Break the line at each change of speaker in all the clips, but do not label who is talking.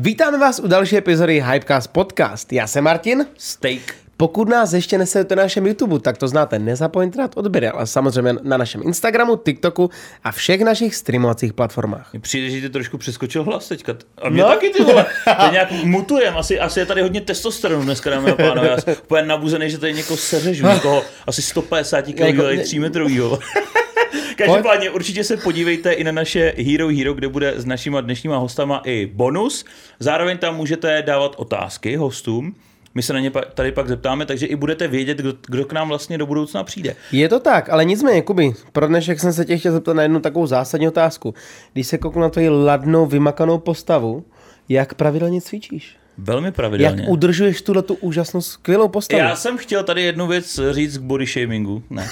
Vítáme vás u další epizody Hypecast Podcast. Já jsem Martin.
Steak.
Pokud nás ještě nesledujete na našem YouTube, tak to znáte, nezapomeňte dát odběr, ale samozřejmě na našem Instagramu, TikToku a všech našich streamovacích platformách.
Mně Přijde, že ty trošku přeskočil hlas teďka. A mě
No.
no. taky ty vole. To nějak mutujem. Asi, asi je tady hodně testosteronu dneska, dámy a pánové. Já jsem úplně nabuzený, že tady někoho seřežu. Někoho asi 150
No. Jako-
kg, 3 metrovýho. Každopádně určitě se podívejte i na naše Hero Hero, kde bude s našima dnešníma hostama i bonus. Zároveň tam můžete dávat otázky hostům. My se na ně pa- tady pak zeptáme, takže i budete vědět, kdo, kdo k nám vlastně do budoucna přijde.
Je to tak, ale nicméně, Kubi, pro dnešek jsem se tě chtěl zeptat na jednu takovou zásadní otázku. Když se kouknu na tvoji ladnou, vymakanou postavu, jak pravidelně cvičíš?
Velmi
Jak
pravidelně.
udržuješ tuhle tu úžasnou, skvělou postavu?
Já jsem chtěl tady jednu věc říct k body shamingu. Ne.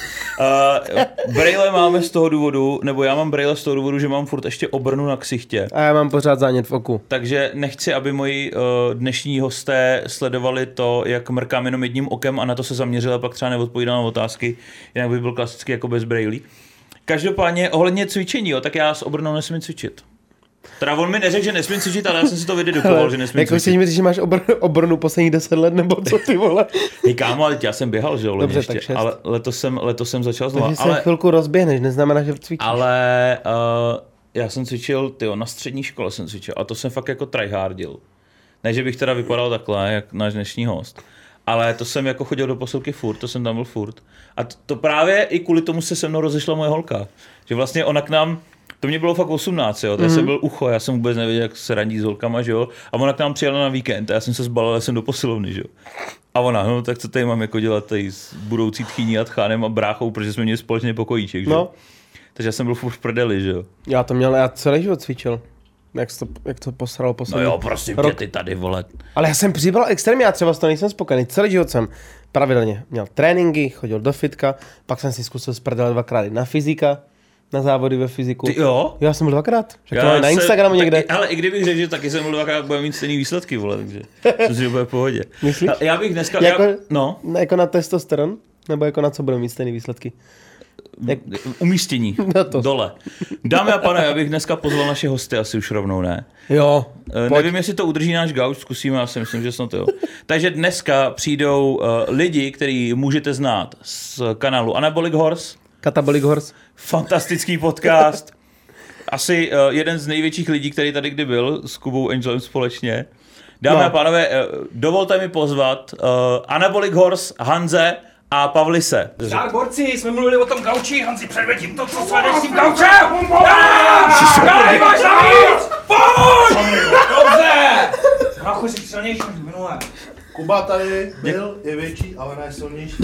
Uh, brýle máme z toho důvodu, nebo já mám brýle z toho důvodu, že mám furt ještě obrnu na ksichtě.
A já mám pořád zánět v oku.
Takže nechci, aby moji uh, dnešní hosté sledovali to, jak mrkám jenom jedním okem a na to se zaměřila, pak třeba neodpovídala na otázky, jinak by byl klasicky jako bez brýlí. Každopádně ohledně cvičení, jo, tak já s obrnou nesmím cvičit. Teda on mi neřekl, že nesmím cvičit, ale já jsem si to vydedukoval, že nesmím
jako si
cvičit.
mi říct, že máš obr- obrnu posledních 10 let, nebo co ty vole?
Hej kámo, ale já jsem běhal, že jo, loni
Dobře, tak
ještě,
šest.
ale letos jsem, letos jsem začal znova.
Takže se
No, Ale,
chvilku rozběhneš, neznamená, že cvičíš.
Ale uh, já jsem cvičil, tyjo, na střední škole jsem cvičil a to jsem fakt jako tryhardil. Ne, že bych teda vypadal takhle, jak náš dnešní host. Ale to jsem jako chodil do posilky furt, to jsem tam byl furt. A to, to právě i kvůli tomu se se mnou rozešla moje holka. Že vlastně ona k nám, to mě bylo fakt 18, jo, to mm.
Mhm.
jsem byl ucho, já jsem vůbec nevěděl, jak se randí s holkama, že jo. A ona k nám přijela na víkend a já jsem se zbalil, já jsem do posilovny, že jo. A ona, no tak co tady mám jako dělat tady s budoucí tchýní a tchánem a bráchou, protože jsme měli společně pokojíček, že jo.
No.
Takže já jsem byl furt v prdeli, že jo.
Já to měl, já celý život cvičil. Jak to, jak to posralo
No
poslední.
jo, prostě
rok.
Rok. ty tady, vole.
Ale já jsem přibral extrémně, já třeba z toho nejsem spokojený. Celý život jsem pravidelně měl tréninky, chodil do fitka, pak jsem si zkusil zprdele dvakrát i na fyzika, na závody ve fyziku.
Ty jo?
Já jsem byl dvakrát. Však to mám na Instagramu
taky,
někde.
Ale i kdybych řekl, že taky jsem byl dvakrát, budeme mít stejný výsledky, vole, takže myslím, si, že bude v pohodě.
Myslíš?
A Já bych dneska,
Jako,
já, no,
na- jako na testosteron? Nebo jako na co budeme mít stejný výsledky? Jak,
umístění,
Na to.
dole. Dámy a pane, já bych dneska pozval naše hosty, asi už rovnou ne.
jo,
Eh,
pojď.
Nevím, jestli to udrží náš gauč, zkusíme, já si myslím, že snad jo. Takže dneska přijdou uh, lidi, který můžete znát z kanálu Anabolic Horse,
Katabolic Horse.
Fantastický podcast. Asi eh, jeden z největších lidí, který tady kdy byl s Kubou Angelem společně. Dámy
No.
no. a pánové, eh, dovolte mi pozvat eh, Anabolic Horse, Hanze a Pavlise.
Tak, borci, jsme mluvili o tom gauči, Hanzi, předvedím to, co svedeš s tím gaučem! Dali, máš na víc! Pojď! Dobře! Trochu jsi silnější než minule.
Kuba tady byl, je větší, ale ne silnější.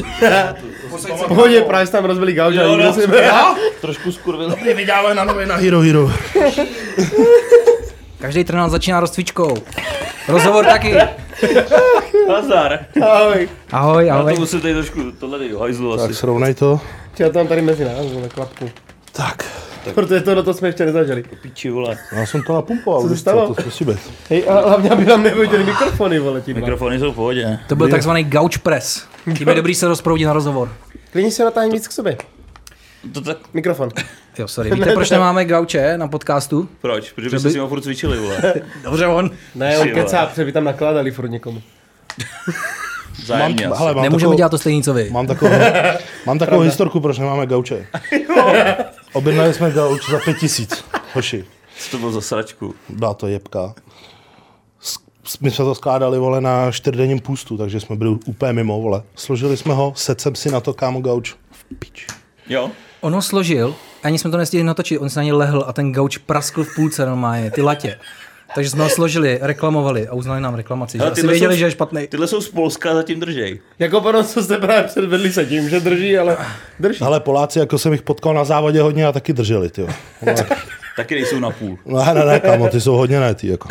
Posaď se k
Pohodě,
tomu.
právě jsi tam rozbili gauč a
Jo,
nikdo
no.
si ne-
Trošku skurvil.
Ty vydáme na nové na Hero Hero.
Každý trenál začíná rozcvičkou. Rozhovor taky.
Nazar.
Ahoj.
Ahoj,
Ale
ahoj.
to musím tady trošku, tohle tady hajzlu
Tak
asi.
srovnaj to.
Já tam tady mezi nás, vole, klapku.
Tak,
Protože tohle to jsme ještě nezažili.
Piči, vole.
No, já jsem to napumpoval.
se
víš
stalo?
To zkusíme.
Hej, a hlavně, aby nám nehodili mikrofony, vole, ti dva.
Mikrofony jsou v pohodě.
To byl takzvaný gauč press. Tím je dobrý se rozproudit na rozhovor.
Klidně se natáhni víc k sobě.
To tak,
Mikrofon.
Jo, sorry. Víte, proč nemáme gauče na podcastu?
proč? Protože byste s nima furt cvičili, vole.
Dobře, on.
Ne, on
Ty vole.
kecá, protože by tam nakládali furt někomu.
Vzájemně asi.
hele, mám
Nemůžeme
takovou,
dělat to stejný, co vy.
Mám takovou, mám takovou historku, proč nemáme gauče. Objednali jsme gauč za pět tisíc. Hoši,
Co to bylo za sračku?
byla to jebka. S- s- My jsme to skládali, vole, na čtyřdenním půstu, takže jsme byli úplně mimo, vole. Složili jsme ho, secem si na to, kámo, gauč. V piči.
Jo?
On ho složil, ani jsme to nestihli natočit, on se na ně lehl a ten gauč praskl v půlce normálně, ty latě. Takže jsme ho složili, reklamovali a uznali nám reklamaci. Že
Hele,
asi
tyhle
věděli,
jsou-
že je špatný.
Tyhle jsou z Polska, zatím držej.
Jako po co jste právě předvedli se tím, že drží, ale drží.
Ale Poláci, jako jsem jich potkal na závodě hodně a taky drželi, ty.
Taky nejsou na půl.
No, ne, ne, kámo, ty jsou hodně ne, ty, jako.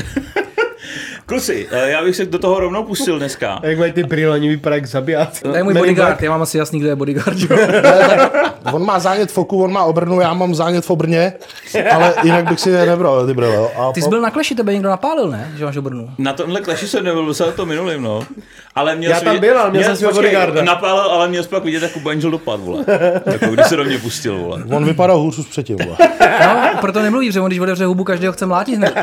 Kluci, eh, já bych se do toho rovnou pustil dneska.
A jak mají ty brýle, oni vypadají jak zabijáci.
To je můj
Men in
bodyguard,
Black.
já mám asi jasný, kdo je bodyguard.
On má zánět v oku, on má obrnu, já mám zánět v obrně, ale jinak bych si je nebral, ty brýle. jo. A
Ty jsi byl na kleši, tebe někdo napálil, ne? Že máš obrnu.
Na tomhle kleši jsem nebyl, byl jsem na to minulým, no. Ale měl
Já
jsi
tam
vidět-
byl, ale měl jsem svého
počkej,
bodyguarda.
Napálil, ale měl jsi pak vidět, jak Kuba Angel dopad, vole. Jako, když se do mě pustil, vole.
On vypadal hůř už předtím. Vole.
No, proto nemluví, protože on když otevře hubu, každý ho chce mlátit hned.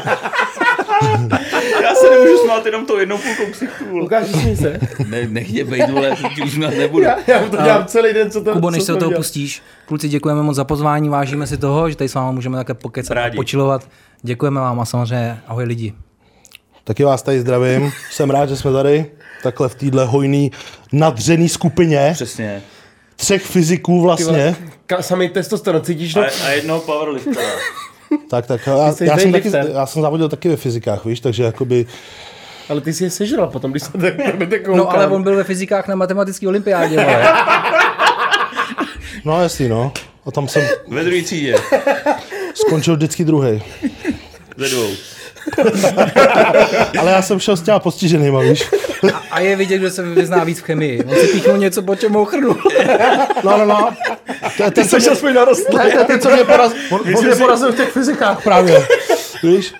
Já jsem poslat jenom to jednou půlkou ksichtů.
Ukážeš mi se?
Ne, nech mě bejt, vole, teď už nás nebudu.
Já, já to dělám celý den, co to
Kubo, než
co
se do
to
toho
dělám.
pustíš, kluci, děkujeme moc za pozvání, vážíme si toho, že tady s vámi můžeme také pokecat a
Rádi.
počilovat. Děkujeme vám a samozřejmě ahoj lidi.
Taky vás tady zdravím. Jsem rád, že jsme tady. Takhle v téhle hojný, nadřený skupině.
Přesně.
Třech fyziků vlastně.
Ka- Samý testosteron, cítíš no, to?
A, a jednoho powerliftera.
Tak, tak. Já,
jsi
já, jsem taky,
weightlifter.
já jsem závodil taky ve fyzikách, víš, takže jakoby...
Ale ty si je sežral potom, když jsem tak, tak, jako tak koukal.
No ale on byl ve fyzikách na matematické olympiádě, vole.
No jasný, no. A tam jsem
Ve druhé třídě.
skončil vždycky druhý.
Ze dvou.
Ale já jsem šel s těma postiženýma, víš.
A, a je vidět, kdo se vyzná víc v chemii. On si píchnul něco po čemu chrnu.
No, no, no. To je ten, co mě,
Sešel jsi mi narostl.
to je ten, co mě porazil. On, on mě porazil v těch fyzikách právě. Víš?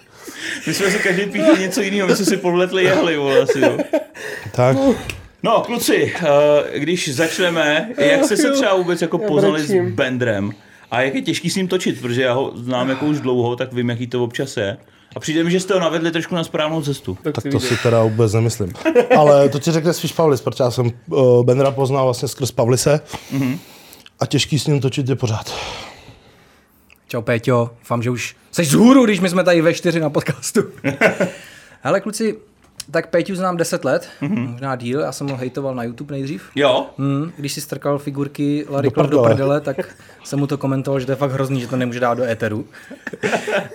My jsme si každý píchli něco jiného, my jsme si podletli jehli, vole, asi, no.
Tak.
No, kluci, eh, když začneme, jak jste se třeba vůbec jako poznali s
brečím.
Bendrem? A jak je těžký s ním točit, protože já ho znám jako už dlouho, tak vím, jaký to občas je. A přijde mi, že jste ho navedli trošku na správnou cestu.
Tak to si teda vůbec nemyslím. Ale to ti řekne spíš Pavlis, protože já jsem uh, Benra poznal vlastně skrz Pavlise.
Mhm.
A těžký s ním točit je pořád.
Čau Péťo, doufám, že už jsi z hůru, když my jsme tady ve čtyři na podcastu. Hele kluci, tak Péťu znám 10 let,
Mhm.
mm-hmm. možná díl, já jsem ho hejtoval na YouTube nejdřív.
Jo,
Mm, když si strkal figurky Larry
Do
Clark do
prdele.
prdele, tak jsem mu to komentoval, že to je fakt hrozný, že to nemůže dát do éteru.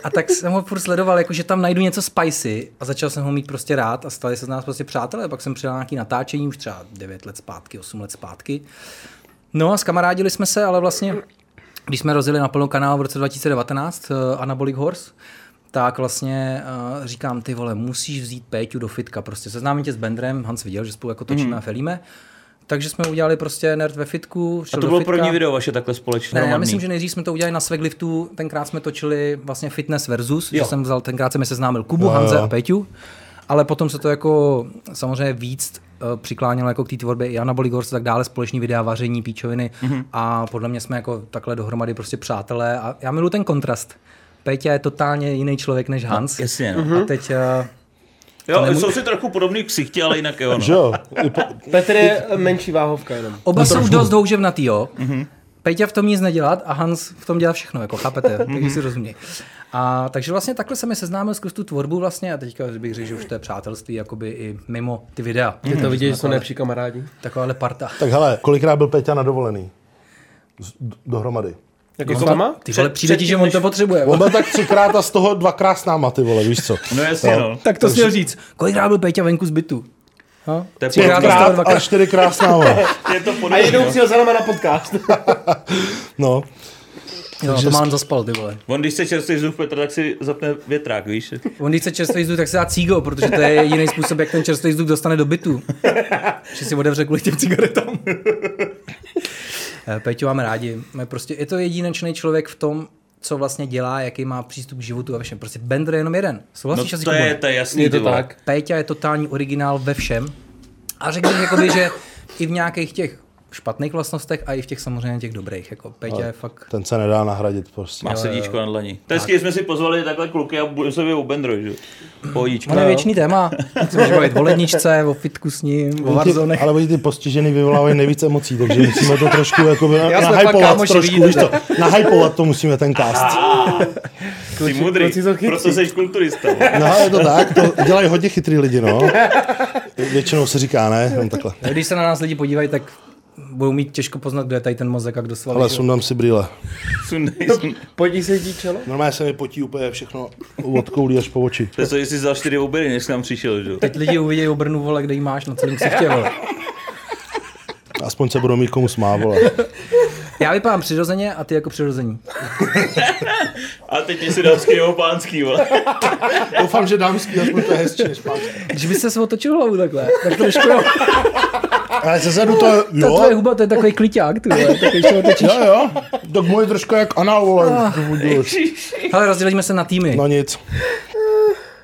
A tak jsem ho furt sledoval, jako že tam najdu něco spicy a začal jsem ho mít prostě rád a stali se z nás prostě přátelé. Pak jsem přijel na nějaké natáčení, už třeba 9 let zpátky, 8 let zpátky. No a skamarádili jsme se, ale vlastně, když jsme rozjeli na plnou kanál v roce 2019 uh, Anabolic Horse, tak vlastně uh, říkám, ty vole, musíš vzít Péťu do fitka, prostě seznámím tě s Bendrem, Hans viděl, že spolu jako točíme
Mhm.
a felíme, takže jsme udělali prostě nerd ve fitku,
a
šel
to
do
bylo
fitka.
první video vaše takhle společně.
Ne, já
hromadný.
myslím, že nejdřív jsme to udělali na Svegliftu, tenkrát jsme točili vlastně fitness versus, jo. že jsem vzal, tenkrát jsem je seznámil Kubu,
Jo,
no,
jo.
Hanze a Peťu, ale potom se to jako samozřejmě víc eh, přiklánělo jako k té tvorbě i Anabolic Horse a tak dále, společný videa, vaření, píčoviny
Mhm.
mm-hmm. a podle mě jsme jako takhle dohromady prostě přátelé a já miluji ten kontrast. Peťa je totálně jiný člověk než Hans.
jasně, no.
Mhm.
A teď eh,
Jo, jsou si trochu podobný ksichti, ale jinak jo.
Že
No.
jo? I po-
Petr je menší váhovka jenom.
Oba jsou dost houževnatý, jo.
Mhm.
Mm-hmm. Peťa v tom nic nedělat a Hans v tom dělá všechno, jako chápete,
Mhm.
takže si rozumí. A takže vlastně takhle jsem je seznámil skrz tu tvorbu vlastně a teďka bych řekl, že už to je přátelství jakoby i mimo ty videa.
Je to vidět, že jsou nejlepší kamarádi.
Takováhle parta.
Tak hele, kolikrát byl Peťa na dovolený? Z- d- Dohromady.
Jako
No,
s váma?
Ty vole, přijde ti, že on to potřebuje.
On byl tak třikrát a z toho dvakrát s náma, ty vole, víš co?
no jasně, no.
Tak to chtěl říct. Kolikrát byl Peťa venku z bytu? Ha?
To je
Třikrát
podobný.
z toho
Pětkrát
dvakrát.
a čtyřikrát s náma.
Je to
A
podobný.
jednou
no.
přijel za náma na podcast.
No,
Jo, to mám zaspal, ty vole.
On když se čerstvý vzduch Petr, tak si zapne větrák, víš?
On když chce čerstvý vzduch, tak se dá cígo, protože to je jediný způsob, jak ten čerstvý vzduch dostane do bytu. že si otevře kvůli těm cigaretám. Eh, Peťu mám rádi. Jsme Prostě je to jedinečný člověk v tom, co vlastně dělá, jaký má přístup k životu a všem. Prostě Bender je jenom jeden.
No
Souhlasíš asi
to
Kubo?
je, to je jasný,
Je
ty
to
vole.
tak.
Péťa je totální originál ve všem. A řekl bych, jakoby, že i v nějakých těch špatných vlastnostech a i v těch samozřejmě těch dobrých. Jako Péťa je fakt
ten se nedá nahradit prostě.
Má sedíčko na dlaní. To je hezky, že jsme si pozvali takhle kluky a budeme se u Bendro, že? Pohodička.
Ono je věčný téma. Můžeme bavit o ledničce, o fitku s ním, o
Oni ti-
Warzonech.
Ale oni ty postižený vyvolávají nejvíc emocí, takže musíme to trošku jako
Já jsme fakt
nahypovat
kámoši,
trošku,
vidíte
víš to, nahypovat to musíme ten cast.
Ty mudrý,
kluci jsou chytří.
proto jsi kulturista.
No je to tak, to dělají hodně chytrý lidi, no. Většinou se říká, ne, jenom takhle.
Když se na nás lidi podívají, tak budou mít těžko poznat, kdo je tady ten mozek a kdo svalí.
Ale
že?
sundám si brýle.
Sundej, sundej.
Podí se ti čelo?
Normálně se mi potí úplně všechno od koulí až po oči.
To je to, že jsi vzal čtyři obery, než jsi nám přišel, že?
Teď lidi uvidějí o Brnu, vole, kde jí máš na celém ksichtě, vole.
Aspoň se budou mít komu smá, vole.
Já vypadám přirozeně a ty jako přirození.
A teď jsi dámský nebo pánský, vole.
Doufám, že dámský aspoň to je hezčí než pánský.
Když by se otočil hlavu takhle, tak to je škoda.
Ale se zadu to,
Ta tvoje
jo,
huba, to je takový kliťák, ty vole, tak když se otočíš.
jo, jo. Tak můj trošku jak anal,
Ah,
vole. To budu už.
Hele, rozdělíme se na týmy.
No nic.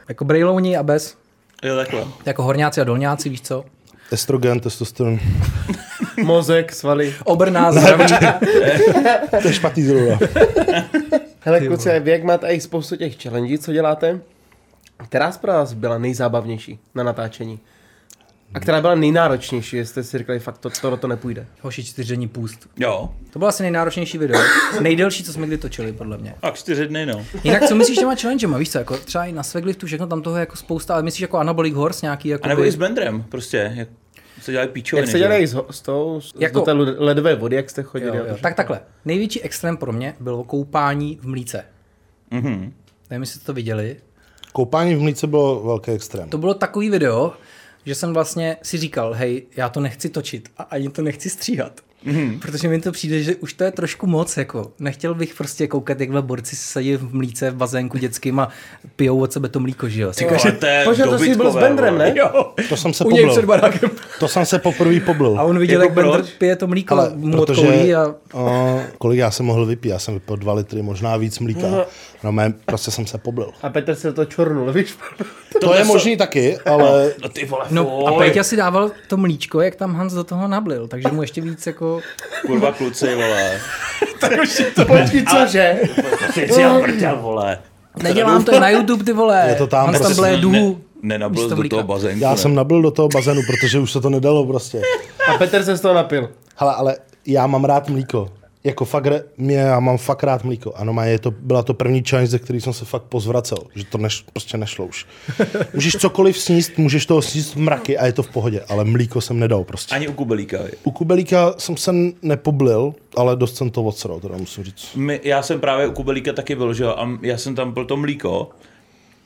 Jako brejlouni a bez.
Jo, takhle.
Jako horňáci a dolňáci, víš co?
Estrogen, testosteron.
Mozek, svaly.
Obrná, zdraví.
To je špatný zrovna.
Hele, kluci, vy jak máte i spoustu těch challenge, co děláte, Která z pro vás byla nejzábavnější na natáčení? A která byla nejnáročnější, jestli jste si říkali, fakt to, to, to nepůjde.
Hoši čtyřdenní půst.
Jo,
To bylo asi nejnáročnější video. Nejdelší, co jsme kdy točili, podle mě.
a čtyři dny, no.
Jinak co myslíš těma challengema, víš co, jako třeba i na Svegliftu, všechno tam toho je jako spousta, ale myslíš jako Anabolic Horse nějaký jako...
A nebo
ty-
i s Bendrem, prostě, jak se dělají píčoviny.
Jak se
že jo?
dělají s, ho- s tou, s, jako...
Jako-
do té led- ledové vody, jak jste
jo,
chodili?
jo. Tak takhle, největší extrém pro mě bylo koupání v mlíce. Mhm. Nevím, jestli jste to viděli.
Koupání v mlíce bylo velký extrém.
To bylo takový video, že jsem vlastně si říkal, hej, já to nechci točit a ani to nechci stříhat.
Mhm.
Mm-hmm. Protože mi to přijde, že už to je trošku moc. Jako. Nechtěl bych prostě koukat, jak dva borci se sadí v mlíce v bazénku dětským a pijou od sebe to mlíko, že jo. Si
Ty
Říkal,
vole, Jako, to je
Počkej, to jsi byl s
dobytkové,
Bendrem,
vole.
ne?
jo,
To jsem se
u něj
poblil.
před barákem.
To jsem se poprvé poblil.
A on viděl,
Jako
jak Bender
proč?
pije to mlíko ale mu
protože,
odkoulí Jako a
o, kolik já jsem mohl vypít, já jsem vypil dva litry, možná víc mlíka. No mé, prostě jsem se poblil.
A Petr se to čornul, víš?
To je možný taky, ale
No ty vole,
No a
fuj.
Peťa si dával to mlíčko, jak tam Hans do toho nablil, takže mu ještě víc jako...
Kurva kluci, vole.
Počkej, cože?
Ty si prdel, vole.
Nedělám to je na YouTube, ty vole.
Je to tam,
Hans tam
prostě
bleje
ne-
důhu.
Nenabil
místo
do
mlíka.
toho bazénku.
já
ne.
jsem nabil do toho bazénu, protože už se to nedalo prostě.
A Petr se z toho napil.
Hele, ale já mám rád mlíko. Jako fakt, re- mě, já mám fakt rád mlíko. Ano, má, je to, byla to první challenge, ze který jsem se fakt pozvracel, že to neš, prostě nešlo už. Můžeš cokoliv sníst, můžeš toho sníst mraky a je to v pohodě, ale mlíko jsem nedal prostě.
Ani u Kubelíka. je.
U Kubelíka jsem se nepoblil, ale dost jsem to odsral, teda musím říct.
My, já jsem právě u Kubelíka taky byl, že jo, a m- já jsem tam byl to mlíko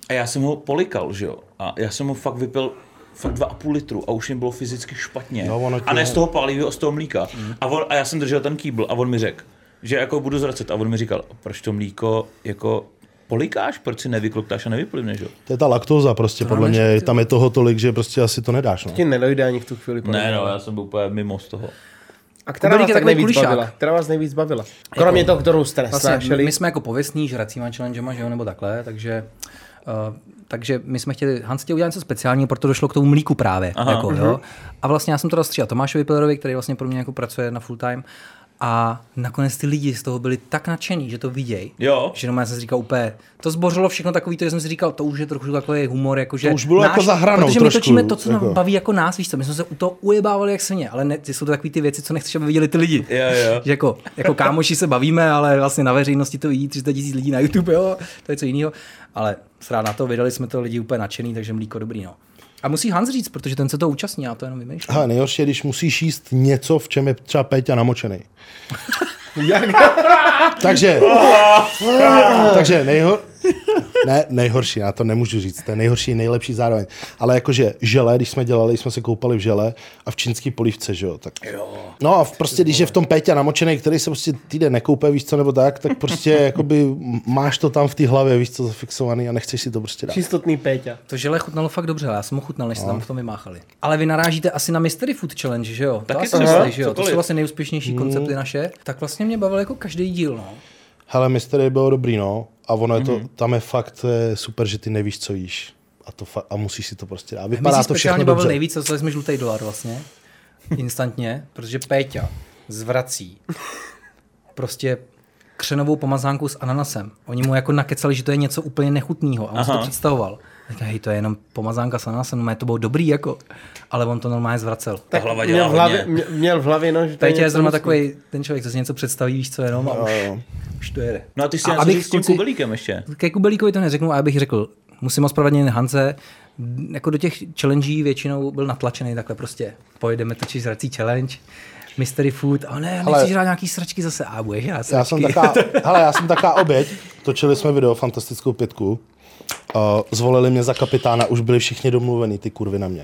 a já jsem ho polikal, že jo, a já jsem ho fakt vypil fakt dva a půl litru a už mi bylo fyzicky špatně.
Jo, ono
a
ti-
ne z toho palivého, z toho mlíka. A, on, a já jsem držel ten kýbl a on mi řekl, že jako budu zracet. A on mi říkal, proč to mlíko jako polikáš, proč si nevykloptáš a nevyplivneš, jo?
To je ta laktóza prostě, podle mě, tam je toho tolik, že prostě asi to nedáš, no.
Ti nedojde ani v tu chvíli. podle
Ne,
mě.
no, já jsem byl úplně mimo z toho.
A která
Kubelík
vás
je
tak
takový
nejvíc
kulišák.
bavila? Která vás nejvíc bavila? Kromě toho, kterou jste
Vlastně,
nesnášeli.
my jsme jako pověstní žracíma challengema, že jo, nebo takhle, takže... Uh, takže my jsme chtěli, Hans chtěl udělat něco speciálního, proto došlo k tomu mlíku právě. Aha, jako,
mhm.
jo. A vlastně já jsem to dal stříhat Tomášovi Pilerovi, který vlastně pro mě jako pracuje na full time. A nakonec ty lidi z toho byli tak nadšení, že to viděj.
Jo.
Že normálně jsem si říkal úplně, to zbořilo všechno takový, to, že jsem si říkal, to už je trochu takový humor, jako že
To už bylo jako za hranou
Protože my
trošku,
točíme to, co
jako.
nám baví jako nás, víš co, my jsme se u toho ujebávali jak svině, ale ne, ty jsou to takový ty věci, co nechceš, aby viděli ty lidi.
Jo, jo.
Že jako, jako kámoši se bavíme, ale vlastně na veřejnosti to vidí 300 tisíc lidí na YouTube, jo, to je co jiného. Ale srát na to, vydali jsme to lidi úplně nadšený, takže mlíko dobrý, no. A musí Hans říct, protože ten se to účastní, já to jenom vymýšlím.
Hele, nejhorší je, když musíš jíst něco, v čem je třeba Péťa namočený. takže, takže nejhor... Ne, nejhorší, já to nemůžu říct, to je nejhorší, nejlepší zároveň. Ale jakože žele, když jsme dělali, jsme se koupali v žele a v čínský polívce, že jo, tak... No a v- prostě, když je v tom Péťa namočený, který se prostě týden nekoupe, víš co, nebo tak, tak prostě jakoby máš to tam v té hlavě, víš co, zafixovaný a nechceš si to prostě dát.
Čistotný Péťa.
To žele chutnalo fakt dobře, ale já jsem ho chutnal, než se tam v tom vymáchali. Ale vy narážíte asi na Mystery Food Challenge, že jo?
Taky
to, asi
třeba,
myslíš, že jo? to
cokoliv.
jsou vlastně nejúspěšnější koncepty naše. Tak vlastně mě bavil jako každý díl, no.
Hele, Mystery bylo dobrý, no. A ono je to, tam je fakt eh, super, že ty nevíš, co jíš. A, to fa- a musíš si to prostě dát.
Mě
Vypadá
se
to
speciálně
všechno
bavil
dobře.
dobře. nejvíc, co jsme žlutý dolar vlastně. Instantně, protože Péťa zvrací prostě křenovou pomazánku s ananasem. Oni mu jako nakecali, že to je něco úplně nechutného a on si to
Aha.
představoval. Říká, hej, to je jenom pomazánka s ananasem, no to bylo dobrý jako, ale on to normálně zvracel.
Ta hlava dělá
Měl v hlavě,
hodně.
mě- měl v hlavě, no, že to
Péťa je
něco
zrovna
musí.
takový ten člověk, co si něco představí, víš co jenom a už, už to jede.
No a ty si
A
něco
abych
říct s tím
kluci-
Kubelíkem ještě.
Ke Kubelíkovi to neřeknu, a já bych řekl, musím ospravedlnit Hance, m, jako do těch challenge většinou byl natlačený takhle prostě. Pojedeme točit zrací challenge, mystery food, a ne,
Ale-
nechci žrát nějaký sračky zase, a budeš žrát sračky.
Já jsem taká, hele, já jsem taká oběť. Točili jsme video Fantastickou pětku. Uh, zvolili mě za kapitána, už byli všichni domluvený, ty kurvy na mě.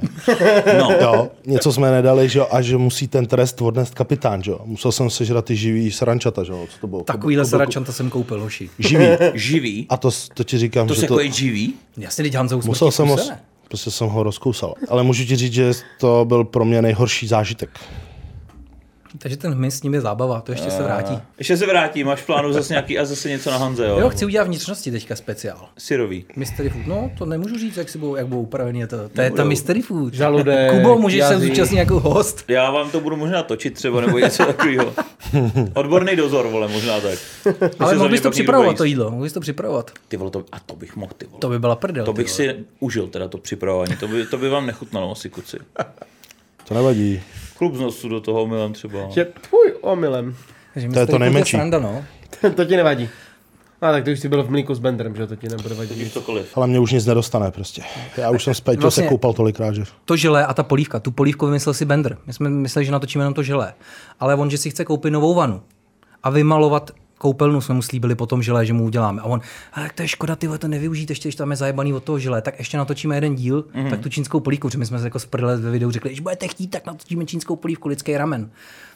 No.
Jo, něco jsme nedali, že jo, a že musí ten trest odnést kapitán, že jo. Musel jsem sežrat ty živý srančata, že jo, co to bylo?
Takovýhle
To bylo-
sračanta jsem koupil, hoši.
Živý.
Živý.
A to, s- to ti říkám,
To
že
se jako je živý?
Jasně, teď Hanzou jsme
Musel
ti
jsem ho,
kusene.
prostě jsem ho rozkousal. Ale můžu ti říct, že to byl pro mě nejhorší zážitek.
Takže ten hmyz s ním je zábava, to
Eh.
ještě se vrátí.
Ještě se vrátím, máš v plánu zase nějaký a zase něco na Hanze, jo?
Jo, chci udělat vnitřnosti teďka speciál.
Syrový.
Mystery Food, no to nemůžu říct, jak, si budou, jak budou upravený. To, to je ta
Nebudou.
Mystery Food.
Žaludek,
Kubo, můžeš se
jazyk.
zúčastnit jako host.
Já vám to budu možná točit třeba, nebo něco takového. Odborný dozor, vole, možná tak. Jestli za
Ale
mě
mohl bys
pak někdo
to připravovat,
bude
to
jíst.
jídlo, mohl bys to připravovat.
Ty vole, to, a to bych mohl, ty vole.
To by byla prdel.
To
ty
bych
vole.
si užil teda to připravování, to by, to by vám nechutnalo asi kuci.
To nevadí.
Klub z nosu do toho omylem třeba. no.
Že tvůj omylem.
Takže
to je
Mystery
to
Food
nejmenší.
Sranda, no.
to ti nevadí. A tak ty už jsi byl v mlíku s Benderem, že jo, to ti nebude vadit.
Když
nic.
cokoliv.
Ale mě už nic nedostane prostě. Já už jsem s Peťou
Vlastně-
se koupal tolikrát, že...
To želé a ta polívka. Tu polívku vymyslel si Bender. My jsme mysleli, že natočíme jenom to želé. Ale on, že si chce koupit novou vanu a vymalovat koupelnu jsme mu slíbili potom želé, že mu uděláme. A on, a tak to je škoda, ty vole, to nevyužijte, ještě, když tam je zajebaný od toho želé, tak ještě natočíme jeden díl,
Mhm.
mm-hmm. tak tu čínskou polívku, protože my jsme se jako sprdele ve videu řekli, když budete chtít, tak natočíme čínskou polívku, lidský ramen.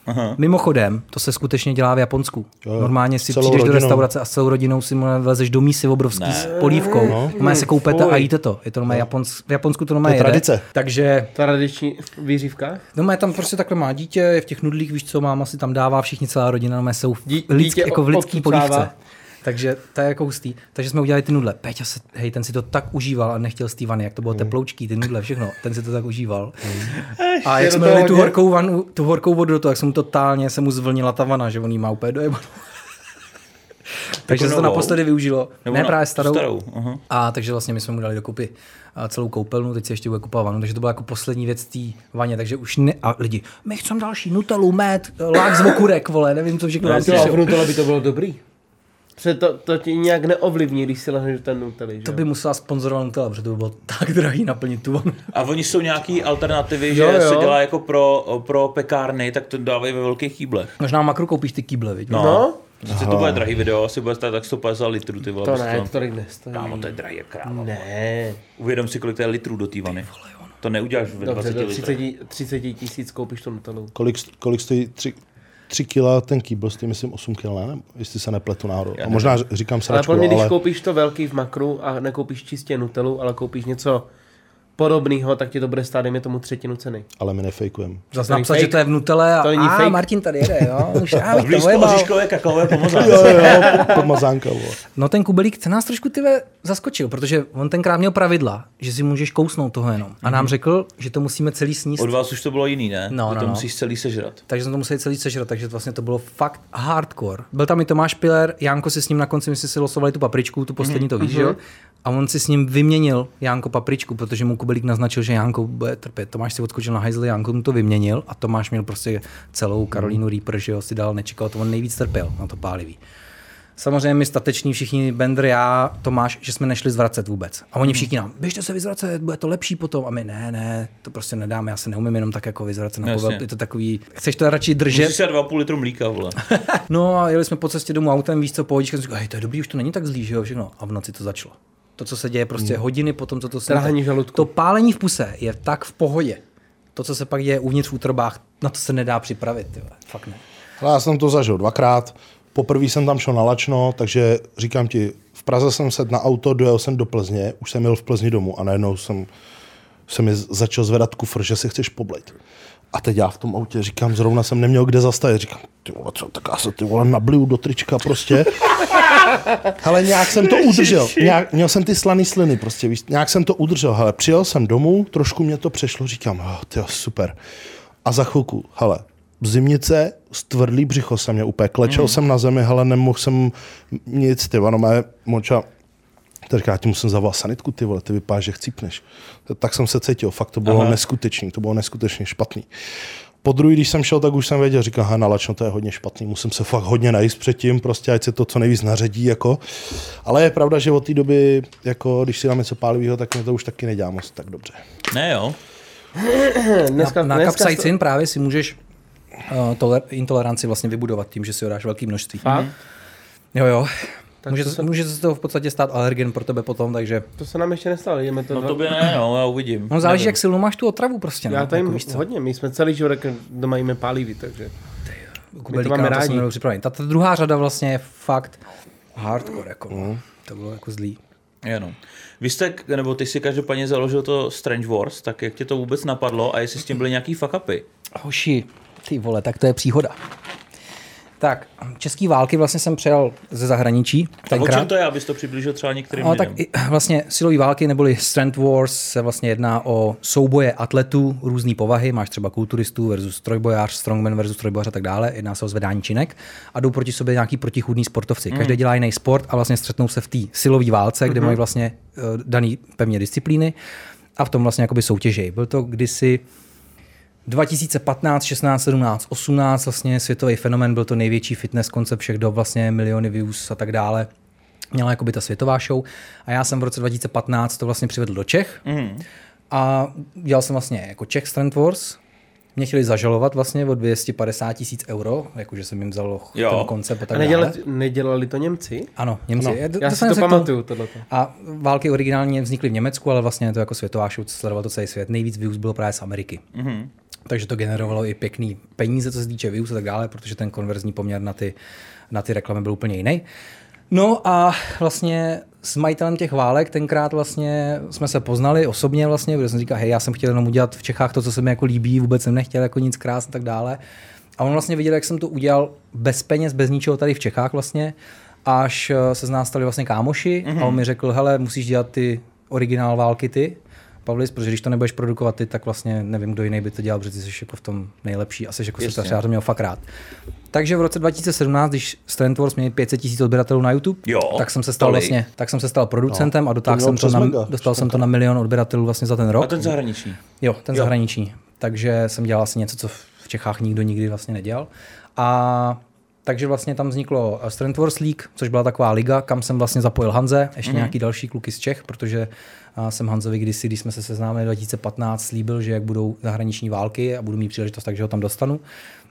Aha. Mimochodem, to se skutečně dělá v Japonsku.
jo.
Normálně si
Celou
přijdeš do
rodinou.
restaurace a s celou rodinou si mu vlezeš do mísy obrovský s polívkou. No. se koupete a jíte to. Je to normálně Japonsk, v Japonsku to normálně
No. To je
jede.
tradice.
Takže
Tradiční výřivka.
No, má tam prostě takhle má dítě, je v těch nudlích, víš co, máma si tam dává, všichni celá rodina, no, jsou v,
Dí-
lidský,
dítě
jako v
od-
lidský
odcucává.
polívce. Takže to je jako hustý. Takže jsme udělali ty nudle. Peťa se, hej, ten si to tak užíval a nechtěl z té vany, jak to
Mm.
bylo teploučký, ty nudle, všechno. Ten si to tak užíval. A
Ještě Mm.
jak
do
jsme
toho
dali tu
hodně-
horkou, vanu, tu horkou vodu do toho, jak se mu totálně se mu zvlnila ta vana, že on jí má úplně dojebanou.
Jako
Takže se to
novou?
naposledy využilo.
Nebo
no,
ne
na-
právě starou.
starou, aha.
A takže vlastně my jsme mu dali dokupy a, celou koupelnu, teď si ještě bude kupovat vanu, takže to byla jako poslední věc té vaně, takže už ne, a lidi, my chceme další nutelu, med, lák z okurek, vole, nevím, co všechno nám
To
píšou.
Nutella by to bylo dobrý. Protože to, to ti nějak neovlivní, když si lehneš do ten Nutelly, že?
To by musela sponzorovat Nutella, protože to by bylo tak drahý naplnit tu vanu.
A oni jsou nějaký alternativy, že
Jo, jo.
se dělá jako pro, pro pekárny, tak to dávají ve velkých kýblech.
Možná makru koupíš ty kýble, viď?
No.
No.
Sice to bude drahý video, asi bude stát tak 150 litrů, ty vole.
To
prostě
ne,
tam-
to tolik nestojí.
Kámo,
Hmm.
to je drahý jak kráva.
Ne,
Uvědom si, kolik to je litrů do té vany.
no.
To neuděláš ve
dobře,
20
do
litrech.
30, 30 tisíc koupíš tu Nutellu.
Kolik, kolik stojí tři, tři kila ten kýbl, stojí myslím 8 kil, ne? Jestli se nepletu náhodou. A možná říkám
Ale
sračku,
podle mě,
ale,
když
ale
koupíš to velký v makru a nekoupíš čistě Nutellu, ale koupíš něco podobného, tak ti to bude stát, dejme tomu, třetinu ceny.
my nefejkujem.
Zase
To není
napsat,
fake.
že to je v Nutele a,
To není
a
fake.
Martin tady jede, jo. Už, a,
A
vy to
vlízko
ojebal.
oříškové kakaové
Jo,
pomazánce.
jo, jo, po- podmazánka, vole.
No ten kubelík ten nás trošku tyve zaskočil, protože on tenkrát měl pravidla, že si můžeš kousnout toho jenom. A nám řekl, že to musíme celý sníst.
Od vás už to bylo jiný, ne?
No,
Ty
no,
to
no.
musíš celý sežrat.
Takže jsme to museli celý sežrat, takže vlastně to bylo fakt hardcore. Byl tam i Tomáš Piller, Janko si s ním na konci, my jsme si losovali tu papričku, tu poslední to víš, že jo? A on si s ním vyměnil Janko papričku, protože mu Kubelík naznačil, že Janko bude trpět. Tomáš si odskočil na hajzli, Janko mu to vyměnil a Tomáš měl prostě celou Karolínu Reaper, že jo, si dal, nečekal, to on nejvíc trpěl na to pálivý. Samozřejmě my stateční všichni, Bender, já, Tomáš, že jsme nešli zvracet vůbec. A oni všichni nám, běžte se vyzvracet, bude to lepší potom. A my, ne, ne, to prostě nedáme, já se neumím jenom tak jako vyzvracet. Na
Jasně.
povel, je to takový, chceš to radši držet.
Musíš si dát 2,5 litru mlíka, vole.
No a jeli jsme po cestě domů autem, víš co, pohodička, jsem říkal, hej, to je dobrý, už to není tak zlý, že jo, všechno. A v noci to začalo. To, co se děje prostě
Hmm.
hodiny po tom, co to se
Trhání žaludku.
To pálení v puse je tak v pohodě. To, co se pak děje uvnitř v útrobách, na to se nedá připravit, ty vole. Fakt ne.
Ale já jsem to zažil dvakrát. Poprvé jsem tam šel na lačno, takže říkám ti, v Praze jsem sedl na auto, dojel jsem do Plzně, už jsem jel v Plzni domů a najednou jsem se mi začal zvedat kufr, že si chceš poblejt. A teď já v tom autě říkám, zrovna jsem neměl kde zastavit. Říkám, ty vole, co, tak já se ty vole nabliju do trička prostě. Hele, nějak jsem to udržel. Nějak, měl jsem ty slaný sliny prostě, víš, nějak jsem to udržel. Hele, přijel jsem domů, trošku mě to přešlo, říkám, oh, tyjo, super. A za chvilku, hele, zimnice, stvrdlý břicho se mě úplně, klečel jsem na zemi, hele, nemohl jsem nic, ty vano, mé moča, tak říká, já ti musím zavolat sanitku, ty vole, ty vypadá, že chcípneš. Tak jsem se cítil, fakt to bylo neskutečný, to bylo neskutečně špatný. Po druhý, když jsem šel, tak už jsem věděl, říkal, na lačno, no, to je hodně špatný, musím se fakt hodně najíst předtím, prostě ať se to co nejvíc naředí, jako. Ale je pravda, že od té doby, jako, když si dám něco pálivého, tak mě to už taky nedělá moc tak dobře.
Ne, jo.
Dneska,
Na
dneska
kapsaicin právě si můžeš uh, toler- intoleranci vlastně vybudovat tím, že si ho dáš velké množství.
Fakt?
Jo, jo. Může, se, může se z toho v podstatě stát alergen pro tebe potom, takže...
To se nám ještě nestalo, jdeme to,
No
dva-
to by ne, no, já uvidím.
No záleží, jak silnou máš tu otravu prostě. no,
Já tady
jako
jim
víš co.
hodně, my jsme celý život jako doma jíme pálivý, takže.
Kubelíka
máme
na to
rádi.
jsem nebyl připravený. Ta, ta druhá řada vlastně je fakt hardcore. Jako. Mm. To bylo jako zlý.
Jenom. no. Vy jste, k- nebo ty si každopádně založil to Strange Wars, tak jak tě to vůbec napadlo a jestli s tím byly nějaký fuck upy?
Hoši, Ty vole, tak to je příhoda. Tak, český války vlastně jsem přijal ze zahraničí.
A o
Tenkrát.
čem to je, abys to přiblížil třeba některým
No,
lidem?
tak i, vlastně silové války neboli Strength Wars se vlastně jedná o souboje atletů různé povahy. Máš třeba kulturistů versus trojbojář, strongman versus trojbojář a tak dále. Jedná se o zvedání činek a jdou proti sobě nějaký protichůdní sportovci. Každý dělá jiný sport a vlastně střetnou se v té silové válce, kde mají vlastně eh, daný pevně disciplíny a v tom vlastně jakoby soutěžej. Byl to kdysi 2015, 16, 17, 18 vlastně světový fenomen, byl to největší fitness koncept všech dob, vlastně miliony views a tak dále. Měla jakoby ta světová show a já jsem v roce 2015 to vlastně přivedl do Čech
Mhm.
mm. a dělal jsem vlastně jako Czech Strength Wars. Mě chtěli zažalovat vlastně o 250 tisíc euro, jakože jsem jim vzal
Jo.
ten koncept a
A
tak dále.
nedělali, nedělali to Němci?
Ano, Němci. Ano.
Já si to pamatuju, tohleto.
A války originálně vznikly v Německu, ale vlastně je to jako světová show, co sledoval to celý svět. Nejvíc views bylo právě z Ameriky. Mm-hmm. Takže to generovalo i pěkný peníze, co se týče views a tak dále, protože ten konverzní poměr na ty, na ty reklamy byl úplně jiný. No a vlastně s majitelem těch válek tenkrát vlastně jsme se poznali osobně vlastně, protože jsem říkal, hej, já jsem chtěl jenom udělat v Čechách to, co se mi jako líbí, vůbec jsem nechtěl jako nic krás a tak dále. A on vlastně viděl, jak jsem to udělal bez peněz, bez ničeho tady v Čechách vlastně, až eh, se z nás stali vlastně kámoši mm-hmm. a on mi řekl, hele, musíš dělat ty originál války ty, Pavlis, protože když to nebudeš produkovat ty, tak vlastně nevím, kdo jiný by to dělal, protože ty jsi jako v tom nejlepší a jsi jako se to měl fakt rád. Takže v roce 2017, když Strand Wars měli 500 000 odběratelů na YouTube,
Jo,
tak jsem se stal
tolik.
vlastně, tak jsem se stal producentem no, a dotáhl
mělo
jsem to
přes
na,
mega,
dostal jsem to na milion odběratelů vlastně za ten
A
rok.
ten zahraniční.
Jo, ten zahraniční. Takže jsem dělal asi něco, co v v Čechách nikdo nikdy vlastně nedělal. A takže vlastně tam vzniklo eh, Strength Wars League, což byla taková liga, kam jsem vlastně zapojil Hanze, ještě mm. nějaký další kluky z Čech, protože eh, jsem Hanzovi kdysi, když jsme se seznámili 2015, slíbil, že jak budou zahraniční války a budu mít příležitost, takže ho tam dostanu.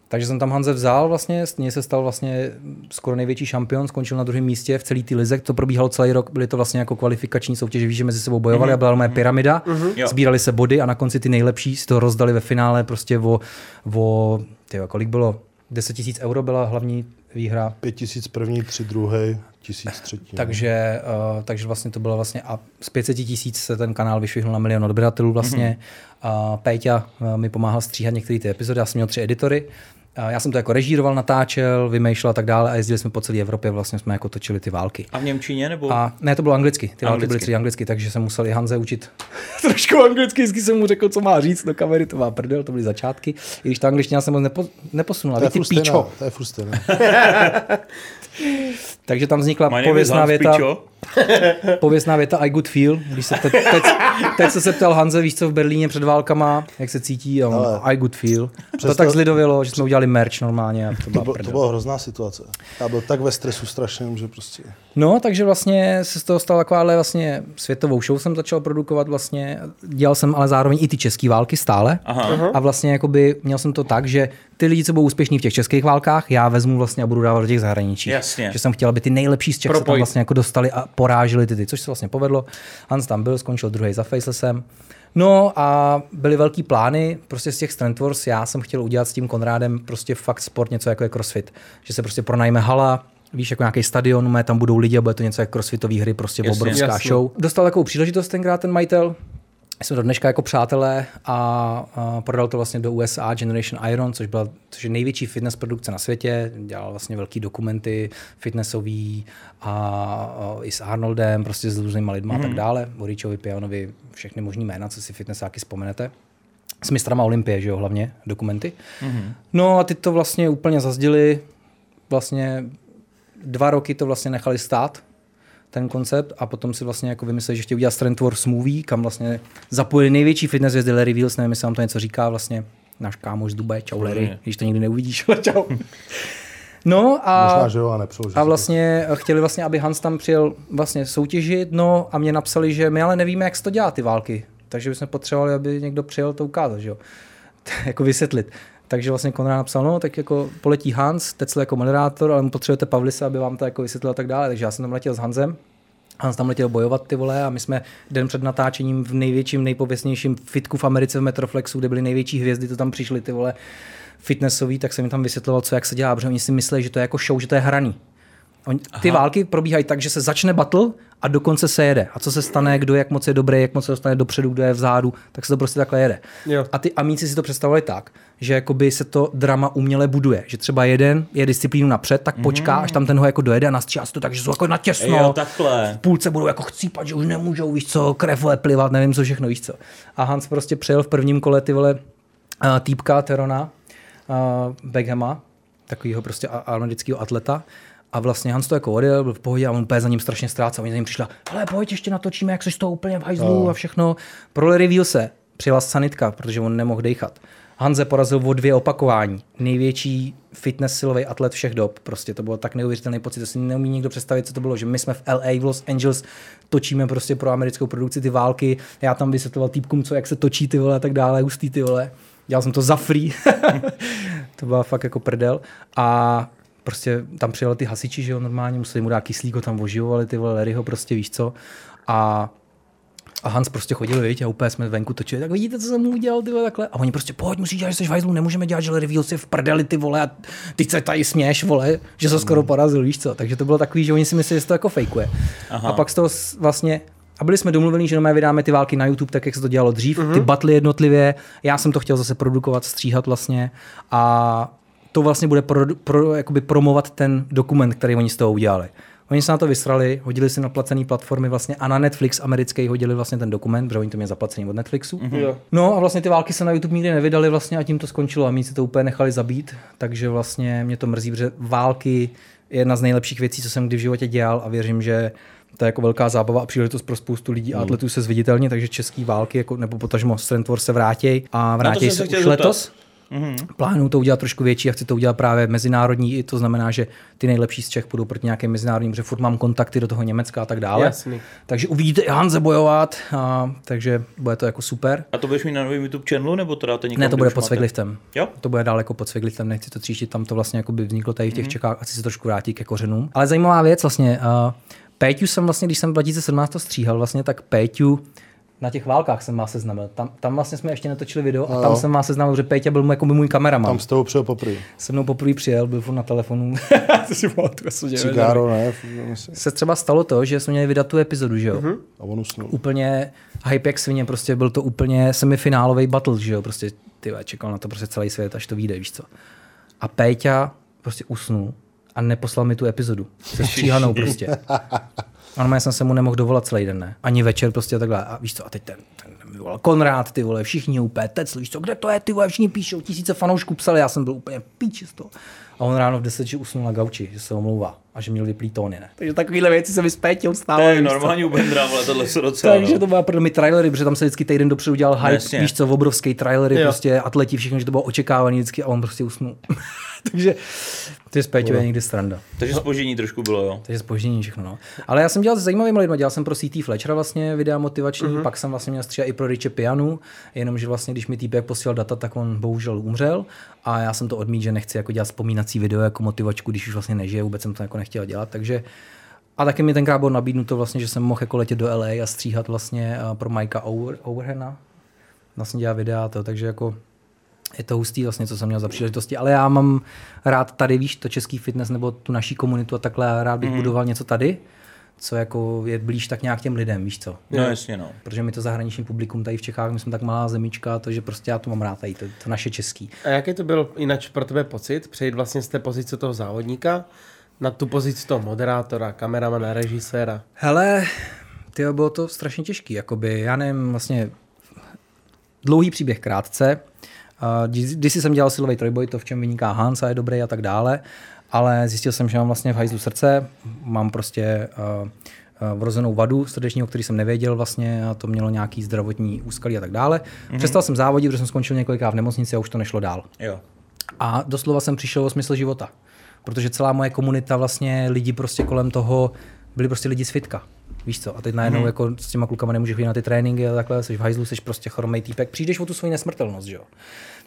Takže jsem tam Hanze vzal vlastně, z něj se stal vlastně skoro největší šampion, skončil na druhém místě v celý ty lize, to probíhalo celý rok, byly to vlastně jako kvalifikační soutěže, víš, že mezi sebou bojovali mm-hmm. a byla moje pyramida, mm-hmm.
Jo.
sbírali se body a na konci ty nejlepší si to rozdali ve finále prostě o, o tyjo, kolik bylo, 10 000 euro byla hlavní výhra,
Pět tisíc první, tři druhý, tisíc třetí.
takže,
no.
uh, takže vlastně to bylo vlastně a z 500 tisíc se ten kanál vyšvihl na milion odběratelů vlastně.
Mhm.
Mm-hmm. Uh, Péťa uh, mi pomáhal stříhat některé ty epizody, já jsem měl tři editory. Uh, já jsem to jako režíroval, natáčel, vymýšlel a tak dále a jezdili jsme po celé Evropě, vlastně jsme jako točili ty války.
A v Němčině nebo?
A ne, to bylo anglicky. Ty války byly
Anglicky.
tři anglicky, takže jsem musel i Hanze učit trošku anglicky. Vždycky jsem mu řekl, co má říct do kamery, to má prdel, to byly začátky. I když ta angličtina se moc nepo, neposunula,
to je
víš, ty
furt stejná,
píčo.
to je furt stejná.
Takže tam vznikla
My name is
pověstná
Hans
věta.
Pičo.
Pověstná věta I good feel, když se te, teď, teď se, se ptal Hanze, víš co v Berlíně před válkama, jak se cítí, a on,
Ale-
I good feel. To
Přesto-
tak zlidovilo, že jsme udělali merch normálně a to
To,
byla
bylo, to
prdel.
byla hrozná situace. Já byl tak ve stresu strašném, že prostě...
No, takže vlastně se z toho stala takováhle vlastně světovou show jsem začal produkovat vlastně, dělal jsem ale zároveň i ty české války stále
Aha.
a vlastně jakoby měl jsem to tak, že ty lidi, co budou úspěšní v těch českých válkách, já vezmu vlastně a budu dávat do těch zahraničí.
Jasně.
Že jsem chtěl, aby ty nejlepší z Čech se tam
Propojit.
vlastně jako dostali a porážili ty, ty, což se vlastně povedlo. Hans tam byl, skončil druhý za Facelessem. No a byly velký plány, prostě z těch Strength Wars já jsem chtěl udělat s tím Konrádem prostě fakt sport, něco jako je crossfit. Že se prostě pronajme hala, víš, jako nějaký stadion, mé tam budou lidi a bude to něco jako crossfitové hry, prostě
Jasně.
obrovská
Jasně.
show. Dostal takovou příležitost tenkrát ten majitel, jsme do dneška jako přátelé a, a prodal to vlastně do USA Generation Iron, což, byla, což je největší fitness produkce na světě. Dělal vlastně velký dokumenty fitnessový a, a i s Arnoldem, prostě s různýma lidma a tak dále. Boričovi, Pianovi, všechny možný jména, co si fitnessáky vzpomenete s mistrama Olympie, že jo, hlavně dokumenty. Mm-hmm. No a ty to vlastně úplně zazdili, vlastně dva roky to vlastně nechali stát, ten koncept, a potom si vlastně jako vymysleli, že chtějí udělat Strength Wars movie, kam vlastně zapojili největší fitness hvězdy Larry Wheels, nevím, jestli vám to něco říká, vlastně náš kámoš z Dubaje, čau Larry,
Rozumím.
když to nikdy neuvidíš, ale čau. No a...
Možná, že jo, a nepřeložil.
A vlastně chtěli vlastně, aby Hans tam přijel vlastně soutěžit, no a mě napsali, že my ale nevíme, jak se to dělá ty války, takže bychom potřebovali, aby někdo přijel to ukázat, že jo. jako vysvětlit. Takže vlastně Konrad napsal, no, tak jako poletí Hans, Tecla jako moderátor, ale mu potřebujete Pavlisa, aby vám to jako vysvětlil a tak dále. Takže já jsem tam letěl s Hanzem. Hans tam letěl bojovat ty vole a my jsme den před natáčením v největším, nejpověstnějším fitku v Americe v Metroflexu, kde byly největší hvězdy, to tam přišli ty vole fitnessový, tak jsem jim tam vysvětloval, co jak se dělá, protože oni si myslí, že to je jako show, že to je hraný. Oni, ty Aha. války probíhají tak, že se začne battle a dokonce se jede. A co se stane, kdo je, jak moc je dobrý, jak moc se dostane dopředu, kdo je vzadu, tak se to prostě takhle jede.
Jo.
A ty amíci si to představovali tak, že jakoby se to drama uměle buduje. Že třeba jeden je disciplínu napřed, tak počká, až tam ten ho jako dojede a nastříhá se to tak, že jsou jako natěsno.
Jo, takhle.
V půlce budou jako chcípat, že už nemůžou, víš co, krev vole plivat, nevím co všechno, víš co. A Hans prostě přejel v prvním kole ty vole uh, týpka Terona, uh, Beckhama, takovýho prostě a- armadického atleta. A vlastně Hans to jako odjel, byl v pohodě a on úplně za ním strašně ztrácel. Oni za ním přišla, hele, pojď, ještě natočíme, jak jsi z toho úplně v hajzlu a všechno. Pro reveal se, přijela sanitka, protože on nemohl dechat. Hanze porazil o dvě opakování. Největší fitness silový atlet všech dob. Prostě to bylo tak neuvěřitelný pocit, to si neumí nikdo představit, co to bylo, že my jsme v LA, v Los Angeles, točíme prostě pro americkou produkci ty války. Já tam vysvětloval týpkům, co, jak se točí ty vole a tak dále, hustý ty vole. Dělal jsem to za free. to byla fakt jako prdel. A prostě tam přijeli ty hasiči, že jo, normálně museli mu dát kyslíko, tam oživovali ty vole Larryho, prostě víš co. A a Hans prostě chodil, víte, a úplně jsme venku točili, tak vidíte, co jsem mu udělal, ty vole, takhle. A oni prostě, pojď, musíš dělat, že jsi v hajzlu, nemůžeme dělat, že reveal si v prdeli, ty vole, a ty se tady směš, vole, že se skoro porazil, víš co. Takže to bylo takový, že oni si mysleli, že se to jako fejkuje. Aha. A pak z toho s- vlastně a byli jsme domluveni, že normálně vydáme ty války na YouTube, tak jak se to dělalo dřív, mm-hmm. ty batly jednotlivě. Já jsem to chtěl zase produkovat, stříhat vlastně. A to vlastně bude pro, pro, jakoby promovat ten dokument, který oni z toho udělali. Oni se na to vysrali, hodili si na placené platformy vlastně a na Netflix americký hodili vlastně ten dokument, protože oni to měli zaplacený od Netflixu. Mm-hmm. No a vlastně ty války se na YouTube nikdy nevydali vlastně a tím to skončilo a my si to úplně nechali zabít, takže vlastně mě to mrzí, protože války je jedna z nejlepších věcí, co jsem kdy v životě dělal a věřím, že to je jako velká zábava a příležitost pro spoustu lidí a atletů se zviditelně, takže český války jako, nebo potažmo Strand Wars se vrátí a vrátí
jsem
se
se chtěl
už
zeptat.
letos. Plánuju to udělat trošku větší a chci to udělat právě mezinárodní, i to znamená, že ty nejlepší z Čech půjdou proti nějakým mezinárodním, protože furt mám kontakty do toho Německa a tak dále.
Jasný.
Takže uvidíte i Hanze bojovat, a, takže bude to jako super.
A to budeš mít na novém YouTube channelu, nebo to dáte někam,
Ne, to
kde
bude
už
pod
máte?
Svegliftem.
Jo?
To bude daleko pod Svegliftem, nechci to tříštit, tam to vlastně jako by vzniklo tady v těch Čechách a chci se trošku vrátit ke kořenům. Ale zajímavá věc vlastně, uh, Péťu jsem vlastně, když jsem 2017 to stříhal vlastně, tak Péťu na těch válkách jsem vás seznamil. Tam, tam vlastně jsme ještě netočili video a tam
jo.
jsem vás seznamil, že Péťa byl jako by můj kameraman
Tam z toho přijel poprvé.
se mnou poprvé přijel, byl furt na telefonu. to si pamatuju, já jsem dělal.
Cigáro, ne? f- myslím.
Se třeba stalo to, že jsme měli vydat tu epizodu, že jo? Mm-hmm.
A on usnul.
Úplně hype jak svině, prostě byl to úplně semifinálový battle, že jo? Prostě ty vole, čekal na to prostě celý svět, až to vyjde, víš co? A Péťa prostě usnul a neposlal mi tu epizodu. Se stříhanou prostě. Ano, já jsem se mu nemohl dovolat celý den, ne? Ani večer prostě a takhle. A víš co, a teď ten, ten mi volal Konrád, ty vole, všichni úplně tec, víš co, kde to je, ty vole, všichni píšou, tisíce fanoušků psali, já jsem byl úplně píči z toho. A on ráno v 10 že usnul na gauči, že se omlouvá a že měl vyplý tóny, ne? Takže takovéhle věci se mi zpětě
To
stávají.
je
víš co.
normální u Bendra, ale tohle se docela.
Takže
no.
to byla pro mě trailery, protože tam se vždycky týden dopředu dělal hype,
Jasně.
víš co, obrovský trailery,
Jo.
prostě atleti, všechno, že to bylo očekávaný vždycky a on prostě usnul. Takže to je zpětě někdy stranda.
Takže spožení trošku bylo, jo.
Takže spoždění všechno. No. Ale já jsem dělal s zajímavými lidmi, dělal jsem pro CT Fletchera vlastně videa motivační, mm-hmm. pak jsem vlastně měl stříhat i pro Riche Pianu, jenomže vlastně, když mi týpek posílal data, tak on bohužel umřel a já jsem to odmítl, že nechci jako dělat vzpomínací video jako motivačku, když už vlastně nežije, vůbec jsem to jako nechtěl dělat, takže a taky mi tenkrát bylo nabídnuto vlastně, že jsem mohl jako letět do LA a stříhat vlastně eh, pro Mikea Over, Overhena, vlastně dělá videa a to, takže jako je to hustý vlastně, co jsem měl za příležitosti, ale já mám rád tady, víš, to český fitness nebo tu naší komunitu a takhle já rád bych mm. budoval něco tady, co jako je blíž tak nějak těm lidem, víš co.
No jasně, no.
Protože mi to zahraniční publikum tady v Čechách, my jsme tak malá zemička, takže prostě já to mám rád tady, to, to naše český.
A jaký to byl jinak pro tebe pocit? Přejít vlastně z té pozice toho závodníka na tu pozici toho moderátora, kameramana, režiséra.
Hele, tyjo, bylo to strašně těžký, jakoby, já nevím, vlastně dlouhý příběh krátce. Eh, kdy- Když jsem dělal silový trojboj, to v čem vyniká Hans a je dobrý a tak dále, ale zjistil jsem, že mám vlastně v hajzlu srdce, mám prostě eh, eh, vrozenou vadu srdečního, který jsem nevěděl vlastně a to mělo nějaký zdravotní úskalí a tak dále. Přestal jsem závodit, protože jsem skončil několikrát v nemocnici a už to nešlo dál.
Jo.
A doslova jsem přišel o smysl života. Protože celá moje komunita, vlastně lidi prostě kolem toho, byli prostě lidi z fitka. Víš co? A teď
Mhm.
najednou mm. jako s těma klukama nemůžeš chodit na ty tréninky a takhle, jsi v hajzlu, jsi prostě chromej týpek, přijdeš o tu svoji nesmrtelnost, že jo?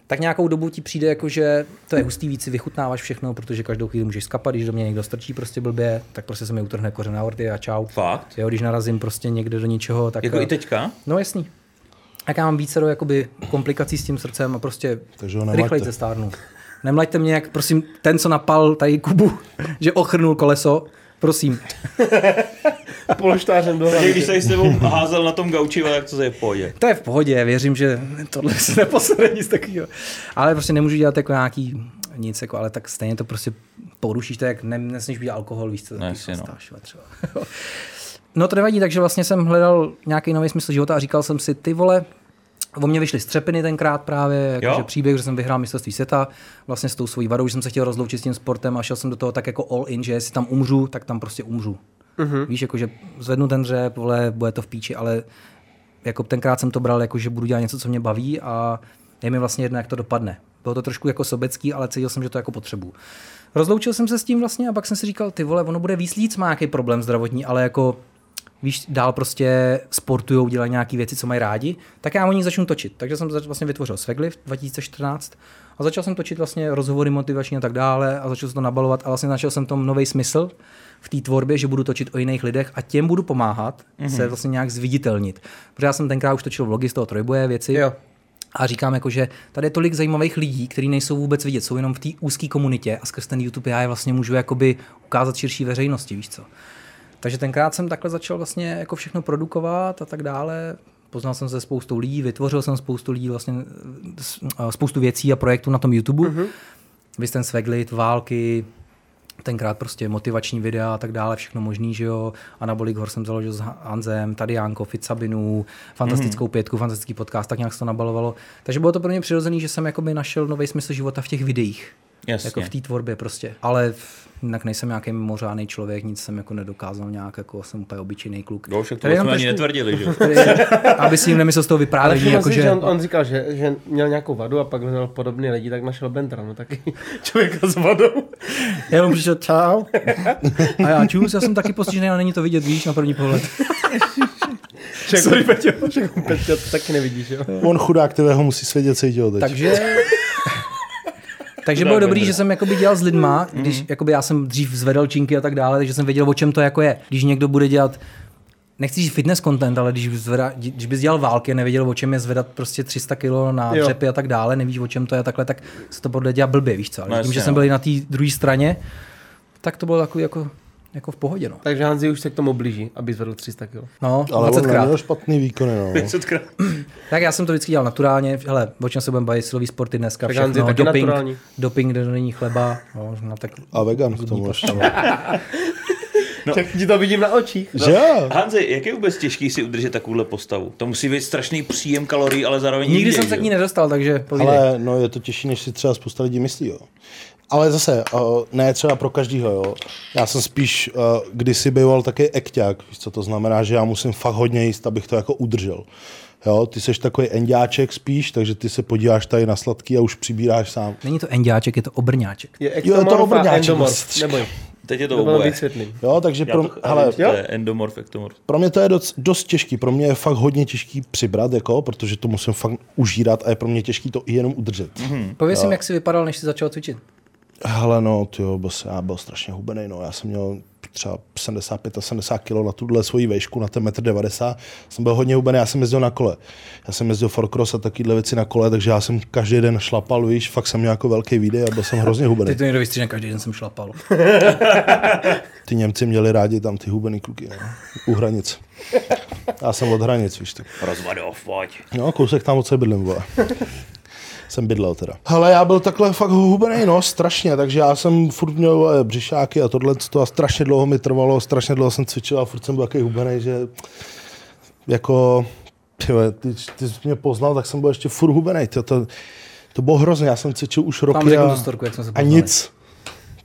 Tak nějakou dobu ti přijde jako, že to je hustý víc, si vychutnáváš všechno, protože každou chvíli můžeš skapat, když do mě někdo strčí prostě blbě, tak prostě se mi utrhne kořen na orty a čau.
Fakt?
Jo, když narazím prostě někde do něčeho, tak...
Jako i teďka?
No jasný. Tak já mám více jakoby komplikací s tím srdcem a prostě
Takže ho nemaťte.
rychleji se stárnu. Nemlaďte mě jak, prosím, ten, co napal tady Kubu, že ochrnul koleso, prosím.
Polštářem do
Takže
hlavy.
když tady s tebou házel na tom gauči, vole, jak to je v pohodě.
To je v pohodě, věřím, že tohle se neposune nic takového. Ale prostě nemůžu dělat jako nějaký nic, jako, ale tak stejně to prostě porušíš, to je jak ne, nesmíš být alkohol, víš co,
No,
taky
jasně, no.
fastáš, třeba. no to nevadí, takže vlastně jsem hledal nějaký nový smysl života a říkal jsem si, ty vole, O mě vyšly střepiny tenkrát právě, jakože příběh, že jsem vyhrál mistrovství světa, vlastně s tou svojí vadou, že jsem se chtěl rozloučit s tím sportem a šel jsem do toho tak jako all in, že jestli tam umřu, tak tam prostě umřu. Uh-huh. Víš, jakože zvednu ten dřep, vole, bude to v píči, ale jako tenkrát jsem to bral, jako že budu dělat něco, co mě baví a je mi vlastně jedno, jak to dopadne. Bylo to trošku jako sobecký, ale cítil jsem, že to jako potřebu. Rozloučil jsem se s tím vlastně a pak jsem si říkal, ty vole, ono bude víc líc, má nějaký problém zdravotní, ale jako víš, dál prostě sportujou, dělají nějaké věci, co mají rádi, tak já o nich začnu točit. Takže jsem zač- vlastně vytvořil Svegli v 2014 a začal jsem točit vlastně rozhovory motivační a tak dále a začal jsem to nabalovat a vlastně našel jsem tom nový smysl v té tvorbě, že budu točit o jiných lidech a těm budu pomáhat mm-hmm. se vlastně nějak zviditelnit. Protože já jsem tenkrát už točil vlogy z toho trojboje věci.
Jo.
A říkám jako, že tady je tolik zajímavých lidí, kteří nejsou vůbec vidět, jsou jenom v té úzké komunitě a skrz ten YouTube já je vlastně můžu jakoby ukázat širší veřejnosti, víš co. Takže tenkrát jsem takhle začal vlastně jako všechno produkovat a tak dále. Poznal jsem se spoustu lidí, vytvořil jsem spoustu lidí vlastně, s- a spoustu věcí a projektů na tom YouTube. Mm-hmm. Vy ten Sveglit, války, tenkrát prostě motivační videa a tak dále, všechno možný, že jo. Anabolik Hor jsem založil s Ha- Hanzem, tady Janko, Sabinu, fantastickou
Mhm.
pětku, fantastický podcast, tak nějak se to nabalovalo. Takže bylo to pro mě přirozený, že jsem jakoby našel nový smysl života v těch videích.
Jasně.
Jako v té tvorbě prostě. Ale v- jinak nejsem nějaký mimořádný člověk, nic jsem jako nedokázal nějak, jako jsem úplně obyčejný kluk.
Jo, však to
Tady jenom
jsme ani
trošku-
netvrdili, že? jo?
tady- aby si jim nemyslel z toho
Ale
vyprávění,
jako, si,
jakože...
že on, on, říkal, že, že, měl nějakou vadu a pak hledal podobný lidi, tak našel Bendra, no taky člověka s vadou.
Jenom přišel čau. A já čus, já jsem taky postižený, ale není to vidět, víš, na první pohled.
Sorry, Peťo. Však, Peťo, to taky nevidíš, jo?
On chudák, kterého musí svědět, co dělal teď.
Takže... Takže bylo dobrý, že jsem jakoby dělal s lidma, když jakoby já jsem dřív zvedal činky a tak dále, takže jsem věděl, o čem to jako je. Když někdo bude dělat, nechci říct fitness content, ale když, zveda, když bys dělal války a nevěděl, o čem je zvedat prostě 300 kg na
Jo.
dřepy a tak dále, nevíš, o čem to je a takhle, tak se to podle dělat blbě, víš co. Ale
No
no tím,
jasně,
že jsem
no.
byl i na té druhé straně, tak to bylo takový jako, jako v pohodě, no.
Takže Hanzi už se k tomu blíží, aby zvedl 300 kg.
No,
Ale on
20krát.
neměl špatný výkon, no.
Tak já jsem to vždycky dělal naturálně. Hele, o čem se budeme bavit? Silový sporty dneska,
Tak
všechno,
Hanzi je taky
doping,
naturální.
doping, kde není chleba. No, no tak
A vegan k tomu ještě.
No. Tak ti to vidím na očích.
Že jo?
Hanzi, jak je vůbec těžký si udržet takovouhle postavu? To musí být strašný příjem kalorií, ale zároveň
Nikdy
výdej,
jsem se
že
k
jo?
ní nedostal, takže povídej. Ale...
Ale no, je to těžší, než si třeba spousta lidí myslí, jo. Ale zase, uh, ne třeba pro každýho, jo. Já jsem spíš uh, kdysi býval taky ekťák, víš co to znamená, že já musím fakt hodně jíst, abych to jako udržel. Jo, ty seš takový endáček spíš, takže ty se podíváš tady na sladký a už přibíráš sám.
Není to endáček, je to obrňáček.
Je
to
ektomorf a
obrňáček.
endomorf. Neboj,
Teď je to,
to bylo
oboje.
být světlý.
Jo, takže
Já
pro,
to,
hele,
hele, to je endomorf, ektomorf.
pro mě to je doc, dost těžký, pro mě je fakt hodně těžký přibrat, jako, protože to musím fakt užírat a je pro mě těžký to i jenom udržet. Mm-hmm.
Pověz jim, jak jsi vypadal, než jsi začal cvičit.
Hele no, tyjo, bos, já byl strašně hubený, no. Já jsem měl třeba 75 a 70 kg na tuhle svoji vejšku, na ten 1,90 m. Jsem byl hodně hubený, já jsem jezdil na kole. Já jsem jezdil forkros a takovéhle věci na kole, takže já jsem každý den šlapal, víš, fakt jsem měl jako velký výdej a byl jsem hrozně hubený.
Teď to někdo vystříhne, každý den jsem šlapal.
Ty Němci měli rádi tam ty hubený kluky, no. U hranic. Já jsem od hranic, víš, tak.
Rozvadov, pojď.
No, kousek tam od sebe bydlím, vole. jsem bydlel teda. Hele, já byl takhle fakt hubený, no, strašně, takže já jsem furt měl vole, břišáky a tohle to a strašně dlouho mi trvalo, strašně dlouho jsem cvičil a furt jsem byl takový hubený, že jako, ty, vole, ty, ty jsi mě poznal, tak jsem byl ještě furt hubený, to, to, to bylo hrozné, já jsem cvičil už
Vám
roky
řeknu
a,
tu storku, jak jsme se
a
poznali.
nic.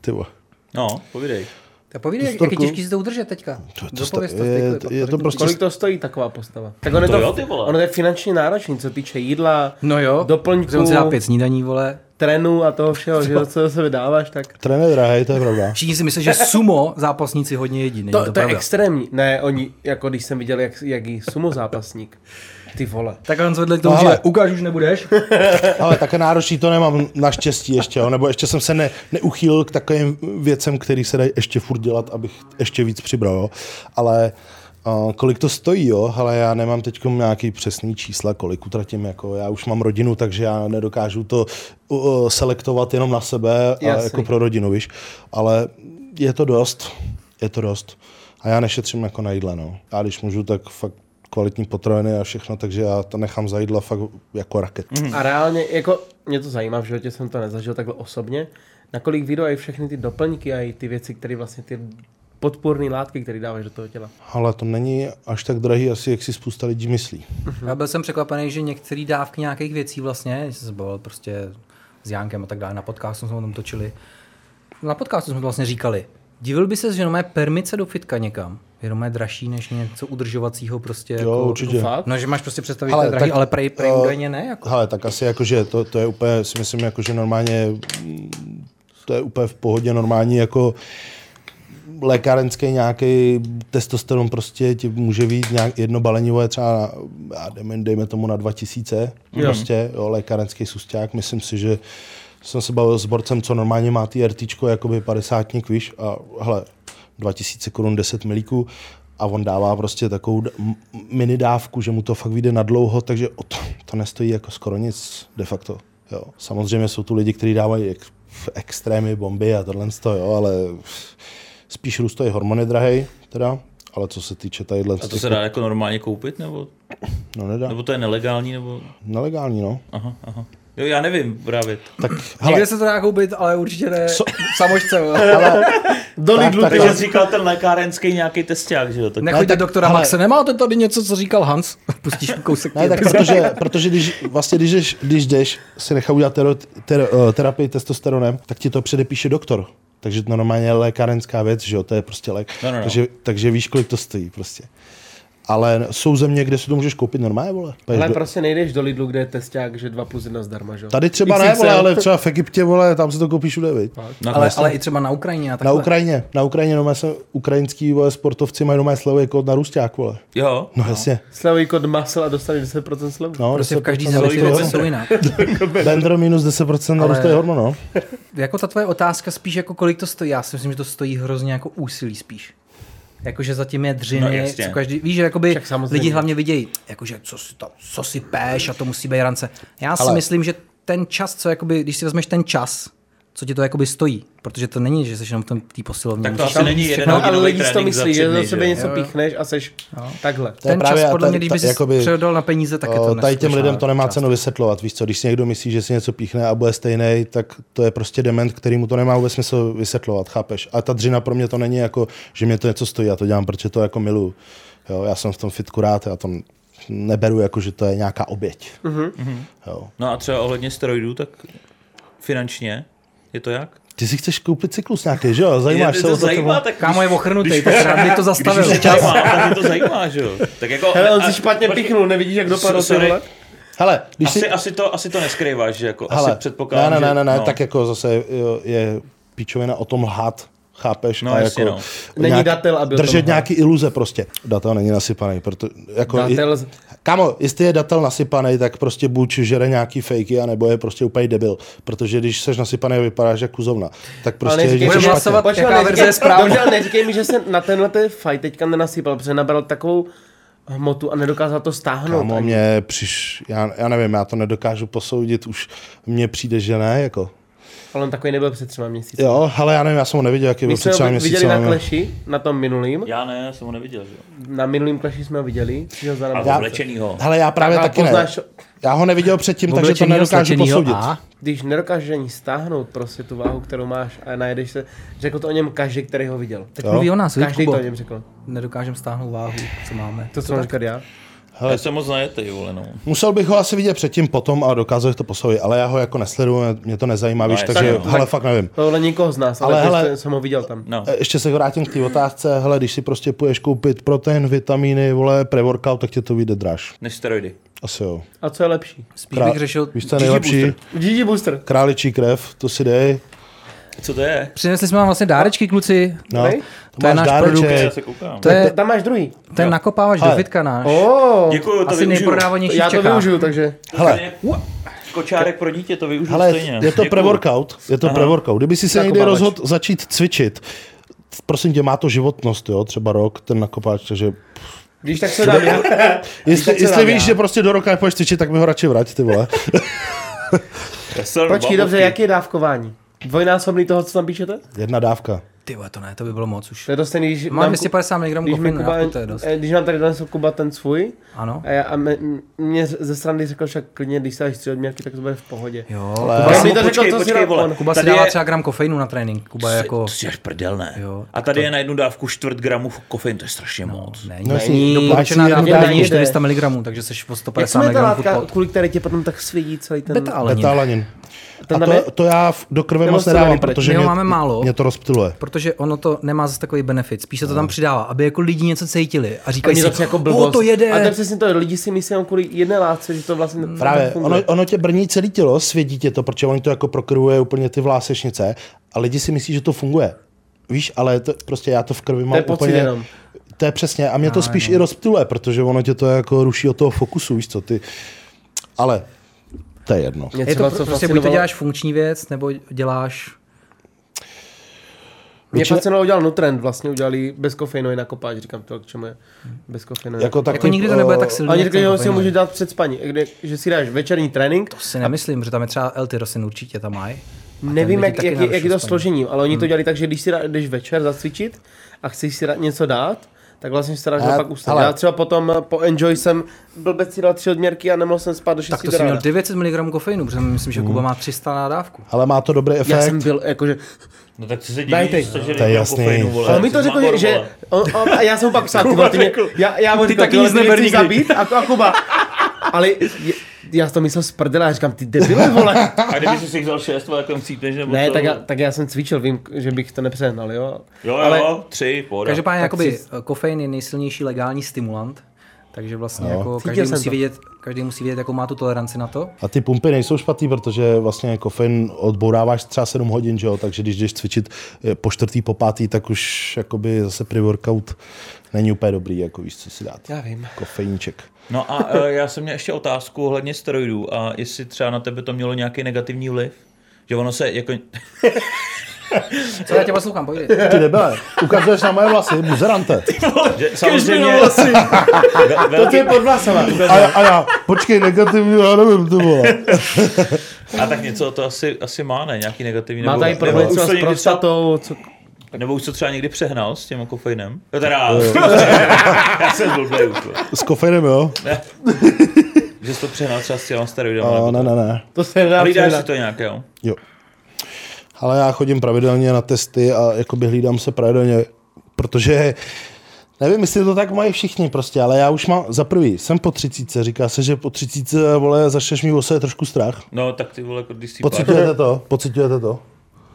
Ty vole.
No, povídej.
Tak povídej, jak, jak je
storku.
těžký si to udržet teďka.
To- to
Dopověz
sta-
to,
je-
Stejko,
to-
pak
je to
řekni.
prostě-
Kolik to stojí taková postava? Tak ono je
To
to,
jo, ty vole.
ono je finančně náročný, co týče jídla,
No jo, protože
doplňků,
on si dá pět snídaní, vole.
trénu a toho všeho, že jo, co se vydáváš, tak...
Trenér drahej, to je pravda.
Všichni si myslí, že sumo zápasníci hodně jedí, není to,
To, to, je
pravda.
extrémní. Ne, oni, jako když jsem viděl, jak, jak jí sumo zápasník. Ty vole.
Tak on zvedl k tomu,
ale-
že ukáž, už nebudeš.
Ale také náročný to nemám naštěstí ještě, jo? nebo ještě jsem se ne, neuchýlil k takovým věcem, které se dají ještě furt dělat, abych ještě víc přibral, jo? ale A kolik to stojí, jo? Ale já nemám teď nějaký přesný čísla, kolik utratím. Jako já už mám rodinu, takže já nedokážu to uh, selektovat jenom na sebe a
Jasný.
jako pro rodinu, víš. Ale je to dost, je to dost. A já nešetřím jako na jídle, no. Já když můžu, tak fakt kvalitní potraviny a všechno, takže já to nechám za jídla fakt jako raket. Mm.
A reálně, jako mě to zajímá, v životě jsem to nezažil takhle osobně, nakolik vydají všechny ty doplňky a i ty věci, které vlastně ty podpůrné látky, které dáváš do toho těla.
Ale to není až tak drahý asi, jak si spousta lidí myslí.
Já byl jsem překvapený, že některé dávky nějakých věcí vlastně, že jsem se bavil prostě s Jánkem a tak dále, na podcastu jsme o tom točili. Na podcastu jsme to vlastně říkali. Divil by se, že jenom je permice do fitka někam. Je jenom je dražší než něco udržovacího prostě.
Jo,
jako,
určitě.
fakt?
No, že máš prostě představit, ale, drahý, tak, ale prej, prej
eh,
údajně ne. Jako.
Hele, tak asi jakože to, to je úplně, si myslím, jakože normálně, mm, to je úplně v pohodě normální, jako lékárenský nějaký testosteron prostě ti může být nějak jedno balenivo je třeba, na, já dejme, dejme tomu na 2000, prostě, jo, lékárenský susťák, myslím si, že jsem se bavil s borcem, co normálně má ty RTčko, jakoby 50 víš, a hele, 2000 korun 10 milíků a on dává prostě takovou d- m- mini dávku, že mu to fakt vyjde na dlouho, takže o to, to nestojí jako skoro nic de facto. Jo. Samozřejmě jsou tu lidi, kteří dávají ek- extrémy, bomby a tohle z toho, jo, ale spíš růstají hormony drahej, teda, ale co se týče tadyhle,
A to se dá jako normálně koupit, nebo,
no nedá,
nebo to je nelegální, nebo...
nelegální, no.
Aha, aha. Jo, já nevím právě.
Tak,
Někde
hele,
se to dá koupit, ale určitě ne so... samožce. vole.
Do
Lidlu, tak, ty
Takže jsi říkal ten lékárenský nějaký testák, že jo? Tak...
Nechoďte
tak-
doktora
hele.
Maxe, nemáte tady něco, co říkal Hans? Pustíš kousek.
Ne, tak protože, protože když, vlastně, když, jdeš- když jdeš si nechá udělat tero, ter, eh, terapii testosteronem, tak ti to předepíše doktor. Takže to normálně je lékárenská věc, že jo, to je prostě lék.
No, no, no.
Takže, takže víš, kolik to stojí prostě. Ale jsou země, kde si to můžeš koupit normálně, vole. Půjdeš
Ale
do-
prostě nejdeš do Lidlu, kde je testák, že 2 plus 1 zdarma, že jo?
Tady třeba ne, vole, ale třeba v Egyptě, vole, tam se to koupíš všude, viď?
Na
Ale, ale i třeba na Ukrajině. A
Na
takhle.
Ukrajině, na Ukrajině, no se ukrajinský vole, sportovci mají doma slevy jako na Rusťák, vole.
Jo,
No jasně.
Slevový kód masel a dostaneš 10% slevu.
No,
Prostě v
10%
každý
na
zemi ty
Rusko,
věci
jo.
jsou jinak.
Bender minus 10% na
Ale-
růstové hormon, no.
Jako ta tvoje otázka spíš jako kolik to stojí, já si myslím, že to stojí hrozně jako úsilí spíš. Jakože zatím je
No,
dřiny,
jasně.
co každý, víš, že jakoby
Však samozřejmě.
lidi hlavně vidějí, jakože co si, tam, co si péš a to musí být rance. Já si
Ale-
myslím, že ten čas, co jakoby, když si vezmeš ten čas, co ti to jakoby stojí, protože to není, že jsi jenom v tom tý posilovně.
tak to
musíš
asi není jeden
No, ale
hodinový
lidi si to
trénink za
myslí,
tři
že do
dny,
sebe
že jo? No.
něco píchneš a seš takhle.
To je
Ten
právě
čas,
a
podle
ta-
mě, když
ta-
by si
jakoby-
přehodol na peníze, tak je to
O, tady těm
neskutečná
lidem to nemá
částka.
cenu vysvětlovat, víš co, když si někdo myslí, že si něco píchne a bude stejný, tak to je prostě dement, který mu to nemá vůbec smysl vysvětlovat, chápeš? A ta dřina pro mě to není jako, že mě to něco stojí, já to dělám, protože to jako miluju. Jo, já jsem v tom fitku rád, já to neberu jako, že to je nějaká oběť.
Mhm.
Mm-hmm. Jo.
No a třeba ohledně steroidů, tak finančně je to jak?
Ty si chceš koupit cyklus nějaký, že jo? Zajímáš
Mě
se o to?
zajímá,
vole?
tak
Kámo je ochrnutý, tak rád by to zastavil.
když to zajímá, tak mě to zajímá, že jo? Tak jako...
Hele, on
a-
si špatně
počkej,
pichnul, nevidíš, jak dopadl ty
sorry,
vole?
Hele, když
Asi,
si...
asi, to, asi to neskrýváš, že jako
Hele,
asi předpokládám,
ne, ne, ne, ne,
že, no.
ne, tak jako zase je, je píčovina o tom lhát, chápeš?
No,
a
jasně,
jako
no.
Není datel, aby o tom
Držet
lhal.
nějaký iluze prostě. Datel není nasypaný, proto jako...
Datel
i-
z-
Kámo, jestli je datel nasypaný, tak prostě buď žere nějaký fejky, anebo je prostě úplně debil. Protože když seš nasypaný a vypadáš jako kuzovna, tak prostě je něco
budeme
špatně.
hlasovat, jaká verze je správná.
Bože, neříkej mi, že se na tenhle ten fight teďka nenasypal, protože nabral takovou hmotu a nedokázal to stáhnout.
Kámo,
ani.
mě přiš... Já, já, nevím, já to nedokážu posoudit, už mně přijde, že ne, jako.
Ale on takový nebyl před třema měsíci.
Jo, ale já nevím, já jsem ho neviděl, jaký
My
byl před
jsme
třeba
ho viděli
měsícem.
na kleši, na tom minulým.
Já ne, já jsem ho neviděl, že jo?
Na minulým kleši jsme ho viděli. Přišel za námi.
A oblečenýho.
Hele, já právě
Tak a
taky
poznáš-
ne. Já ho neviděl předtím, takže to
Oblečenýho,
nedokážu
slečenýho
posoudit.
a-
Když nedokážeš ani stáhnout prostě tu váhu, kterou máš a najedeš se, řekl to o něm každý, který ho viděl.
Teď mluví o nás, viď,
Každý to
Kubo?
o něm řekl.
Nedokážem stáhnout váhu, co máme.
To, co mám říkat já.
Hele, já jsem moc najetej, vole, no.
Musel bych ho asi vidět předtím, potom a dokázal bych to posoudit, ale já ho jako nesleduju, mě to nezajímá, víš,
jasně,
takže
no.
hele, fakt nevím.
Tohle nikoho z nás, ale,
Ale hele-
prostě jsem ho viděl tam.
No,
E, Ještě se vrátím k té otázce, hele, když si prostě půjdeš koupit protein, vitamíny, vole, pre-workout, tak tě to vyjde dráž.
než steroidy.
Asi jo.
A co je lepší?
Spíš bych řešil
víš, co je
Gigi
nejlepší?
Booster.
Gigi Booster.
Králičí krev, to si dej.
Co to je?
Přinesli jsme vám vlastně dárečky, kluci.
No,
Dej.
to,
To je
máš
náš
dáreček.
produkt.
Já se koukám.
To je,
Tam máš druhý.
to je nakopávač do
Ale-
fitka náš.
Oh,
Děkuju, to
Asi
využiju.
nejprodávanější
já
v
to
Čechách.
využiju, takže.
Hele,
Kočárek pro dítě, to využiju
hele,
stejně.
je to
Děkuju.
pre-workout, je to pre-workout. Kdyby si se
Jako
někdy
babač.
rozhodl začít cvičit, prosím tě, má to životnost, jo, třeba rok, ten nakopáč, takže
Když tak se dám já.
jestli,
tak se
jestli
dám
víš,
já.
že prostě do roka nepůjdeš cvičit, tak mi ho radši vrať, ty vole.
Počkej,
Veselé babovky.
dobře, jak je dávkování? Dvojnásobný toho, co tam píšete?
Jedna dávka.
Ty vole, to ne, to by bylo moc už.
To je dost ten, když...
Má 250 mg
když, mi
kofeinu,
Kuba,
já, to je dost.
eh, když nám tady dnes Kuba ten svůj,
Ano.
a, já, a me, m- mě ze strany řekl, že klidně, když dáš tři odměrky, tak to bude v pohodě.
Jo,
Já
Kuba,
jsem
si,
mi to
počkej,
řekl, co si
počkej,
dal
vole.
on.
Kuba si
Tady
dává
je-
třeba gram kofeinu na trénink. Kuba je jako...
To si až prdel, ne?
Jo,
a tady je na jednu dávku čtvrt gramu kofein, to je strašně moc.
Ne,
No,
není
jasně,
doporučená
dáš si jednu
dávka není
dávku.
400 mg, takže jsi o
Jak
150
se jmenuje ta
mg
látka,
pod.
kvůli které tě potom tak svědí celý ten...
Beta ale
Beta alanin.
Ten
A
tam je-
to, to já v- do krve
Ten
moc
mám
nedávám,
studený, protože
protože
my ho
mě,
máme málo.
mě to rozptiluje.
Protože ono to nemá zase takový benefit. Spíš se to
No.
tam přidává, aby jako lidi něco cítili a
Oni
říkají
to
si,
přijde jako
o,
blbost.
to jede.
A to je přesně to, lidi si myslí jenom kvůli jedné látce, že to vlastně
Právě,
tak
ono,
funguje.
ono tě brní celý tělo, svědí tě to, protože oni to jako prokrvuje úplně ty vlásečnice a lidi si myslí, že to funguje. Víš, ale to, prostě já to v krvi mám
je pocit
úplně...
jenom.
To je přesně, a mě to spíš i rozptiluje, protože ono tě to jako ruší od toho fokusu, víš co, ty... Ale to je jedno.
Mě
je to
třeba,
pro-
co
prostě buď to
fascinovalo-
děláš funkční věc, nebo děláš...
Mě
Určitě-
fascinovalo udělal Nutrend, vlastně udělali bez kofeinu na kopáč, říkám to, k čemu je bez kofeinu.
Jako tak
Jako nikdy to nebude tak silný.
Oni
jak
řekli,
ten
že ho si
kofein.
může dát před spaní, kde- že si dáš večerní trénink,
To si nemyslím, že tam je třeba L-tyrosin určitě, tam mají.
nevím, jak, jak, jak, je to složením, ale
Hmm.
oni to dělali tak, že když si dá, jdeš večer zacvičit a chceš si dát něco dát, tak vlastně se dáš
Ale-
na pak usnout.
ale-
Já třeba potom eh, po Enjoy jsem blbec si dal tři odměrky a nemohl jsem spát do 6
Tak to jsi měl 900 mg kofeinu, protože myslím, že Kuba má 300 na dávku.
Ale má to dobrý efekt.
Já jsem byl, jakože,
No tak co se
Dajte.
dívíš, co, že
To je
gram
jasný.
kofeinu, vole.
Ale mi to
jsi
řekl,
magor,
že... že
vole.
on, on, a já jsem pak psal, ty, vole, ty mě, já, já mu
Ty
říkal,
taky
vole,
nic
mě
neber
chceš
nikdy.
zabít, a, a Kuba. Ale je, já jsem to myslel z prdele, já říkám, ty debile, vole.
A kdyby jsi si vzal šest, vole, jak tam cítneš, nebo
Ne,
co?
tak já, tak já jsem cvičil, vím, že bych to nepřehnal, jo.
Jo, jo,
ale-
ale... tři, pohoda.
Každopádně
Tak
jakoby, eh,
si-
kofein je nejsilnější legální stimulant, takže vlastně jako
Cítil
každý
jsem
musí,
to.
vědět, každý musí vědět, jakou má tu toleranci na to.
A ty pumpy nejsou špatný, protože vlastně kofein odbouráváš třeba 7 hodin, že jo? takže když jdeš cvičit eh, po čtvrtý, po pátý, tak už jakoby zase pre-workout není úplně dobrý, jako víš, co si dát.
Já vím.
Kofeiníček.
No a eh, já jsem měl ještě otázku ohledně steroidů a jestli třeba na tebe to mělo nějaký negativní vliv. Že ono se jako...
Co já tě poslouchám, pojď.
Ty debele, ukazuješ na moje vlasy, muzerante.
Že, samozřejmě... Ve- velký-
pod vlasama.
A, já- a já, počkej, negativní, já nevím, to bylo.
A tak něco to asi, asi má, ne? Nějaký negativní.
Má
nebo-
tady problém
nebo
třeba
už to
s
někdy třeba-
prostatou, co...
Nebo už to třeba někdy přehnal s tím kofeinem? No Teda, já jsem blbý už. vole.
S kofeinem, jo?
Že jsi to přehnal třeba s těma steroidama.
A,
nebo-
ne, ne, ne.
To se nedá
Hlídáš si
předat.
to nějak, jo?
Jo. Ale já chodím pravidelně na testy a jakoby hlídám se pravidelně, protože nevím, jestli to tak mají všichni prostě, ale já už mám, za prvý, jsem po třicíce, říká se, že po třicíce, vole, začneš mít o sebe trošku strach.
No, tak ty vole, jako když si
Pocitujete to? Pocitujete to?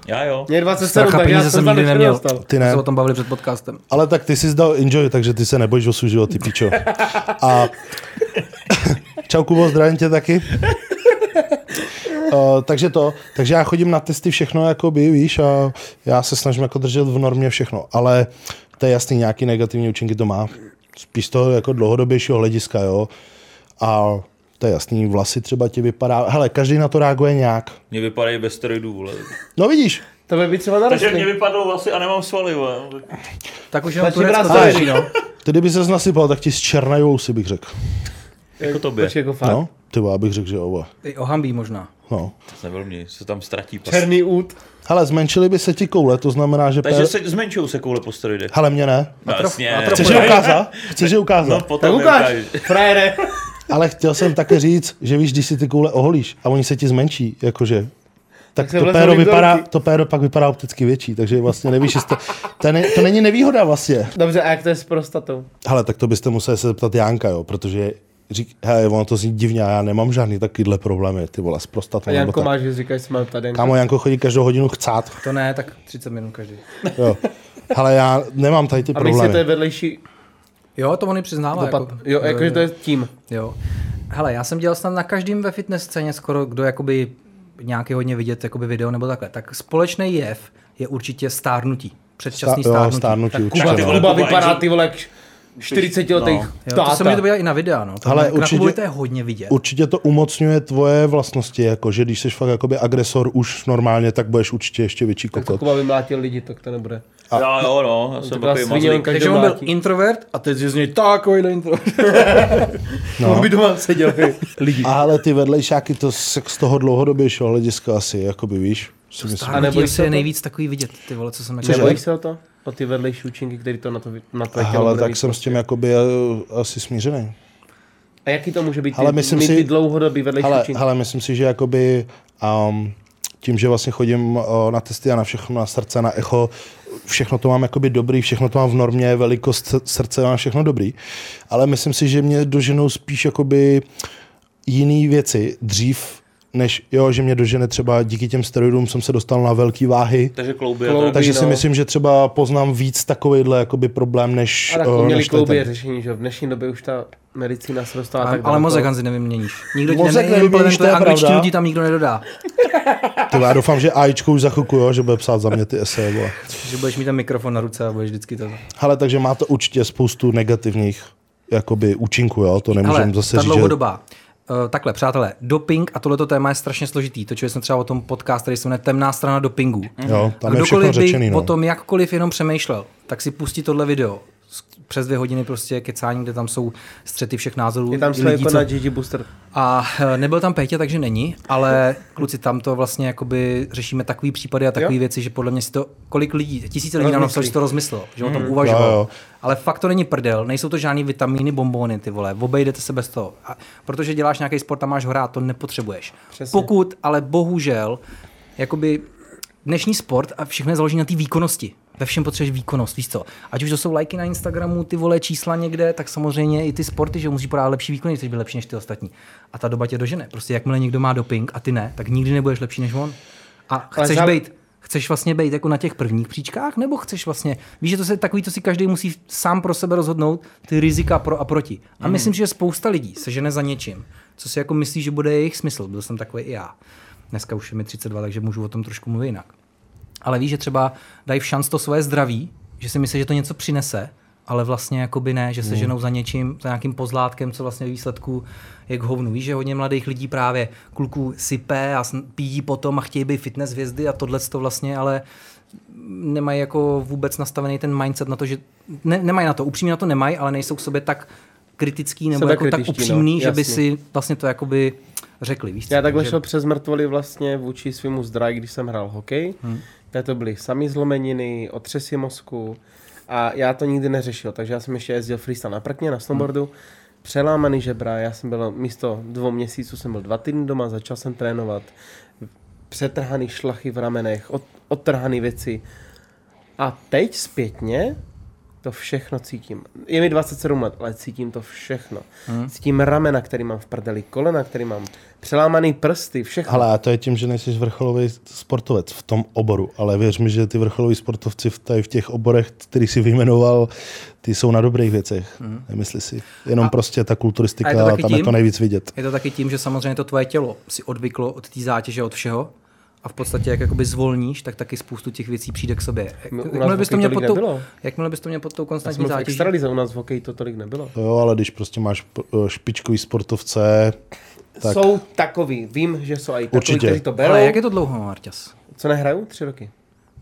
Já jo.
Mě je 27,
Stracha
tak já jsem
peníze jsem
tam
nikdy
ještě
neměl.
nedostal.
My
Ty
jsme
ne.
se o tom bavili před podcastem.
Ale tak ty jsi zdal enjoy, takže ty se nebojíš o svůj život, ty pičo. A čau Kubo, zdravím tě taky. Uh, takže to, takže já chodím na testy všechno, jakoby, víš, a já se snažím jako držet v normě všechno, ale to je jasný, nějaký negativní účinky to má, spíš z toho jako dlouhodobějšího hlediska, jo, a to je jasný, vlasy třeba ti vypadá, hele, každý na to reaguje nějak,
Mě vypadají bez steroidů, vole.
no vidíš,
To by třeba
Takže mě
narostly.
vypadnou vlasy a nemám svaly, vole.
Tak už jenom
Stačí brát
Turecko
Ale-
drží, no.
ty kdyby ses nasypal, tak ti zčernají vousy, bych řekl,
Jako tobě.
Počkej, jako fakt.
no, ty vole, já bych řekl, že jo, vole.
I ohambí možná.
no.
To se velmi, se tam ztratí pas.
Černý út.
Hele, zmenšily by se ti koule, to znamená, že...
Takže
per-
se zmenšují se koule po steroidech.
Hele, mě ne.
No, jasně.
Chceš je ukázat? Chceš je
No,
ukázat?
potom
Tak
mi
ukáž,
ukážeš.
frajere.
Ale chtěl jsem také říct, že víš, když si ty koule oholíš a oni se ti zmenší, jakože... Tak
se
to
vlezou
péro,
líp do
vypadá,
vlastně ruky.
to péro pak vypadá opticky větší, takže vlastně nevíš, jestli... To, ne, to není nevýhoda vlastně.
Dobře, a jak to je s prostatou?
Hele, tak to byste museli se zeptat Jánka, jo, protože řík, hej, ono to zní divně a já nemám žádný takovýhle problémy, ty vole, s prostatou.
A
nebo
Janko
tak.
máš, že říkáš, že mám tady.
Kámo, Janko chodí každou hodinu chcát,
To ne, tak 30 minut každý.
jo. Hele, já nemám tady ty
A myslíš, že to je
problémy.
vedlejší
Jo, to oni přiznává.
dopad?
Jako,
Jo, jakože to je tím.
Jo. Hele, já jsem dělal snad na každém ve fitness scéně skoro, kdo jakoby nějaký hodně vidět jakoby video nebo takhle. Tak společný jev je určitě stárnutí. Předčasný
Sta- jo,
stárnutí.
stárnutí
tak
určitě,
Kuba,
no.
Kuba
Kuba
vypadá
Angel-
ty vole, jak š- 40 letých no.
Jo, to jsem mi to dělal i na videa, no. To
Hele,
Hele, na
určitě-
určitě... to je hodně vidět.
Určitě to umocňuje tvoje vlastnosti, jako že když jsi fakt jakoby agresor už normálně, tak budeš určitě ještě větší
To
kokot.
Kuba vymlátil lidi, tak to nebude.
Já jo, no, já jsem
byla
takový
svině,
mazlík.
každý
Takže on byl
mlátí.
introvert a teď je z něj takový introvert.
No. On by doma seděl lidi.
A ale ty vedlejšáky, to z, z toho dlouhodobějšího hlediska asi, jakoby víš, si myslím.
A
nebojíš
nebo
se
se je
to?
nejvíc takový vidět, ty vole, co jsem jako...
Nebojíš se o to? O ty vedlejší účinky, který to na, to, prostě. na tvé tělo
Ale
bude
tak
mít?
jsem s tím jakoby eh, asi smířený.
A jaký to může být?
Ale
ty,
myslím
mít
si-
ty dlouhodobý vedlejší
Ale,
účinky.
ale myslím si, že jakoby um, tím, že vlastně chodím o, na testy a na všechno, na srdce, na echo, všechno to mám jakoby dobrý, všechno to mám v normě, velikost s- srdce mám všechno dobrý, ale myslím si, že mě doženou spíš jakoby jiný věci dřív, než jo, že mě dožene třeba díky těm steroidům jsem se dostal na velký váhy,
Takže klouby.
Klouby.
Klouby.
takže si
no.
myslím, že třeba poznám víc takovýhle jakoby problém, než,
A tak
eh,
to měli
než tady
klouby je
ten.
řešení, že jo? v dnešní době už ta medicína se dostává
Ale,
tak
ale
daleko.
mozek Hanzi nevyměníš. Nikdo ti
Mozek nevyměníš, to je
neimplementuje angličtinu,
pravda.
ti tam nikdo nedodá.
Ty, já doufám, že AIčko už za chvilku, jo, že bude psát za mě ty eseje. Vole.
Že budeš mít ten mikrofon na ruce a budeš vždycky to.
Hele, takže má to určitě spoustu negativních jakoby účinků, jo? to nemůžeme
Ale
zase
ta
říct,
dlouhodobá. Uh, takhle, přátelé, doping a tohleto téma je strašně složitý. Točili jsme třeba o tom podcast, který se jmenuje Temná strana dopingu.
že Mhm. jo, tam je všechno
Kdokoliv
řečený.
by
No.
o tom jakkoliv jenom přemýšlel, tak si pustí tohle video. S- Přes dvě hodiny prostě kecání, kde tam jsou střety všech názorů.
Je tam jako
lidí,
slejko
co-
na Gigi Booster.
A eh, nebyl tam Pétě, takže není, ale kluci tam to vlastně jakoby řešíme takový případy a takové
Jo.
věci, že podle mě si to, kolik lidí, tisíce lidí
Rozmyslí.
nám
Mhm.
napsalo, že si to rozmyslel, že o tom uvažoval.
Jo, jo.
Ale fakt to není prdel, nejsou to žádný vitamíny, bombóny, ty vole, obejdete se bez toho. A protože děláš nějaký sport a máš ho rád, to nepotřebuješ.
Přesně.
Pokud, ale bohužel, jakoby dnešní sport a všechno je založené na té výkonnosti. Ve všem potřebuješ výkonnost, víš co? Ať už to jsou lajky na Instagramu, ty vole čísla někde, tak samozřejmě i ty sporty, že musíš podávat lepší výkony, chceš být lepší než ty ostatní. A ta doba tě dožene. Prostě jakmile někdo má doping a ty ne, tak nikdy nebudeš lepší než on. A
Ale
chceš
za-
být Chceš vlastně být jako na těch prvních příčkách, nebo chceš vlastně, víš, že to se takový, to si každý musí sám pro sebe rozhodnout, ty rizika pro a proti. A
Mhm.
myslím, že spousta lidí se žene za něčím, co si jako myslí, že bude jejich smysl. Byl jsem takový i já. Dneska už je mi 32, takže můžu o tom trošku mluvit jinak. Ale víš, že třeba dají v šanc to svoje zdraví, že si myslí, že to něco přinese, ale vlastně jakoby ne,
Hmm.
že se ženou za něčím, za nějakým pozlátkem, co vlastně ve výsledku je k hovnu. Víš, že hodně mladých lidí právě kluků sype a sn- pijí potom a chtějí být fitness hvězdy a tohle to vlastně, ale nemají jako vůbec nastavený ten mindset na to, že ne, nemají na to, upřímně na to nemají, ale nejsou k sobě tak kritický nebo jako tak
Sebekritičtí, no,
upřímný, že by
jasně.
si vlastně to jakoby řekli, víš co?
Já takhle
že-
šel přes mrtvoly vlastně vůči svýmu zdraví, když jsem hrál hokej. Hmm. to byly sami zlomeniny, otřesy mozku a já to nikdy neřešil, takže já jsem ještě jezdil freestyle na prkně, na snowboardu, hmm. přelámaný žebra, já jsem byl místo dvou měsíců, jsem byl dva týdny doma, začal jsem trénovat, přetrhaný šlachy v ramenech, od, odtrhaný věci a teď zpětně to všechno cítím. Je mi 27 let, ale cítím to všechno. Hmm. Cítím ramena, který mám v prdeli, kolena, který mám, přelámaný prsty, všechno.
Ale a to je tím, že nejsi vrcholový sportovec v tom oboru, ale věř mi, že ty vrcholoví sportovci v, tady v těch oborech, který si vyjmenoval, ty jsou na dobrých věcech, hmm. nemyslí si. Jenom a, prostě ta kulturistika,
Mhm. a je to
tam
taky
je
tím?
to nejvíc vidět.
Je to taky tím, že samozřejmě to tvoje tělo si odvyklo od té zátěže, od všeho a v podstatě jak jakoby zvolníš, tak taky spoustu těch věcí přijde k sobě. Jak,
No, u nás
jakmile, bys to
hokeji
měl
tolik
pod tou,
nebylo.
jakmile bys to měl pod tou
Já
konstantní
jsem byl v
zátěží,
extralize, u nás v hokeji to tolik nebylo.
To Jo, ale když prostě máš p- špičkový sportovce,
Tak.
Tak.
Jsou takový, vím, že jsou i takový,
Určitě.
kteří to berou.
ale jak je to dlouho, Marťas?
Co nehraju? Tři roky.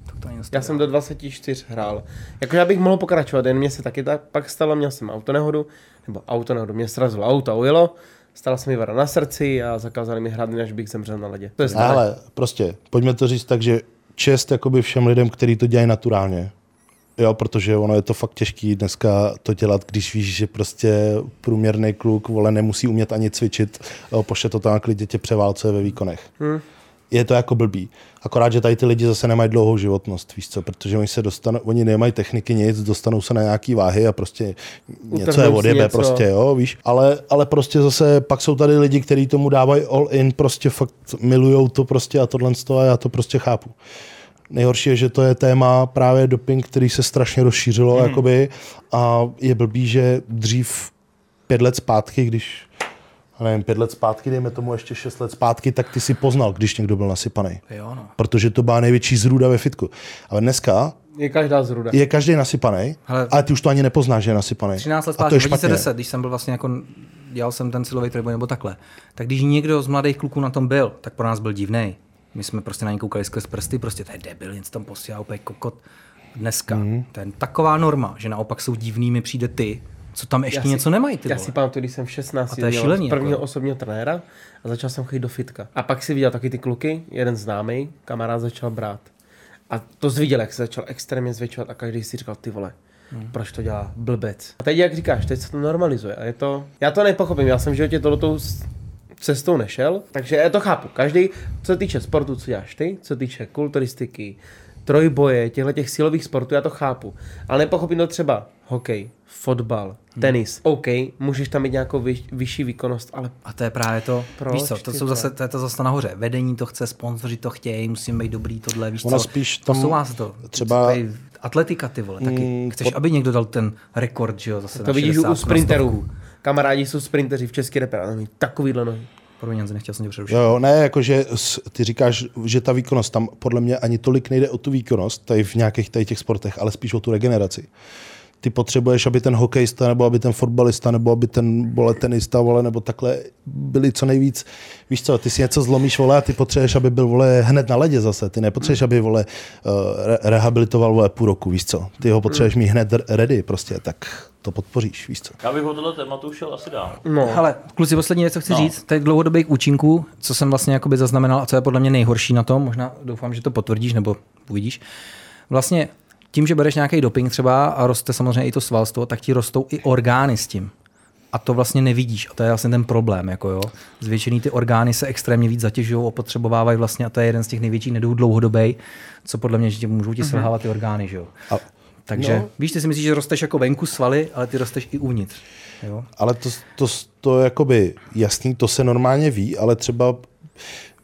Tak to není
Já jsem do 24 hrál. Jakože já bych mohl pokračovat, jen mě se taky tak pak stalo, měl jsem autonehodu, nebo autonehodu, mě srazilo auto, a ujelo, stala se mi vara na srdci a zakázali mi hrát, než bych zemřel na ledě. To je staré.
Ale prostě, pojďme to říct tak, že čest jakoby všem lidem, kteří to dělají naturálně. Jo, protože ono je to fakt těžký dneska to dělat, když víš, že prostě průměrný kluk, vole, nemusí umět ani cvičit, jo, pošle to tam klidně tě převálcuje ve výkonech. Hmm. Je to jako blbý. Akorát, že tady ty lidi zase nemají dlouhou životnost, víš co, protože oni se dostanou, oni nemají techniky nic, dostanou se na nějaký váhy a prostě něco je
Utrhnou si
odjebe,
něco.
prostě jo, víš. Ale, ale prostě zase pak jsou tady lidi, kteří tomu dávají all in, prostě fakt milujou to prostě a tohle z toho a já to prostě chápu. Nejhorší je, že to je téma právě doping, který se strašně rozšířilo
Mhm.
mm. jakoby, a je blbý, že dřív pět let zpátky, když já nevím, pět let zpátky, dejme tomu ještě šest let zpátky, tak ty si poznal, když někdo byl nasypaný.
Jo, no.
Protože to byla největší zrůda ve fitku. Ale dneska
Je každá zruda.
je každý nasypaný,
Hele.
ale ty už to ani nepoznáš, že je nasypaný.
13 let
a to
zpátky,
je špatně.
2010, když jsem byl vlastně jako, dělal jsem ten silový trojboj nebo takhle, tak když někdo z mladých kluků na tom byl, tak pro nás byl divný. My jsme prostě na něj koukali skrz prsty, prostě to je debil, něco tam posílá, úplně kokot. Dneska,
Mhm.
mm. to je taková norma, že naopak jsou divný, mi přijde ty, co tam ještě
si-
něco nemají, ty
Já
vole.
si pamatuju, když jsem v 16
A to je
měl
šílený,
prvního
jako.
osobního trenéra a začal jsem chodit do fitka. A pak si viděl taky ty kluky, jeden známý kamarád začal brát. A to zviděl, jak se začal extrémně zvětšovat a každý si říkal, ty vole,
Hmm.
proč to dělá blbec. A teď, jak říkáš, teď se to normalizuje a je to... Já to nepochopím, já jsem v životě tohletou s- cestou nešel, takže já to chápu. Každý, co se týče sportu, co děláš ty, co se týče kulturistiky, trojboje, těchto těch silových sportů, já to chápu. Ale nepochopím to třeba hokej, fotbal, tenis. OK, můžeš tam mít nějakou vyš, vyšší výkonnost, ale
A to je právě to,
Proč,
víš co, to,
ty
jsou
vole?
zase, to je to zase nahoře. Vedení to chce, sponzoři to chtějí, musím být dobrý, tohle, víš
Ono
co.
spíš tam
Posouvá se to.
třeba-
Takový Atletika, ty vole, taky.
Mm,
Chceš, aby někdo dal ten rekord, že jo, zase
to
na
vidíš
60,
u
na
sprinterů.
stovku.
Kamarádi jsou sprinteři v České republice, mají takovýhle nohy.
Promiň, Janzi, nechtěl jsem tě přerušit.
Jo, jo, ne, jakože s- ty říkáš, že ta výkonnost tam podle mě ani tolik nejde o tu výkonnost, tady v nějakých tady těch sportech, ale spíš o tu regeneraci. Ty potřebuješ, aby ten hokejista, nebo aby ten fotbalista, nebo aby ten vole tenista, vole, nebo takhle byli co nejvíc. Víš co, ty si něco zlomíš, vole, a ty potřebuješ, aby byl, vole, hned na ledě zase. Ty nepotřebuješ, aby, vole, eh, re- rehabilitoval, vole, půl roku, víš co. Ty ho potřebuješ mít hned r- ready, prostě, tak to podpoříš, víš co.
Já bych o tohle tématu šel asi dál.
No,
Ale kluci, poslední věc, co chci no. říct, to je dlouhodobých účinků, co jsem vlastně jakoby zaznamenal a co je podle mě nejhorší na tom, možná doufám, že to potvrdíš nebo uvidíš. Vlastně tím, že bereš nějaký doping třeba a roste samozřejmě i to svalstvo, tak ti rostou i orgány s tím. A to vlastně nevidíš. A to je vlastně ten problém. Jako jo. Zvětšený ty orgány se extrémně víc zatěžují, opotřebovávají vlastně a to je jeden z těch největších neduhů dlouhodobej, co podle mě, že tě můžou ti selhávat ty orgány. Že jo.
Mhm. A-
Takže
no.
no. víš, ty si myslíš, že rosteš jako venku svaly, ale ty rosteš i uvnitř. Jo?
Ale to, to, to je jakoby jasný, to se normálně ví, ale třeba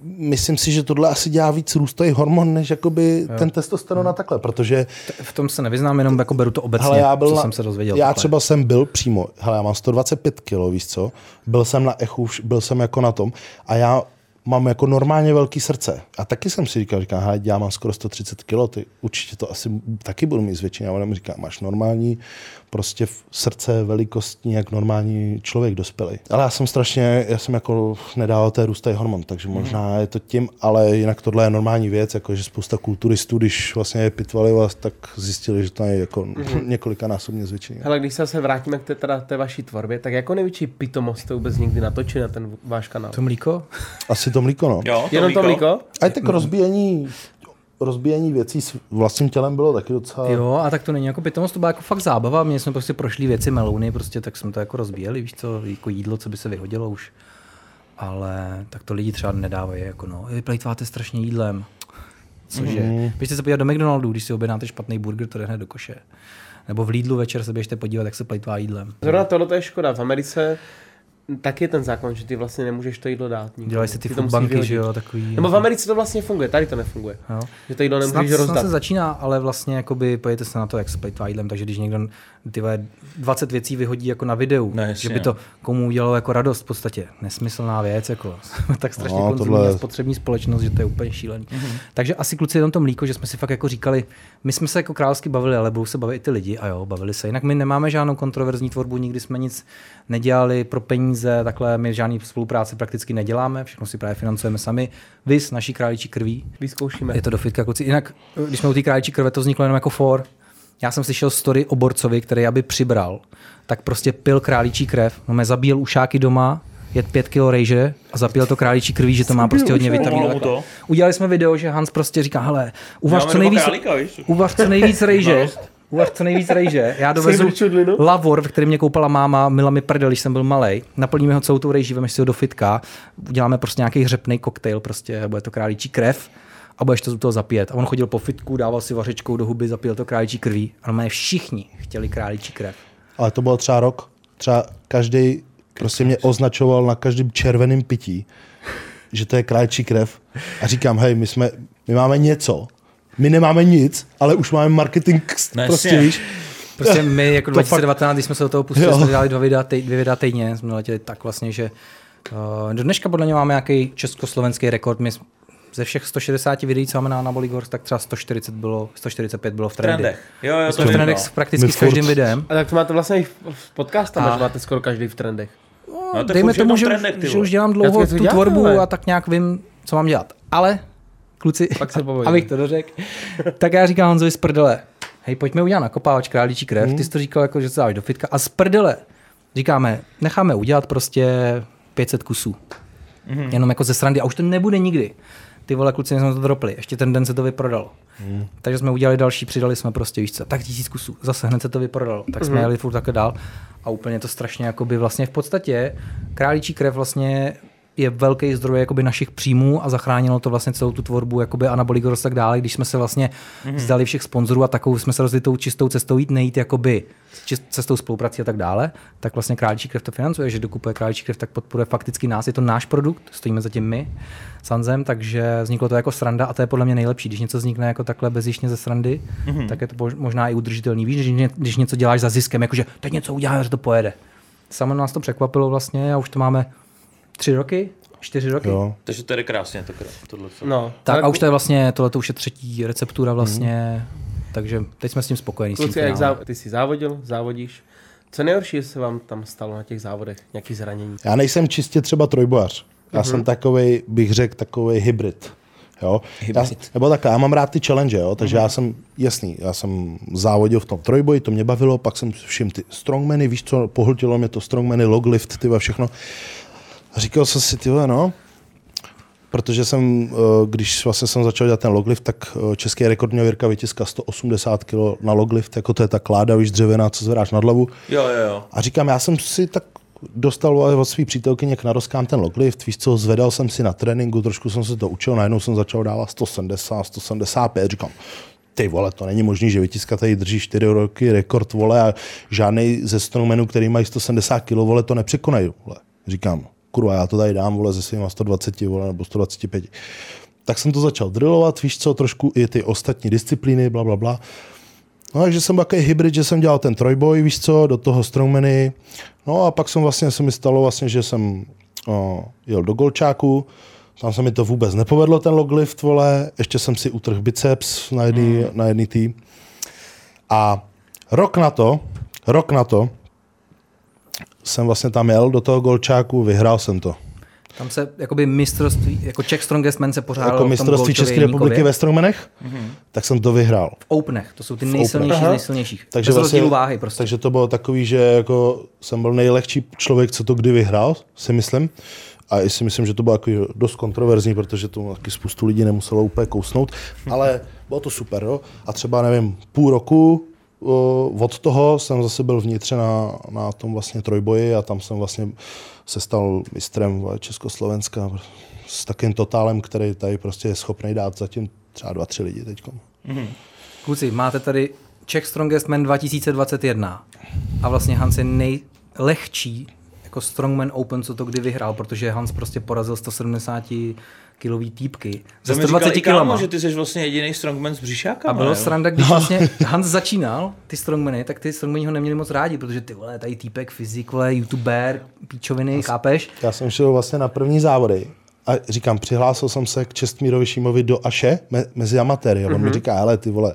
myslím si, že tohle asi dělá víc růstový hormon, než jakoby ten testosteron a takhle, protože
V tom se nevyznám, jenom jako beru to obecně,
hele, já byl
co
na,
jsem se dozvěděl.
já
takhle.
třeba jsem byl přímo, hele, já mám 125 kg, víš co, byl jsem na echu, vš- byl jsem jako na tom a já mám jako normálně velký srdce. A taky jsem si říkal, říkám, hele, já mám skoro 130 kg, ty určitě to asi taky budu mít zvětšení. A ona mi říká, máš normální prostě v- srdce velikostní, jak normální člověk dospělý. Ale já jsem strašně, já jsem jako nedával té růstej hormon, takže možná je to tím, ale jinak tohle je normální věc, jako že spousta kulturistů, když vlastně je pitvali vás, tak zjistili, že to je jako několikanásobně zvětšení.
Hele, když se zase vrátíme k té, teda, té vaší tvorbě, tak jako největší pitomost jste vůbec nikdy natočili na ten váš kanál?
To mlíko?
Asi to mlíko, no.
Jo,
Jenom to mlíko?
A tak rozbíjení, rozbíjení věcí s vlastním tělem bylo taky docela...
Jo, a tak to není jako pitomost, to byla jako fakt zábava. Mě jsme prostě prošli věci melouny, prostě tak jsme to jako rozbíjeli, víš co, jako jídlo, co by se vyhodilo už. Ale tak to lidi třeba nedávají, jako no, vy plejtváte strašně jídlem. Cože?
Mhm.
Mm. Běžte se podívat do McDonaldu, když si objednáte špatný burger, to jde hned do koše. Nebo v Lidlu večer se běžte podívat, jak se plejtvá jídlem.
Zrovna tohle to je škoda. V Americe taky je ten zákon, že ty vlastně nemůžeš to jídlo dát. nikomu.
Dělají si ty
to
food
musíš
banky,
vyhodit.
že jo, takový. jako
Nebo v Americe to vlastně funguje, tady to nefunguje.
Jo.
Že to jídlo
Snad,
nemůžeš
snad
rozdat.
se začíná, ale vlastně jakoby pojďte se na to, jak se plejtvá jídlem, takže když někdo ty vole, 20 věcí vyhodí jako na videu,
No, jasně,
že by to komu udělalo jako radost v podstatě. Nesmyslná věc, jako Jsme tak strašně
No,
no,
tohle
konzumní a
je-
spotřební společnost, že to je úplně šílený.
Mhm.
Mm-hmm. Takže asi kluci jenom to mlíko, že jsme si fakt jako říkali, my jsme se jako královsky bavili, ale budou se bavit i ty lidi a jo, bavili se. Jinak my nemáme žádnou kontroverzní tvorbu, nikdy jsme nic nedělali pro peníze, takhle my žádný spolupráci prakticky neděláme, všechno si právě financujeme sami. Vy s naší králičí krví,
Vyzkoušíme.
je to do fitka, kluci. Jinak, když jsme u té králičí krve, to vzniklo jenom jako for. Já jsem slyšel story o borcovi, který aby přibral, tak prostě pil králičí krev, no mě zabíjel ušáky doma, jet 5 kg rejže a zapil to králičí krví, že to má prostě hodně vitamínu.
Pomohlo mu to?
Udělali jsme video, že Hans prostě říká, hele, uvař
Děláme
co nejvíc,
jako králíka, víš?
uvař co nejvíc rejže, uvař co nejvíc rejže. Já dovezu
čudlinu?
lavor, v kterém mě koupala máma, mila mi prdel, když jsem byl malý. Naplníme ho celou tou rejží, vemeš si ho do fitka, uděláme prostě nějaký hřepný koktejl, prostě bude to králičí krev a budeš to z toho zapít. A on chodil po fitku, dával si vařečkou do huby, zapil to králičí krví. A mé všichni chtěli králičí krev.
Ale to bylo třeba rok. Třeba každý prostě mě označoval na každém červeném pití, že to je kráčí krev. A říkám, hej, my, jsme, my máme něco, my nemáme nic, ale už máme marketing,
No
no, prostě
jasně.
víš.
Prostě my jako
To fakt-
2019, když jsme se do toho pustili,
Jo.
jsme dělali dva videa, tý, dvě videa týdně, jsme letěli tak vlastně, že Uh, do dneška podle mě máme nějaký československý rekord. My s- ze všech 160 videí, co máme na Anaboligors, tak třeba 140 bylo, 145 bylo v trendy.
trendech. Jo, jo,
My
to
jsme v
vím,
trendech
no.
s prakticky
My
s každým
furt-
videem.
A tak to máte vlastně i v, v podcastama,
A-
že máte skoro každý v trendech.
No, to je furt,
Dejme
že
tomu,
tam
že,
trendech, ty
už, že
vole.
už dělám
Já
dlouho
to
tu
dělám,
tvorbu
ale-
a tak nějak vím, co mám dělat. Ale, kluci,
Pak se pobavíme.
abych to dořekl, tak já říkám Honzovi z prdele, hej, pojďme udělat nakopávač králíčí krev,
Hmm.
ty jsi to říkal, jako, že se dáš do fitka, a z prdele říkáme, necháme udělat prostě 500 kusů. Mm. Jenom jako ze srandy. A už to nebude nikdy. Ty vole, kluci, my jsme to dropli. Ještě ten den se to vyprodalo. Mm. Takže jsme udělali další, přidali jsme prostě víš co, tak tisíc kusů. Zase hned se to vyprodalo. Tak jsme jeli furt takhle dál. A úplně to strašně jakoby vlastně v podstatě králičí krev vlastně je velký zdroj jakoby našich příjmů a zachránilo to vlastně celou tu tvorbu jakoby anaboligos a tak dále, když jsme se vlastně vzdali všech sponzorů a takovou jsme se rozhodli tou čistou cestou jít, nejít jakoby čist- cestou spoluprací a tak dále, tak vlastně Králičí krev to financuje, že dokupuje Králičí krev, tak podporuje fakticky nás, je to náš produkt, stojíme za tím my, Sanzem, takže vzniklo to jako sranda a to je podle mě nejlepší, když něco vznikne jako takhle bezjišně ze srandy,
Mhm.
mm-hmm. tak je to mož- možná i udržitelný, víš, když, ně- když něco děláš za ziskem, jakože teď něco uděláme, že to pojede. Samo nás to překvapilo vlastně a už to máme tři roky, čtyři roky.
Jo.
Takže to je krásně, to krá- tohle. co-
No.
Tak a už to je vlastně, tohle už je třetí receptura vlastně, takže teď jsme s tím spokojení. s tím
Kluci, jak
finálem.
záv- ty jsi závodil, závodíš. Co nejhorší se vám tam stalo na těch závodech? Nějaký zranění?
Já nejsem čistě třeba trojbojař. Já jsem takový, bych řekl, takový hybrid. Jo? Já, nebo takhle, já mám rád ty challenge, jo? takže já jsem, jasný, já jsem závodil v tom trojboji, to mě bavilo, pak jsem všim ty strongmany, víš co, pohltilo mě to strongmany, loglift, ty všechno. A říkal jsem si, ty vole, no, protože jsem, eh, když vlastně jsem začal dělat ten loglift, tak eh, český rekord měl Jirka Vytiska 180 kg na loglift, jako to je ta kláda, víš, dřevěná, co zvedáš na hlavu.
Jo, jo, jo.
A říkám, já jsem si tak dostal od své přítelkyně k naroskám ten loglift, víš co, zvedal jsem si na tréninku, trošku jsem se to učil, najednou jsem začal dávat 170, 175, říkám, ty vole, to není možný, že vytiska tady drží 4 roky rekord, vole, a žádný ze strongmenů, který mají 170 kg, vole, to nepřekonají, vole. Říkám, kurva, já to tady dám, vole, se svýma 120, vole, nebo 125. Tak jsem to začal drillovat, víš co, trošku i ty ostatní disciplíny, bla, bla, bla. No takže jsem byl takový hybrid, že jsem dělal ten trojboj, víš co, do toho strongmany. No a pak jsem vlastně, se mi stalo vlastně, že jsem o, jel do Golčáku, tam se mi to vůbec nepovedlo, ten loglift, vole, ještě jsem si utrhl biceps na jedný,
Hmm.
mm. na jedný tý. A rok na to, rok na to, jsem vlastně tam jel do toho Golčáku, vyhrál jsem to.
Tam se jakoby mistrovství, jako Czech Strongest Man se pořádalo v
jako
tom
mistrovství
Golčově Mhm.
České republiky
Jeníkově.
ve strongmanech, mm. tak jsem to vyhrál.
V Openech, to jsou ty nejsilnější z
Aha.
nejsilnějších.
Takže vlastně-
Takže Bez rozdílu váhy prostě.
Takže to bylo takový, že jako jsem byl nejlehčí člověk, co to kdy vyhrál, si myslím. A i si myslím, že to bylo jako dost kontroverzní, protože to taky spoustu lidí nemuselo úplně kousnout.
Hm.
Ale bylo to super, jo. A třeba, nevím, půl roku o, od toho jsem zase byl vnitře na, na tom vlastně trojboji a tam jsem vlastně se stal mistrem vole, Československa s takým totálem, který tady prostě je schopný dát zatím třeba dva, tři lidi teď.
Kluci, máte tady Czech Strongest Man 2021 a vlastně Hans je nejlehčí jako Strongman Open, co to kdy vyhrál, protože Hans prostě porazil 170 kilový týpky ze
To No. mi říkal
120
i kámo,
kilama.
že ty jsi vlastně jediný strongman z břišáka.
A
ne,
bylo
jo?
sranda,
No.
když vlastně Hans začínal ty strongmeny, tak ty strongmeni ho neměli moc rádi, protože ty vole, tady týpek, fyzik, vole, youtuber, píčoviny, chápeš?
Já jsem šel vlastně na první závody a říkám, přihlásil jsem se k Čestmírovi Šímovi do Aše me, mezi amatéry. A on mm-hmm. mi říká, hele ty vole,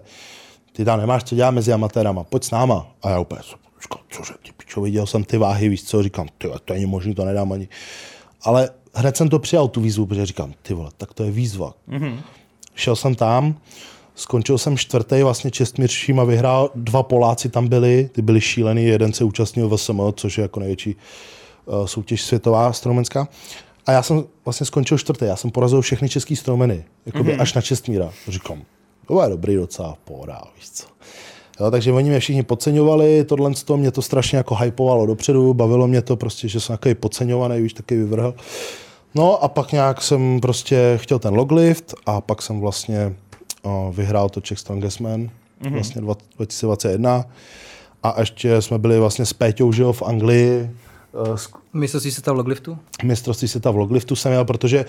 ty tam nemáš co dělat mezi amatérama, pď s náma. A já úplně jsem říkal, cože ty pičo, viděl jsem ty váhy, víš co, říkám, ty vole, to není možný, to nedám ani. Ale hned jsem to přijal tu výzvu, protože říkám, ty vole, tak to je výzva. Mm-hmm. Šel jsem tam, skončil jsem čtvrtý, vlastně Čestmír Šíma vyhrál, dva Poláci tam byli, ty byli šílený, jeden se účastnil VSM, což je jako největší eh, soutěž světová stromenská. A já jsem vlastně skončil čtvrtý, já jsem porazil všechny český stromeny, jakoby mm-hmm. až na Čestmíra. Říkám, to bude dobrý docela pohoda, víš co. Jo, takže oni mě všichni podceňovali, tohle z toho mě to strašně jako hypovalo dopředu, bavilo mě to prostě, že jsem takový podceňovaný, víš, taky vyvrhl. No a pak nějak jsem prostě chtěl ten loglift a pak jsem vlastně o, vyhrál to Czech Strongest Man mm-hmm. vlastně dva- 2021 a ještě jsme byli vlastně s Péťou, že jo, v Anglii eh, s,
Mistrovství se tam v logliftu?
mistrovství světa v logliftu jsem měl, protože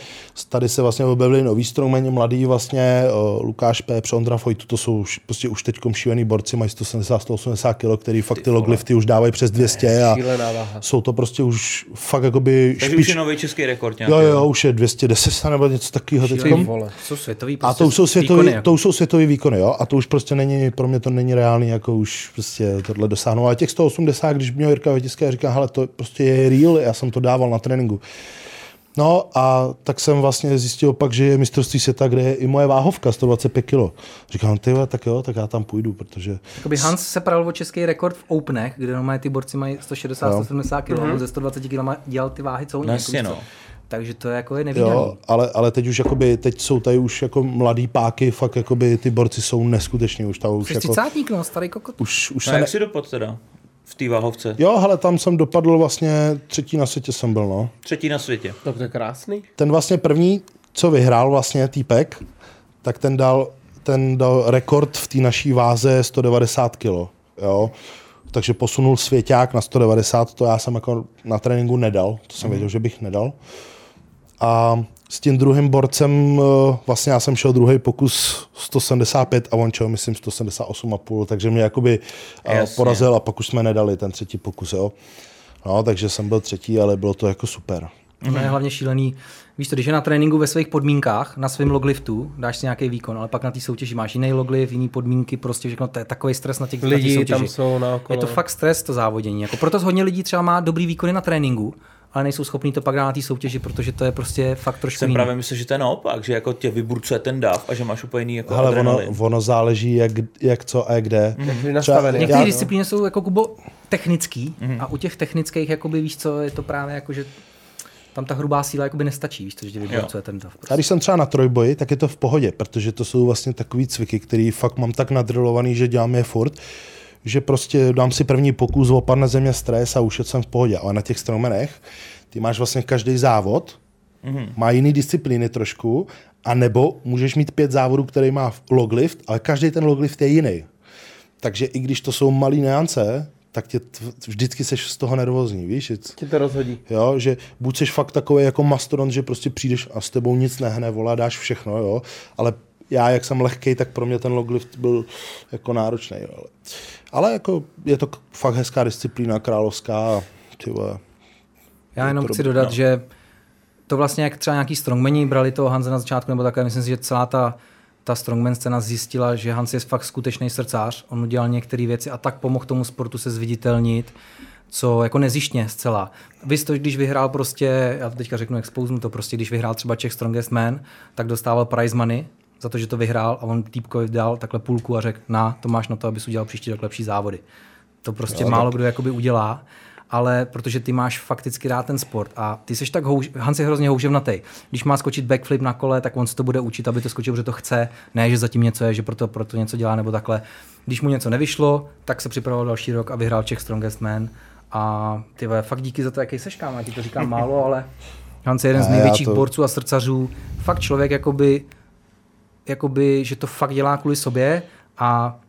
tady se vlastně objevili noví strongmeni, mladí vlastně, eh, Lukáš Pepř, Ondra Fojtu, to jsou už, prostě už teď šílený borci, mají 170, 180 kg, který fakt ty loglifty už dávají přes 200 a
Šílená váha.
jsou to prostě už fakt jakoby
Takže už
špič.
je nový český rekord nějaký.
Jo, jo, už je 210 nebo něco takového teď.
Ty vole.
Jsou světový
A
prostě
to už jsou
výkony
světový,
jako.
to už jsou světový výkony, jo? A to už prostě není, pro mě to není reálný, jako už prostě tohle dosáhnout. A těch 180, když měl Jirka Vytiska, říká, hele, to prostě je real, já jsem to dával na tréninku. No a tak jsem vlastně zjistil pak, že je mistrovství světa, kde je i moje váhovka, 125 kg. Říkám, ty vole, tak jo, tak já tam půjdu, protože...
Jakoby Hans se pral o český rekord v Openech, kde normálně ty borci mají 160, 170 kg, mm-hmm. ze 120 kg dělal ty váhy, co oni.
No
jako
jasně,
víš co.
no.
Takže to je jako je nevýdaný.
Jo, ale, ale teď už jakoby, teď jsou tady už jako mladý páky, fakt jakoby ty borci jsou neskuteční, už tam už
Jsi
jako...
třicátník, no, starý kokot.
Už, už
No,
se
jak si dopad teda? V té váhovce.
Jo, hele, tam jsem dopadl vlastně, třetí na světě jsem byl, no.
Třetí na světě.
Tak to je krásný.
Ten vlastně první, co vyhrál vlastně týpek, tak ten dal, ten dal rekord v té naší váze 190 kg, jo. Takže posunul svěťák na 190, to já jsem jako na tréninku nedal, to jsem věděl, že bych nedal. A s tím druhým borcem, eh, vlastně já jsem šel druhý pokus 175 a on šel, myslím, 178,5, takže mě jakoby eh,
Jasně.
porazil a pak už jsme nedali ten třetí pokus, jo. No, takže jsem byl třetí, ale bylo to jako super.
Mm-hmm. je hlavně šílený. Víš to, když je na tréninku ve svých podmínkách, na svém logliftu, dáš si nějaký výkon, ale pak na té soutěži máš jiný loglift, jiný podmínky, prostě všechno, to je takový stres na těch na té
Lidi
soutěži.
tam jsou
Je
naokolo.
to fakt stres, to závodění. Jako proto hodně lidí třeba má dobrý výkony na tréninku, ale nejsou schopní to pak dát na té soutěži, protože to je prostě fakt trošku
Jsem
jiný.
právě myslel, že to je naopak, že jako tě vyburcuje ten dáv a že máš úplně jiný jako
Ale ono,
adrenalin.
ono záleží, jak, jak co a jak kde.
Byli nastavený.
Některé
já-
disciplíny jsou jako kubo technický a u těch technických, jakoby víš co, je to právě jako, že tam ta hrubá síla jakoby nestačí, víš co, že tě vyborcuje ten dav.
A když jsem třeba na trojboji, tak je to v pohodě, protože to jsou vlastně takový cviky, který fakt mám tak nadrilovaný, že dělám je furt, že prostě dám si první pokus, opadne ze mě stres a už jsem v pohodě. Ale na těch stromenech, ty máš vlastně každý závod, mm-hmm. má jiný disciplíny trošku, a nebo můžeš mít pět závodů, který má loglift, ale každý ten loglift je jiný. Takže i když to jsou malý neance, tak tě tv- vždycky seš z toho nervózní, víš? Je-
Tě to rozhodí.
Jo, že buď jsi fakt takový jako mastodon, že prostě přijdeš a s tebou nic nehne, volá, dáš všechno, jo, ale já, jak jsem lehkej, tak pro mě ten loglift byl jako náročný. Jo. Ale, ale jako je to k- fakt hezká disciplína, královská. a Ty vole.
Já jenom
to
chci
dobrý,
dodat, že to vlastně jak třeba nějaký strongmeni brali toho Hanze na začátku, nebo takhle, myslím si, že celá ta, ta strongman scéna zjistila, že Hans je fakt skutečný srdcář, on udělal některé věci a tak pomohl tomu sportu se zviditelnit, co jako nezjištně zcela. Vy to, když vyhrál prostě, já to teďka řeknu, expouznu to prostě, když vyhrál třeba Czech Strongest Man, tak dostával prize money, za to, že to vyhrál a on týpkovi dal takhle půlku a řekl, na, to máš na to, abys udělal příští rok lepší závody. To prostě jo, málo kdo jakoby udělá, ale protože ty máš fakticky rád ten sport a ty seš tak houž, Hans je hrozně houževnatý. Když má skočit backflip na kole, tak on se to bude učit, aby to skočil, protože to chce, ne, že zatím něco je, že proto, proto něco dělá nebo takhle. Když mu něco nevyšlo, tak se připravoval další rok a vyhrál Czech Strongest Man. A ty vole, fakt díky za to, jaký seš, kámo, já ti to říkám málo, ale Hans je jeden z
Ne, já
největších
to-
to... borců a srdcařů. Fakt člověk, jakoby, jakoby, že to fakt dělá kvůli sobě a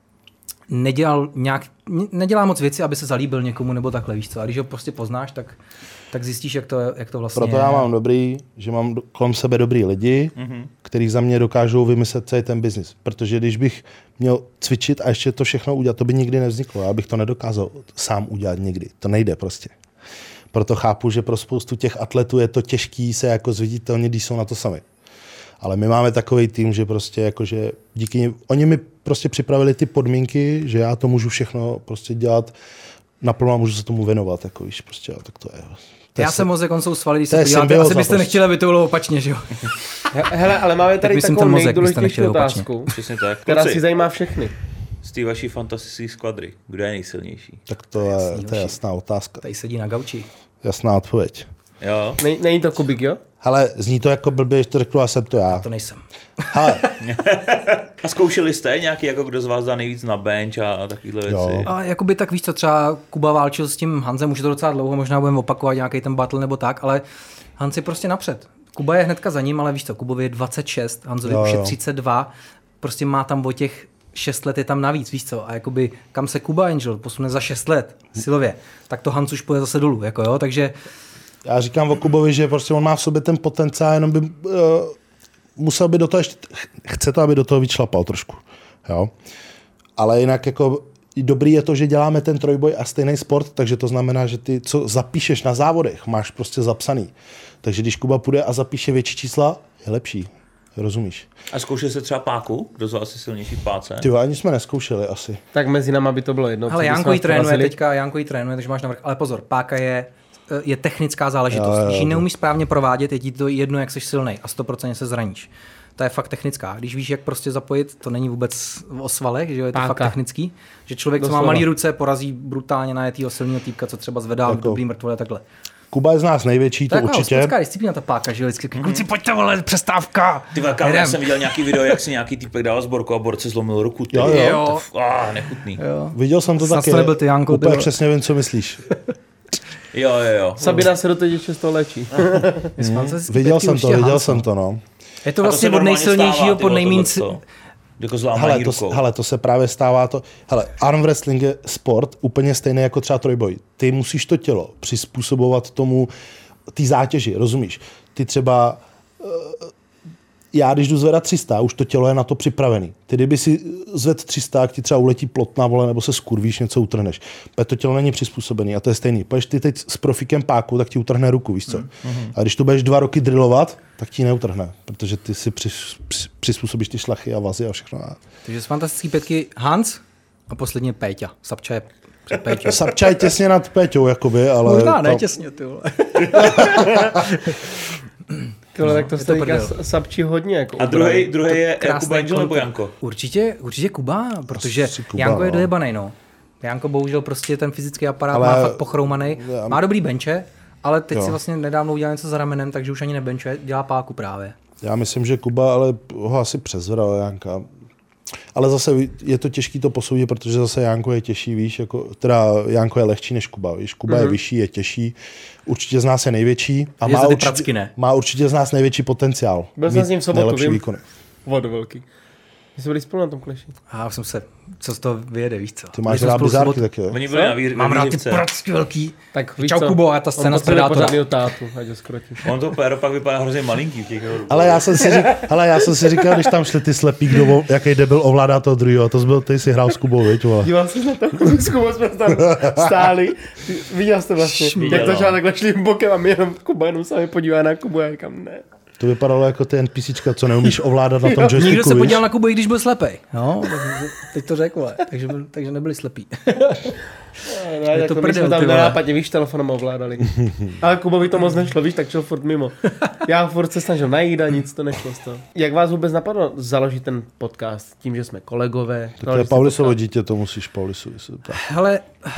nedělal nějak, n- nedělá moc věci, aby se zalíbil někomu nebo takhle, víš co. A když ho prostě poznáš, tak, tak zjistíš, jak to, jak to vlastně
Proto
je.
já mám dobrý, že mám do- kolem sebe dobrý lidi, mm-hmm. kteří za mě dokážou vymyslet celý ten biznis. Protože když bych měl cvičit a ještě to všechno udělat, to by nikdy nevzniklo. Já bych to nedokázal sám udělat nikdy. To nejde prostě. Proto chápu, že pro spoustu těch atletů je to těžký se jako zviditelnit, když jsou na to sami. Ale my máme takový tým, že prostě jakože díky nim, oni mi prostě připravili ty podmínky, že já to můžu všechno prostě dělat naplno a můžu se tomu věnovat, jako víš, prostě, a tak to je. To je
Já jsem mozek, on jsou svaly, když
to je
se podíváte,
symbioza
asi byste
prostě.
nechtěli, aby to bylo opačně, že jo?
He- Hele, ale máme tady
myslím,
takovou
ten mozek byste
nejdůležitější
nechtěli opačně.
otázku,
Přesně tak.
která
Kluci,
si zajímá všechny.
z té vaší fantasy skvadry, kdo je nejsilnější?
Tak to je, to je jasná otázka.
Tady sedí na gauči.
Jasná odpověď.
Jo,
Nej- Není to Kubik, jo?
Hele, zní to jako blbě, když to řeknu, a jsem to já.
To nejsem.
Hele,
A zkoušeli jste nějaký, jako kdo z vás dá nejvíc na bench a, a takovýhle
Jo.
věci?
A jakoby tak víš co, třeba Kuba válčil s tím Hanzem, už je to docela dlouho, možná budeme opakovat nějaký ten battle nebo tak, ale Hans je prostě napřed. Kuba je hnedka za ním, ale víš co, Kubovi je 26, Hanzovi
Jo,
už je
jo.
32, prostě má tam o těch 6 let je tam navíc, víš co, a jakoby kam se Kuba Angel posune za 6 let silově, tak to Hans už půjde zase dolů, jako jo, takže
Já říkám o Kubovi, že prostě on má v sobě ten potenciál, jenom by uh, musel by do toho ještě, ch- chce to, aby do toho vyčlapal trošku. Jo? Ale jinak jako dobrý je to, že děláme ten trojboj a stejný sport, takže to znamená, že ty, co zapíšeš na závodech, máš prostě zapsaný. Takže když Kuba půjde a zapíše větší čísla, je lepší. Rozumíš?
A zkoušel se třeba páku? Kdo z vás je silnější v páce?
Ty jo, ani jsme neskoušeli asi.
Tak mezi náma by to bylo jedno. co
Ale
by
Janko
jsme
ji trénuje
porazili.
teďka, Janko ji trénuje, takže máš navrh. Ale pozor, páka je eh, je technická záležitost. Když ji neumíš správně provádět, je ti to jedno, jak jsi silný a 100% se zraníš. To je fakt technická. Když víš, jak prostě zapojit, to není vůbec o svalech, že jo, je to
Páka.
fakt technický. Že člověk, co má
Doslova.
malý ruce, porazí brutálně najetýho silného týpka, co třeba zvedá v dobrý mrtvole takhle.
Kuba je z nás největší, to
To je taková
určitě.
hospodská disciplína ta páka, že jo, vždycky, kluci, pojďte, vole, přestávka.
Ty vole, kámo, já
Jedem.
jsem viděl nějaký video, jak si nějaký týpek dával zborku a borce zlomil ruku. Ty.
Jo, jo.
Jo.
To f- ah, nechutný. Jo,
Viděl jsem to
Zas
taky.
to nebyl ty, Janko, ty
Úplně
vole.
přesně vím, co myslíš.
jo, jo.
Sabina se do teď ještě z toho léčí.
Fantastický
Mhm. Viděl
pětky
jsem to,
určitě
viděl
Hansa.
jsem to, no.
Je to
A
vlastně
se
od
normálně
nejsilnějšího
stává,
pod
ty vole,
nejmín...
tohleto. Jako zlámání
Hele to,
rukou.
hele, to se právě stává to. Hele, arm wrestling je sport úplně stejný jako třeba trojboj. Ty musíš to tělo přizpůsobovat tomu, ty zátěži, rozumíš? Ty třeba eh, já když jdu zvedat 300, už to tělo je na to připravený. Ty kdyby si zved 300, jak ti třeba uletí plotna, vole, nebo se skurvíš, něco utrhneš. Protože to tělo není přizpůsobený a to je stejný. Pojď ty teď s profikem páku, tak ti utrhne ruku, víš co? A když to budeš dva roky drillovat, tak ti ji neutrhne, protože ty si při, při, přizpůsobíš ty šlachy a vazy a všechno. A-
Takže z fantastický pětky Hans a posledně Péťa. Sapča je před Péťou.
Sapča je těsně nad Péťou, jakoby, ale...
Možná ne
to-
těsně, ty vole.
Jako
Tyhle, tak to se
to
teďka
prdel.
s- sapčí hodně. Jako
A druhý, druhý je
Krásný
Kuba Angel nebo
kontr-
Janko?
Určitě, určitě Kuba, protože
Asi Kuba,
Kuba, Janko je
no.
dojebanej, no. Janko bohužel prostě ten fyzický aparát
Ale-
má fakt pochroumaný.
Já-
Má dobrý benče, ale teď
Jo.
si vlastně nedávno udělal něco za ramenem, takže už ani nebenčuje, dělá páku právě.
Já myslím, že Kuba, ale ho asi přezvedal Janka. Ale zase je to těžký to posoudit, protože zase Janko je těžší, víš, jako, teda Janko je lehčí než Kuba, víš, Kuba mm-hmm. je vyšší, je těžší, určitě z nás je největší a
Mhm. Je za
má
ty
určitě,
pracky ne.
má určitě z nás největší potenciál.
Byl jsem s ním v sobotu,
nejlepší
vím.
výkony.
Vod velký. My jsme byli spolu na tom kleši.
A já jsem se, co z toho vyjede, víš co.
Ty
Byli
máš
jsme
rád
spolu
bizárky
sobotu-
taky, jo?
Oni byli na výr-
Mám
na
rád ty
výřivce.
pracky velký.
Tak víš
Čau
co?
Kubo, a ta scéna
On
z
potřebuje
Predátora.
pořádnýho tátu, ať ho skrotí.
On to péro pak vypadá hrozně malinký v těch jeho rukou.
Ale já, jsem si řík, hele, já jsem si říkal, když tam šli ty slepí, kdo, vo- jaký debil ovládá toho druhého, to jsi byl, ty si hrál s Kubou, viď, vole.
Díval jsem na to, s Kubou jsme tam stáli. Viděl jste vlastně,
Viděl,
jak to
no.
šel takhle šli bokem a my jenom Kuba jenom se mi podívá na Kubu a říkám ne.
To vypadalo jako ty NPCčka, co neumíš ovládat na tom joysticku,
Nikdo se
víš?
podíval na Kubu, i když byl slepej. No, tak- teď to řekl, vole. takže, byl, takže nebyli slepí.
Ne,
Je
jako
to
my
prdel,
jsme
ty
tam
vole.
nenápadně, víš, telefonem ovládali. Ale Kubovi to moc nešlo, víš, tak šel furt mimo. Já furt se snažil najít a nic to nešlo z toho. Jak vás vůbec napadlo založit ten podcast tím, že jsme kolegové?
To je
založit-
Paulisovo dítě, to musíš Paulisovi se ptát.
Hele, eh,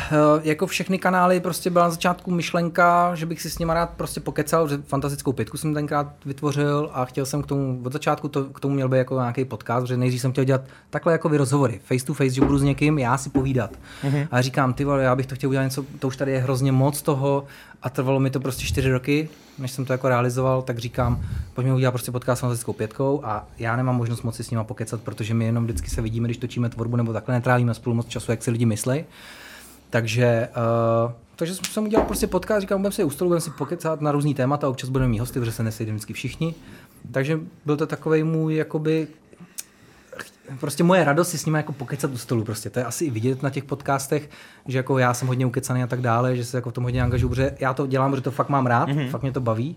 jako všechny kanály prostě byla na začátku myšlenka, že bych si s nima rád prostě pokecal, že fantastickou pětku jsem tenkrát vytvořil a chtěl jsem k tomu, od začátku to, k tomu měl být jako nějaký podcast, že nejdřív jsem chtěl dělat takhle jako vy rozhovory, face to face, že budu s někým, já si povídat. Mm-hmm. A říkám, ty vole, já bych to chtěl udělat něco, to už tady je hrozně moc toho a trvalo mi to prostě čtyři roky, než jsem to jako realizoval, tak říkám, pojďme udělat prostě podcast s fantastickou pětkou a já nemám možnost moc si s nima pokecat, protože my jenom vždycky se vidíme, když točíme tvorbu nebo takhle netrávíme spolu moc času, jak si lidi myslej. Takže, uh, takže jsem udělal prostě podcast, říkám, budeme si u stolu, budeme si pokecat na různý témata, občas budeme mít hosty, protože se nesejdeme vždycky všichni. Takže byl to takový můj, jakoby, prostě moje radost si s nimi jako pokecat u stolu prostě. To je asi i vidět na těch podcastech, že jako já jsem hodně ukecaný a tak dále, že se jako v tom hodně angažuju, protože já to dělám, protože to fakt mám rád, mm-hmm. fakt mě to baví.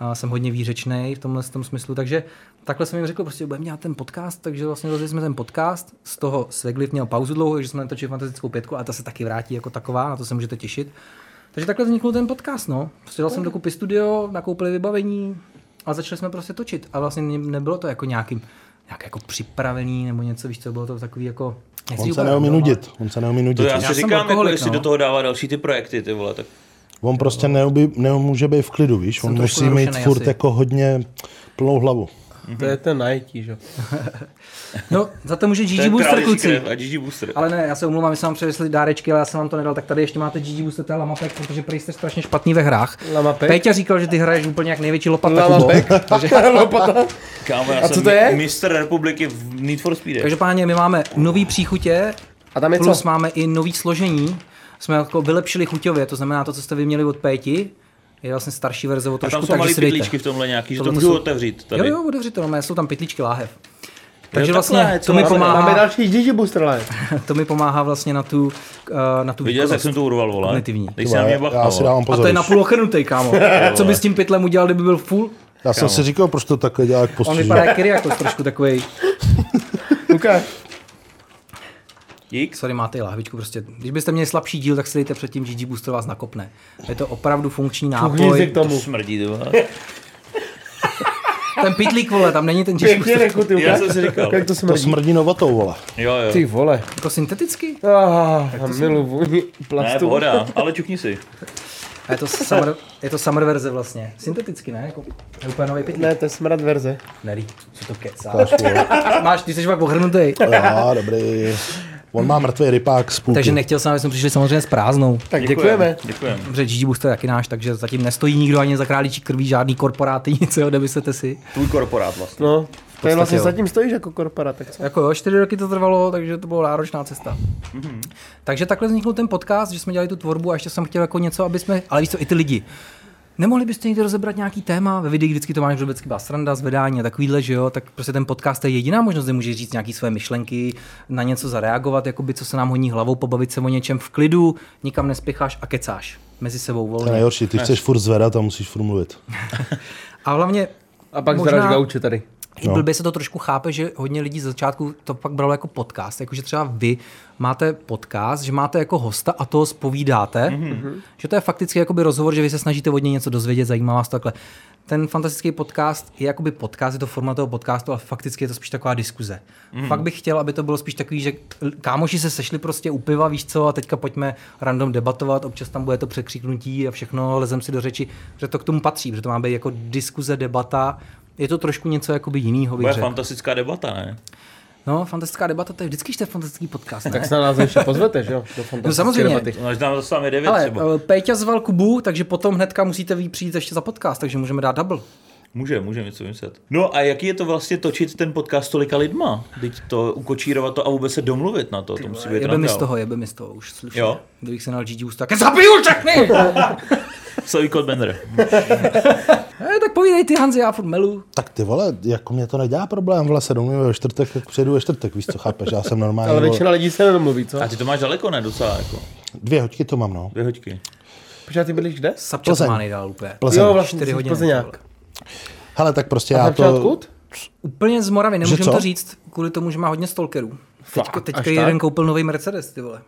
A jsem hodně výřečný v tomhle tom smyslu, takže takhle jsem jim řekl, prostě budeme dělat ten podcast, takže vlastně rozjeli jsme ten podcast, z toho Svegliv měl pauzu dlouho, že jsme natočili fantastickou pětku, a ta se taky vrátí jako taková, na to se můžete těšit. Takže takhle vznikl ten podcast, no. Prostě dal jsem dokupy studio, nakoupili vybavení a začali jsme prostě točit. A vlastně ne- nebylo to jako nějakým, nějak jako připravený nebo něco, víš co, bylo to takový jako... nechci
On se
úplně
neumí
random,
nudit, on se neumí
To
nudit.
já
Já
si
jsem
říkám, jako,
alkoholik,
jestli
no.
do toho dává další ty projekty, ty vole, tak
On prostě neumí, nemůže být v klidu, víš, on
trošku
musí mít
narušenej
furt
asi.
jako hodně plnou hlavu.
To je ten najetí, že?
ale- No, za to
to
může
je
Gigi Booster,
králičí
kluci.
krev a Gigi Booster.
Ale ne, já se omlouvám, my jsme vám převesli dárečky, ale já jsem vám to nedal, tak tady ještě máte Gigi Booster, to je Lamapek, protože prý jste strašně špatný ve hrách.
Lamapek?
Péťa říkal, že ty hraješ úplně jak největší lopata, Kubo.
Lamapek, lopata.
Kámo, já
A co
jsem
to je?
mistr republiky v Need for Speed.
Každopádně my máme nový příchutě,
A tam je
plus
co?
máme i nový složení. Jsme jako vylepšili chuťově, to znamená to, co jste vy měli od Péti, je vlastně starší verze o
A tam
trošku,
jsou
takže
malý
si dejte.
pytlíčky v tomhle nějaký, že to
Tohle
můžu
jsou-
otevřít
Jo,
tady.
jo, otevři to, normálně, jsou tam pytlíčky láhev. Takže
takhle,
vlastně
co
to mi
máme-
Máme
pomáhá,
další Gigi Boosterle.
to mi pomáhá vlastně na tu, eh, na tu
Viděl jsi, jak
výkonnost.
jsem to urval, vole?
Kognitivní.
Dej se na mě
já si
bachnul.
dávám
A
pozor.
to je napůl ochrnutej, kámo. Co by s tím pytlem udělal, kdyby byl full?
Já jsem si říkal, proč to takhle dělá, jak
On
postiží.
vypadá jak Kyriakos, trošku takovej.
Lukáš,
Dík.
Sorry, máte i lahvičku prostě. Když byste měli slabší díl, tak si dejte předtím GG Booster vás nakopne. Je to opravdu funkční
hnízdi
nápoj.
k
To
tomu.
smrdí, ty vole.
Ten pitlík, vole, tam není ten GG
Pěkně
Booster.
řekl, ty
Já
Lukáš.
jsem si říkal.
Jak to
To
smrdí.
smrdí novatou, vole.
Jo, jo.
Ty vole.
Jako syntetický?
Ah, a milu vůni
Ne,
plastu.
pohoda, ale čukni si.
A je to summer, je to summer verze vlastně. Synteticky, ne? Jako, je úplně nový pytlík.
Ne, to je smrad verze.
Nerý, co to kecá.
Dáš, vole.
Máš, ty jsi fakt ochrnutý.
Já, dobrý. On má mrtvý rypák z půlky.
Takže nechtěl jsem, aby jsme přišli samozřejmě s prázdnou.
Tak děkujeme.
Děkujeme.
Dobře, GG Booster je taky náš, takže zatím nestojí nikdo ani za králíčí krví, žádný korporáty, nic, jo, nemyslete si.
Tvůj korporát vlastně.
No, to je vlastně
jo.
zatím stojíš jako korpora, tak co?
Jako jo, čtyři roky to trvalo, takže to byla náročná cesta. Takže takhle vznikl ten podcast, že jsme dělali tu tvorbu a ještě jsem chtěl jako něco, aby jsme, ale víš co, i ty lidi. Nemohli byste někdy rozebrat nějaký téma? Ve videích vždycky to máš vždycky byla sranda, zvedání a takovýhle, že jo? Tak prostě ten podcast je jediná možnost, kde můžeš říct nějaké své myšlenky, na něco zareagovat, jakoby co se nám honí hlavou, pobavit se o něčem v klidu, nikam nespěcháš a kecáš mezi sebou
To je
volně.
nejhorší, ty chceš furt zvedat a musíš furt mluvit.
A hlavně
A pak
Možná-
zdraž gauče tady.
I blbě se to trošku chápe, že hodně lidí z začátku to pak bralo jako podcast, jakože třeba vy máte podcast, že máte jako hosta a toho spovídáte, mm-hmm. že to je fakticky jakoby rozhovor, že vy se snažíte od něj něco dozvědět, zajímá vás to takhle. Ten fantastický podcast je jakoby podcast, je to forma toho podcastu, ale fakticky je to spíš taková diskuze. Mm-hmm. Fakt bych chtěl, aby to bylo spíš takový, že l- kámoši se sešli prostě u piva, víš co, a teďka pojďme random debatovat, občas tam bude to překřiknutí a všechno, lezem si do řeči, že to k tomu patří, protože to má být jako diskuze, debata, je to trošku něco jakoby jinýho, bych
Bude
řekl.
fantastická debata, ne?
No, fantastická debata, to je vždycky ještě fantastický podcast, ne? No,
Tak se na nás ještě pozvete, že jo? Do fantastické
samozřejmě.
debaty.
No, až nám zase sami devět
Ale
třeba.
eh, Péťa zval Kubu, takže potom hnedka musíte vy přijít ještě za podcast, takže můžeme dát double.
Může, může něco vymyslet. No a jaký je to vlastně točit ten podcast s tolika lidma? Teď to ukočírovat to a vůbec se domluvit na to, to musí být
Jebe mi
randál.
z toho, jebe mi z toho už, slušně.
Jo.
Kdybych se nal GG ústa, tak zabiju všechny!
Slaví Kod Bender.
eh, tak povídej ty Hanzi, já furt melu.
Tak ty vole, jako mě to nedělá problém, vole, se domluvíme ve čtvrtek, tak přijedu ve čtvrtek, víš co, chápeš, já jsem normální,
Ale
vole.
většina lidí se nedomluví, co?
A ty to máš daleko, ne? Docela jako.
dvě hoďky to mám, no.
Dvě hoďky.
Počkej, ty byliš kde?
Sapča to
Plzeň.
má nejdál úplně.
Plzeň.
Jo, vlastně,
Čtyři
jsi
hodiny.
Plzeňák.
Hele, tak prostě
A
já
to...
to,
odkud?
Úplně z Moravy, nemůžem
co?
to říct, kvůli tomu, že má hodně stalkerů. Teďko,
Fakt,
teďka
až
jeden
tak?
koupil nový Mercedes, ty vole.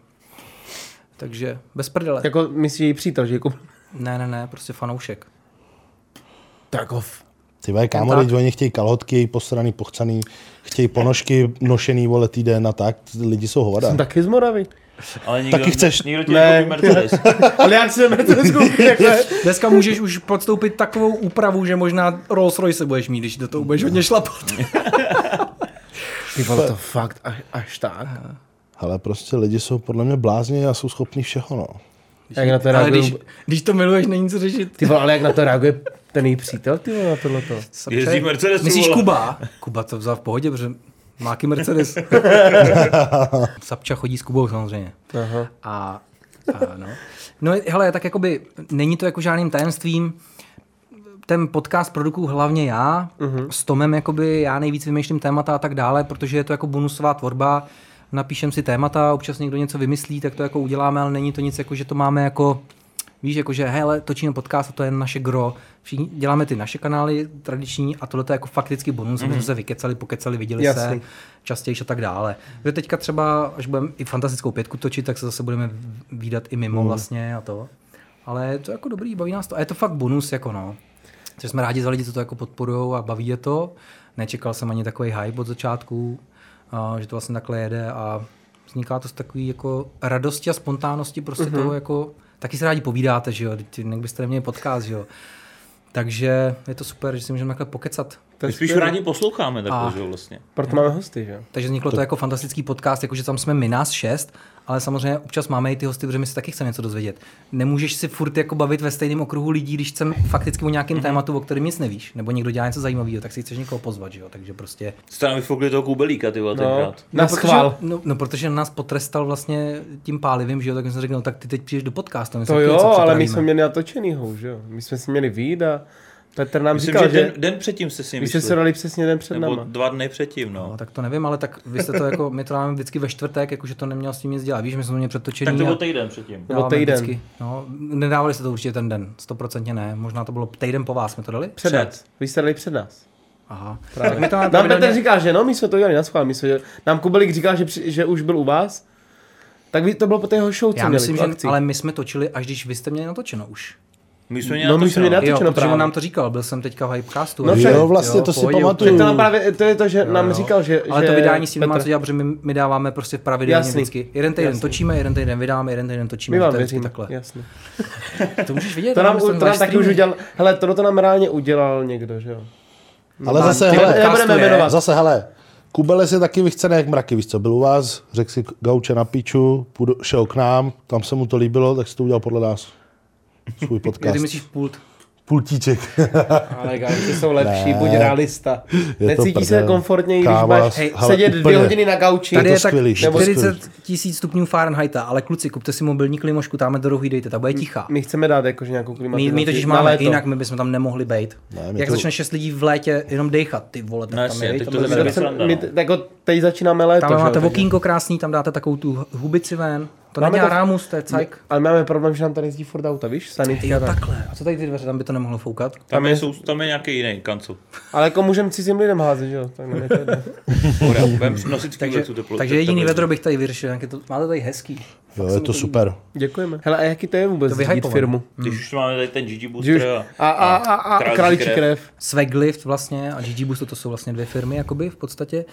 Takže bez prdele.
Jako myslíš její přítel, že jako...
Ne, ne, ne, prostě fanoušek.
Tak off.
ty vole, kámo,
tak.
lidi, oni chtějí kalhotky, posraný, pochcaný, chtějí ponožky, nošený, vole, týden a tak, lidi jsou hovada.
Jsem taky z Moravy.
Ale nikdo,
Taky chceš?
Nikdo ti
Ne.
ne. Mercedes.
Ale já si Mercedes koupit, takhle.
Dneska můžeš už podstoupit takovou úpravu, že možná Rolls Royce budeš mít, když do toho budeš hodně šlapat.
Ty vole, to fakt až, až tak.
Hele, prostě lidi jsou podle mě blázni a jsou schopní všeho, no.
Jak na to
Ale
reaguje...
když, když to miluješ, není co řešit.
Ty vole, ale jak na to reaguje ten její přítel, ty vole, na tohleto.
Jezdí v Mercedesu,
Myslíš
vole.
Kuba? Kuba to vzal v pohodě, protože má taky Mercedes. Sapča chodí s Kubou samozřejmě.
Aha.
A, a no. no hele, tak jakoby není to jako žádným tajemstvím. Ten podcast produkuju hlavně já, uh-huh. s Tomem jakoby já nejvíc vymýšlím témata a tak dále, protože je to jako bonusová tvorba, napíšem si témata, občas někdo něco vymyslí, tak to jako uděláme, ale není to nic jako, že to máme jako Víš, jakože hele, točíme podcast a to je naše gro. Všichni děláme ty naše kanály tradiční a tohle je jako faktický bonus, mm-hmm. jsme se vykecali, pokecali, viděli
Jasný.
se častěji a tak dále. Že teďka třeba, až budeme i fantastickou pětku točit, tak se zase budeme výdat i mimo vlastně a to. Ale je to jako dobrý, baví nás to. A je to fakt bonus, jako no. Že jsme rádi za lidi, co to jako podporují a baví je to. Nečekal jsem ani takový hype od začátku, a že to vlastně takhle jede a vzniká to z takový jako radosti a spontánnosti prostě mm-hmm. toho jako, taky se rádi povídáte, že jo, Vždyť jinak byste neměli podcast, že jo. Takže je to super, že si můžeme takhle pokecat.
je
My spíš
skvělý.
rádi posloucháme
A.
takhle, že jo, vlastně.
Proto máme hosty, že?
Takže vzniklo to jako fantastický podcast, jakože tam jsme my nás šest, ale samozřejmě občas máme i ty hosty, protože my se taky chceme něco dozvědět. Nemůžeš si furt jako bavit ve stejném okruhu lidí, když jsem fakticky o
Mhm.
nějakém tématu, o kterém nic nevíš, nebo někdo dělá něco zajímavého, tak si chceš někoho pozvat, že jo? Takže prostě.
Jste nám vyfokli toho kubelíka, ty vole,
No,
tenkrát.
na
no,
schvál.
Protože, no, no, protože nás potrestal vlastně tím pálivým, že jo? Tak jsem řekl, no, tak ty teď přijdeš do podcastu. my se
To
taky
jo,
něco
ale my
připravíme.
jsme měli natočenýho, že jo? My jsme si měli výjít a Petr nám
Myslím,
říkal,
že
že,
den, den předtím jste s ním
vy jste
vyšli.
se dali přesně den před
Nebo
náma.
dva dny předtím, no.
No, tak to nevím, ale tak vy jste to jako, my to máme vždycky ve čtvrtek, jakože to nemělo s tím nic dělat. Víš, my jsme to měli předtočený.
Tak to
a-
byl týden předtím.
Nebo
Dáváme
týden.
vždycky. No, nedávali jste to určitě ten den, stoprocentně ne. Možná to bylo týden po vás, jsme to dali?
Před
Před.
nás. Vy jste dali před nás.
Aha.
Právě.
Tak my to máme
nám
pravidelně-
Petr říkal, že no, my jsme to dělali na schvál. My jsme, nám Kubelik říkal, že, při- že už byl u vás. Tak vy, to bylo po tého show, co
Já
měli,
myslím,
tu
že
akci.
ale my jsme točili, až když vy jste měli natočeno už.
My jsme
No, my jsme
natočeno.
natočeno.
jo, protože
právě.
on nám to říkal, byl jsem teďka v Hypecastu.
No,
a-
však-
Jo, vlastně to si
pohodě,
pamatuju.
úplně.
To nám právě, to je to, že jo, nám
Jo.
jo. říkal, že...
Ale
že
to vydání s tím nemá
Petr-
co dělat, protože my, my dáváme prostě pravidelně
Jasný.
vždycky. Jeden týden
Jasný.
točíme, jeden týden vydáme, jeden týden točíme.
My
že
vám
to je vždycky
věříme,
takhle.
jasně.
To můžeš vidět.
To nám,
máme
to
tam
nám
live
taky už
streamy.
udělal, hele, tohle to nám reálně udělal někdo, že jo?
Ale zase,
ty
hele,
podcastu
nebudeme
je-
jmenovat.
zase, hele, Kubelec je taky vychcený jak mraky, víš co, byl u vás, řekl si gauče na piču, půjdu, šel k nám, tam se mu to líbilo, tak si to udělal podle nás. Svůj
Jo, Ty
podcast.
myslíš pult.
Pultíček.
Ale gáči jsou lepší, buď realista.
to
Necítí se
prdel.
komfortněji, když
Kámo,
máš
hele,
sedět
úplně.
dvě hodiny na gauči.
Tady
to
je tak
skvělý, je to
40 tisíc stupňů Fahrenheita, ale kluci, kupte si mobilní klimošku, tamhle do rohu jí dejte, ta bude tichá.
My chceme dát jakože nějakou
My,
klimatizaci.
my totiž
na
máme,
léto.
jinak my bychom tam nemohli být.
Ne, my
Jak
to-
začne šest lidí v létě jenom dejchat, ty vole, tak
No
tam
jasně,
je,
teď
tam,
to
My
nebude
chceme-
sranda,
my
no.
t- jako teď začínáme léto,
tam
že jo,
máte
takže-
okýnko krásný, tam dáte takovou tu hubici ven. To
Máme
není
to-
rámus, to je cajk.
Ale máme problém, že nám tady jezdí furt auta, víš? Sanitka.
Jo,
tak.
takhle. A co tady ty dveře, tam by to nemohlo foukat?
Tam je, jsou, tam je nějaký jiný kancel.
Ale jako můžeme cizím lidem házet, že jo? Tak nám je to jedno.
Dobrá, vem nosit
Takže,
tu teplotu.
takže jediný vedro bych tady vyřešil, nějaké to, máte tady hezký.
Jo, je to super.
Děkujeme. Hele, a jaký to je vůbec
To
řídit
vyhypované.
firmu?
Když už máme tady ten GG
Že už- No,
booster a,
A, a, a, a králičí krev.
Sveglift vlastně a GG Boost, to jsou vlastně dvě firmy jakoby v podstatě.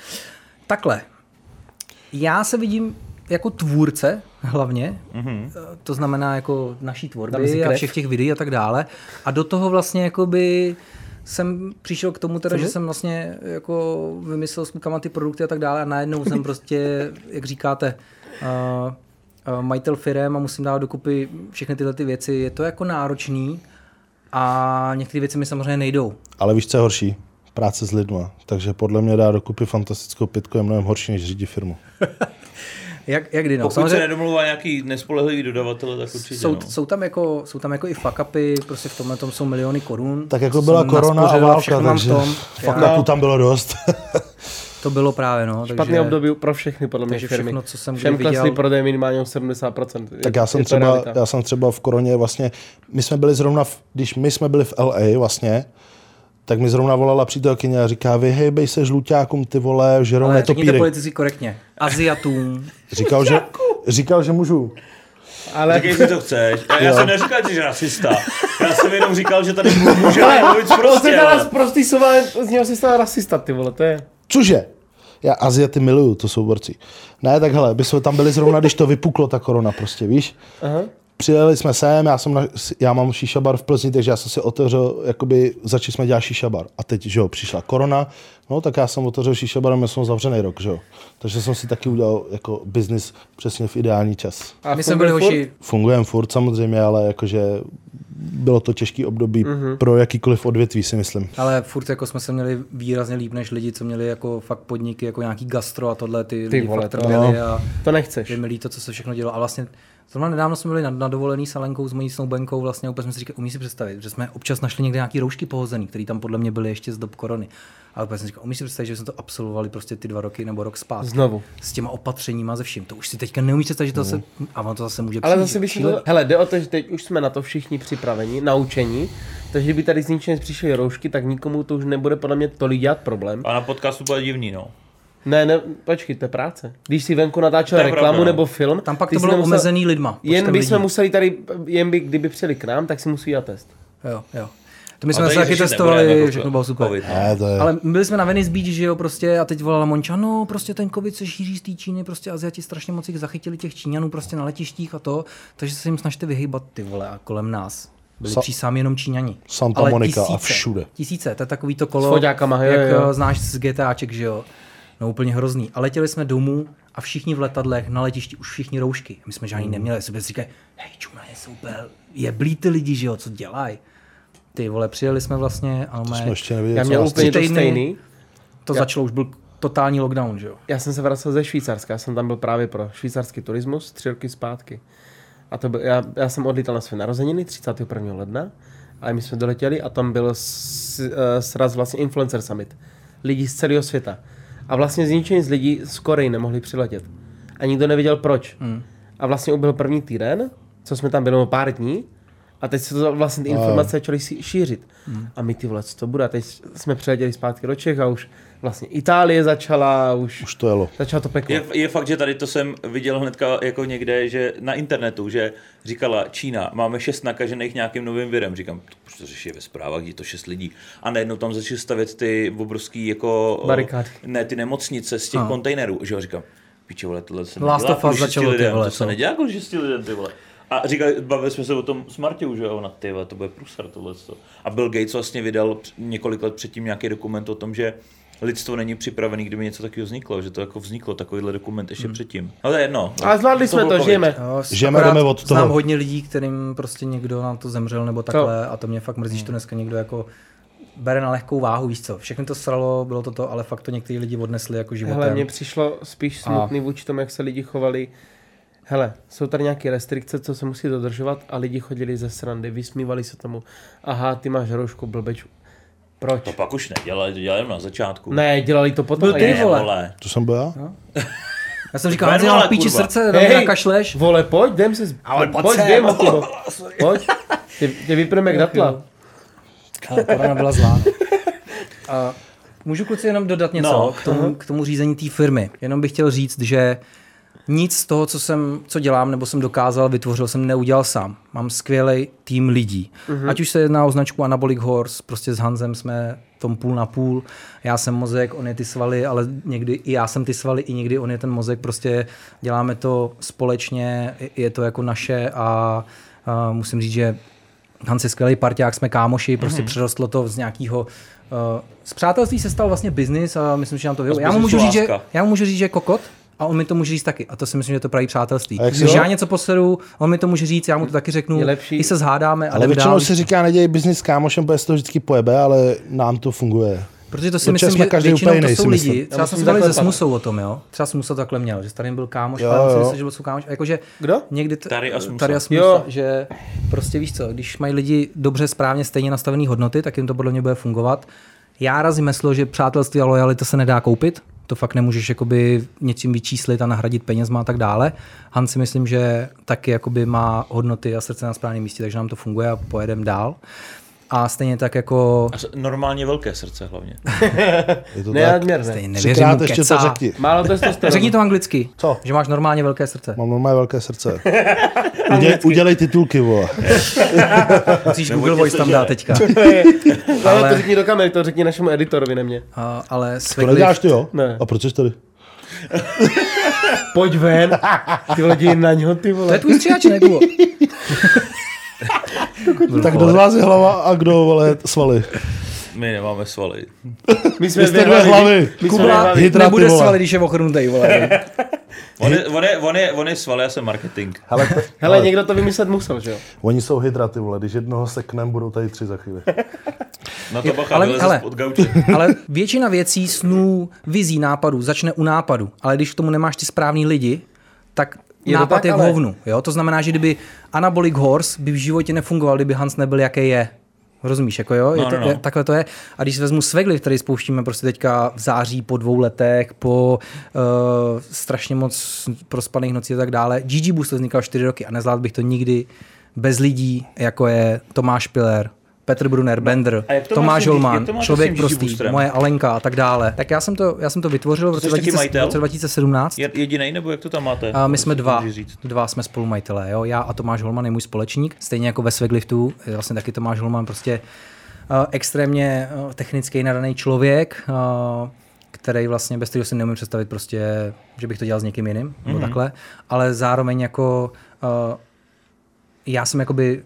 Takhle, já se vidím jako tvůrce hlavně, mm-hmm. to znamená jako naší
Mhm. Dáme si
tvorby a
krev.
všech těch videí a tak dále. A do toho vlastně jakoby jsem přišel k tomu teda, že jsem vlastně jako vymyslel s klukama ty produkty a tak dále a najednou jsem prostě, jak říkáte, uh, uh, majitel firem a musím dát dokupy všechny tyhle ty věci. Je to jako náročný a některé věci mi samozřejmě nejdou.
Ale víš, co je horší? Práce s lidma. Takže podle mě dá dokupy fantastickou pitku je mnohem horší, než řídit firmu.
Jak, jak kdy no?
pokud se nedomluvá nějaký nespolehlivý dodavatel, tak určitě
Jsou,
no.
jsou, tam jako, jsou tam jako i fuck upy, prostě v tomhle tom jsou miliony korun.
Tak jako
Jsem
byla korona a
naspořil,
válka,
všechno mám v
takže
tom.
fakt
Já,
na tam bylo dost.
to bylo právě, no.
Špatné
takže,
období pro všechny, podle mě
Takže
firmy.
všechno, co jsem kdy
Všem klesly
viděl-
prodeje minimálně o 70%. Je-
Tak já jsem,
je to
třeba,
realita.
já jsem třeba v koroně vlastně, my jsme byli zrovna, v, když my jsme byli v LA vlastně, tak mi zrovna volala přítelkyně a říká, vyhejbej se žluťákům ty vole, žerou
Ale řekněte
netopíry.
politicky korektně. Aziatům.
Říkal, že, říkal, že můžu.
Ale
Říkej si, co chceš. Já, já jsem neříkal, že jsi rasista. Já jsem jenom říkal, že tady můžeme mluvit
to se
prostě.
dala
ale-
prostý sova, z něho se stal rasista, ty vole, to je.
Cože? Já Aziaty miluju, to jsou borci. Ne, tak hele, my jsme tam byli zrovna, když to vypuklo, ta korona prostě, víš?
Aha.
Přijeli jsme sem, já, jsem na, já mám šíša bar v Plzni, takže já jsem si otevřel, jakoby začali jsme dělat šíša bar. A teď, že jo, přišla korona, no tak já jsem otevřel šíša bar a měl jsem zavřený rok, že jo. Takže jsem si taky udělal jako biznis přesně v ideální čas.
My jsme byli
funguje
hoši.
Fungujeme furt samozřejmě, ale jakože bylo to těžký období
Mhm.
mm-hmm. pro jakýkoliv odvětví, si myslím.
Ale furt jako jsme se měli výrazně líp než lidi, co měli jako fakt podniky, jako nějaký gastro a tohle, ty, ty lidi
vole,
fakt
to-
trpěli a
furt- To nechceš.
je mi líto, co se všechno dělo. A vlastně zrovna nedávno jsme byli na, na dovolený s Alenkou, s mojí snoubenkou, vlastně úplně jsme si říkali, umí si představit, že jsme občas našli někde nějaký roušky pohozený, které tam podle mě byly ještě z dob korony. A úplně jsem říkal, umí si představit, že jsme to absolvovali prostě ty dva roky nebo rok zpátky.
Znovu.
S těma opatřeníma, ze vším. To už si teďka neumíš představit, že to zase, a ono to zase může přijít.
No. Ale
že?
zase by si
Šílený.
to... Hele, jde o to, že teď už jsme na to všichni připraveni, naučení, takže kdyby tady z ničeho nic přišly roušky, tak nikomu to už nebude podle mě tolik dělat problém.
A na podcastu bude divný, no.
Ne, ne, počkej, to je práce. Když si venku natáčel
To je
reklamu
pravda, no.
nebo film,
Tam pak
ty
to
jsi
bylo
nemusel-
omezený lidma.
Jen
počtem
by jsme
lidí.
museli tady, jen by kdyby přijeli k nám, tak si musí dělat test.
Jo, jo. To my
A
jsme se
tady
taky
řešit
testovali,
nebudeme, jako
všechno bylo super.
COVID.
Ne, to je...
Ale byli jsme na Venice Beach, že jo, prostě, a teď volala Monča, no, prostě ten covid se šíří z té Číny, prostě Aziati strašně moc jich zachytili těch Číňanů prostě na letištích a to, takže se jim snažte vyhýbat ty vole a kolem nás. Byli
Sa-
přísám jenom Číňani.
Santa
Ale
Monica a všude.
Tisíce, to je takový to kolo,
S foťákama, jo,
jak
jo, jo.
eh, znáš z GTAček, že jo. No úplně hrozný. A letěli jsme domů a všichni v letadlech, na letišti už všichni roušky. My jsme
Hmm.
žádný neměli, sobě si říkají, hej, čuma, jsou úplně, jeblí ty lidi, že jo, co dělají. Ty vole, přijeli jsme vlastně, ale
To
mé,
jsme ještě neviděli.
Já
co vlastně
měl
nás
úplně to
týdny.
stejný.
to začalo, už byl totální lockdown, že jo.
Já jsem se vracel ze Švýcarska, já jsem tam byl právě pro švýcarský turismus tři roky zpátky. A to byl, já, já jsem odlítal na své narozeniny 31. ledna, ale my jsme doletěli a tam byl s, eh, sraz vlastně Influencer Summit. Lidi z celého světa. A vlastně z ničeho nic lidí z Koreji nemohli přiletět. A nikdo nevěděl proč. Mm. A vlastně byl první týden, co jsme tam byli o pár dní, a teď se to vlastně ty informace začaly si- šířit. A my ty vole, co to bude? A teď jsme přiletěli zpátky do Čech a už vlastně Itálie začala, už,
Už to jelo.
Začalo to peklo.
Je, je fakt, že tady to jsem viděl hnedka jako někde, že na internetu, že říkala Čína, máme šest nakažených nějakým novým virem. Říkám, to už to řeší ve zprávách, kdy to šest lidí. A najednou tam začali stavět ty obrovský jako... eh,
Barikády.
Ne, ty nemocnice z těch
A.
kontejnerů. Že jo, říkám, piče vole, tohle se
Last
nedělá
of
kvůli
Us
šesti
začalo, ty
lidem,
vole,
to se
co?
nedělá kvůli šesti lidem, ty vole. A říkali, bavili jsme se o tom s Martěou, že jo, ona, ty vole, to bude průser tohle. A Bill Gates vlastně vydal př- několik let předtím nějaký dokument o tom, že lidstvo není připravený, kdyby něco takového vzniklo, že to jako vzniklo, takovýhle dokument ještě
Hmm.
předtím. Ale to je jedno.
A zvládli jsme
byl
to,
covid.
žijeme.
Jo,
Žijeme,
akorát
jdeme od toho.
Znám hodně lidí, kterým prostě někdo nám to zemřel nebo takhle a to mě fakt mrzí, že to dneska někdo jako bere na lehkou váhu, víš co. Všechny to sralo, bylo to to, ale fakt to někteří lidi odnesli jako životem.
Hele, mně přišlo spíš smutný vůči tomu, jak se lidi chovali. Hele, jsou tady nějaké restrikce, co se musí dodržovat a lidi chodili ze srandy, vysmívali se tomu. Aha, ty máš roušku, blbeču.
To
Proč?
pak už nedělali, to dělali jenom na začátku.
Ne, dělali to potom.
Byl
a
ty
já-
Ne,
vole.
vole.
To jsem byl
No.
já?
Já jsem říkal,
Jmenová,
Hanzi, mám píči
kurva.
srdce, tam hey, kašleš.
Vole, pojď, jdem se... z-
Ale pojď
pojď,
sem.
jdem, Kubo. Pojď, tě, tě vypneme jak datla.
Ale korona byla zlá. A můžu kluci jenom dodat něco
No.
no. k, tomu, k tomu řízení té firmy. Jenom bych chtěl říct, že nic z toho, co, jsem, co dělám, nebo jsem dokázal, vytvořil, jsem neudělal sám. Mám skvělý tým lidí. Mm-hmm. Ať už se jedná o značku Anabolic Horse, prostě s Hanzem jsme v tom půl na půl. Já jsem mozek, on je ty svaly, ale někdy i já jsem ty svaly, i někdy on je ten mozek. Prostě děláme to společně, je- je to jako naše a, a musím říct, že Hans je skvělý parťák, jsme kámoši, prostě mm-hmm. přerostlo to z nějakého... Uh, z přátelství se stal vlastně biznis a myslím, že nám to vyhovuje. Já mu můžu
biznisu
říct, že,
láska.
já mu můžu říct, že je kokot a on mi to může říct taky. A to si myslím, že je to praví přátelství.
A jak si
Když
ho-
já něco poseru, on mi to může říct, já mu to taky řeknu,
Je lepší.
i se zhádáme a
Ale
jdem
většinou
dál.
se říká, nedělej biznis s kámošem, protože se to vždycky pojebe, ale nám to funguje.
Protože to si
Občas
myslím,
jsme
že
každý
většinou
úplně jiný,
to jsou
si
lidi.
myslím.
Třeba
musím
jsme se bavili se
zaklepat.
Smusou o tom, jo. Třeba Smusa takhle měl, že s tady byl kámoš,
Jo,
ale on si
jo.
myslel, že byl svůj kámoš. A Jakože
Kdo?
někdy t-
Tady a Smusa.
Tady a
Jo.
Smusa, že prostě víš co, když mají lidi dobře správně stejně nastavené hodnoty, tak jim to podle mě bude fungovat. Já razím heslo, že přátelství a lojalita se nedá koupit. To fakt nemůžeš jakoby něčím vyčíslit a nahradit penězma a tak dále. Han si myslím, že taky jakoby má hodnoty a srdce na správném místě, takže nám to funguje a pojedeme dál. A stejně tak jako...
A s- normálně velké srdce hlavně.
Je to tak?
Neadměrné.
Stejně nevěřím,
Třikrát
mu
ještě
kecá.
to řekni.
Málo to je
Řekni to anglicky.
Co? No,
Že máš normálně velké srdce.
Mám normálně velké srdce. Udělej, udělej titulky, vole.
Musíš
Nebo
Google
tě
Voice tam
slyšeli.
dát teďka.
Ale to
Ale-
řekni do kamery, to řekni našemu editorovi, ne mě.
A, ale
To neděláš
Svetlift,
ty, jo?
Ne.
A proč jsi tady?
Pojď ven, ty lidi na něho, ty
to je
vole.
tvůj stříhač, ne Kubo?
Tak kdo z vás je hlava a kdo, vole, svaly?
My nemáme svaly.
My jsme
Vy jste dvě hlavy.
my jsme
Kuba,
vyhrali.
hydra, ty
Nebude svaly,
vole.
když je ochrnutej, vole.
On je, on je, on je, on je svaly, já jsem marketing.
Hele,
Hele, někdo to vymyslet musel, že jo?
oni jsou hydra, ty vole. Když jednoho seknem, budou tady tři za chvíli.
Na to bacha,
ale-
ale,
ale-
ale, od gauče.
Ale většina věcí, snů, vizí, nápadů začne u nápadu. Ale když k tomu nemáš ty správný lidi, tak
Je
je
to
nápad
tak,
je v
ale-
hovnu. Jo? To znamená, že kdyby Anabolic Horse by v životě nefungoval, kdyby Hans nebyl, jaký je. Rozumíš, jako jo? Je
No,
to,
no, no.
Je, takhle to je. A když vezmu Svegli, který spouštíme prostě teďka v září po dvou letech, po uh, strašně moc prospaných nocí a tak dále. GG Boost to vznikal čtyři roky a nezvládl bych to nikdy bez lidí, jako je Tomáš Piler, Petr Brunner, Bender,
a jak to máš
Tomáš
s lidí?
Holman,
Jak to máš s
člověk
tím
prostý,
Žibustrem?
moje Alenka a tak dále. Tak já jsem to, já jsem to vytvořil v roce,
jsi taky
2000, v
majitel?
roce 2017.
Je, jedinej, nebo jak to tam máte?
A my jsme
To
dva,
můžeš říct.
dva jsme spolumajitelé, jo? já a Tomáš Holman je můj společník, stejně jako ve Svegliftu, je vlastně taky Tomáš Holman prostě uh, extrémně uh, technický nadaný člověk, uh, který vlastně, bez kterého si neumím představit prostě,
Mhm.
eh, že bych to dělal s někým jiným, nebo takhle, ale zároveň jako uh, já jsem jakoby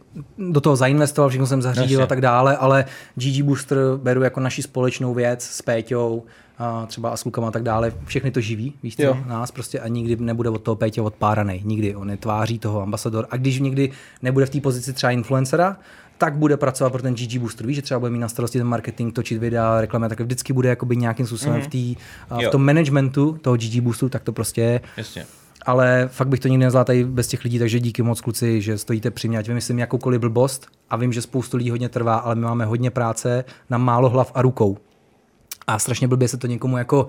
do toho zainvestoval, všechno jsem zařídil
Jasně.
a tak dále, ale GG Booster beru jako naši společnou věc s Péťou, a třeba a s klukama a tak dále. Všechny to živí, víš co,
Jo.
nás prostě a nikdy nebude od toho Pétě odpáranej, nikdy. On je tváří toho ambasador a když někdy nebude v té pozici třeba influencera, tak bude pracovat pro ten GG Booster. Víš, že třeba bude mít na starosti ten marketing, točit videa, reklamy, tak vždycky bude jakoby nějakým způsobem mm-hmm. v, té- a
Mhm. Jo.
v tom managementu toho GG Boostu, tak to prostě je.
Jasně.
Ale fakt bych to nikdy nezvládl tady bez těch lidí, takže díky moc kluci, že stojíte při mě, ať vymyslím jakoukoliv blbost a vím, že spoustu lidí hodně trvá, ale my máme hodně práce na málo hlav a rukou. A strašně blbě se to někomu jako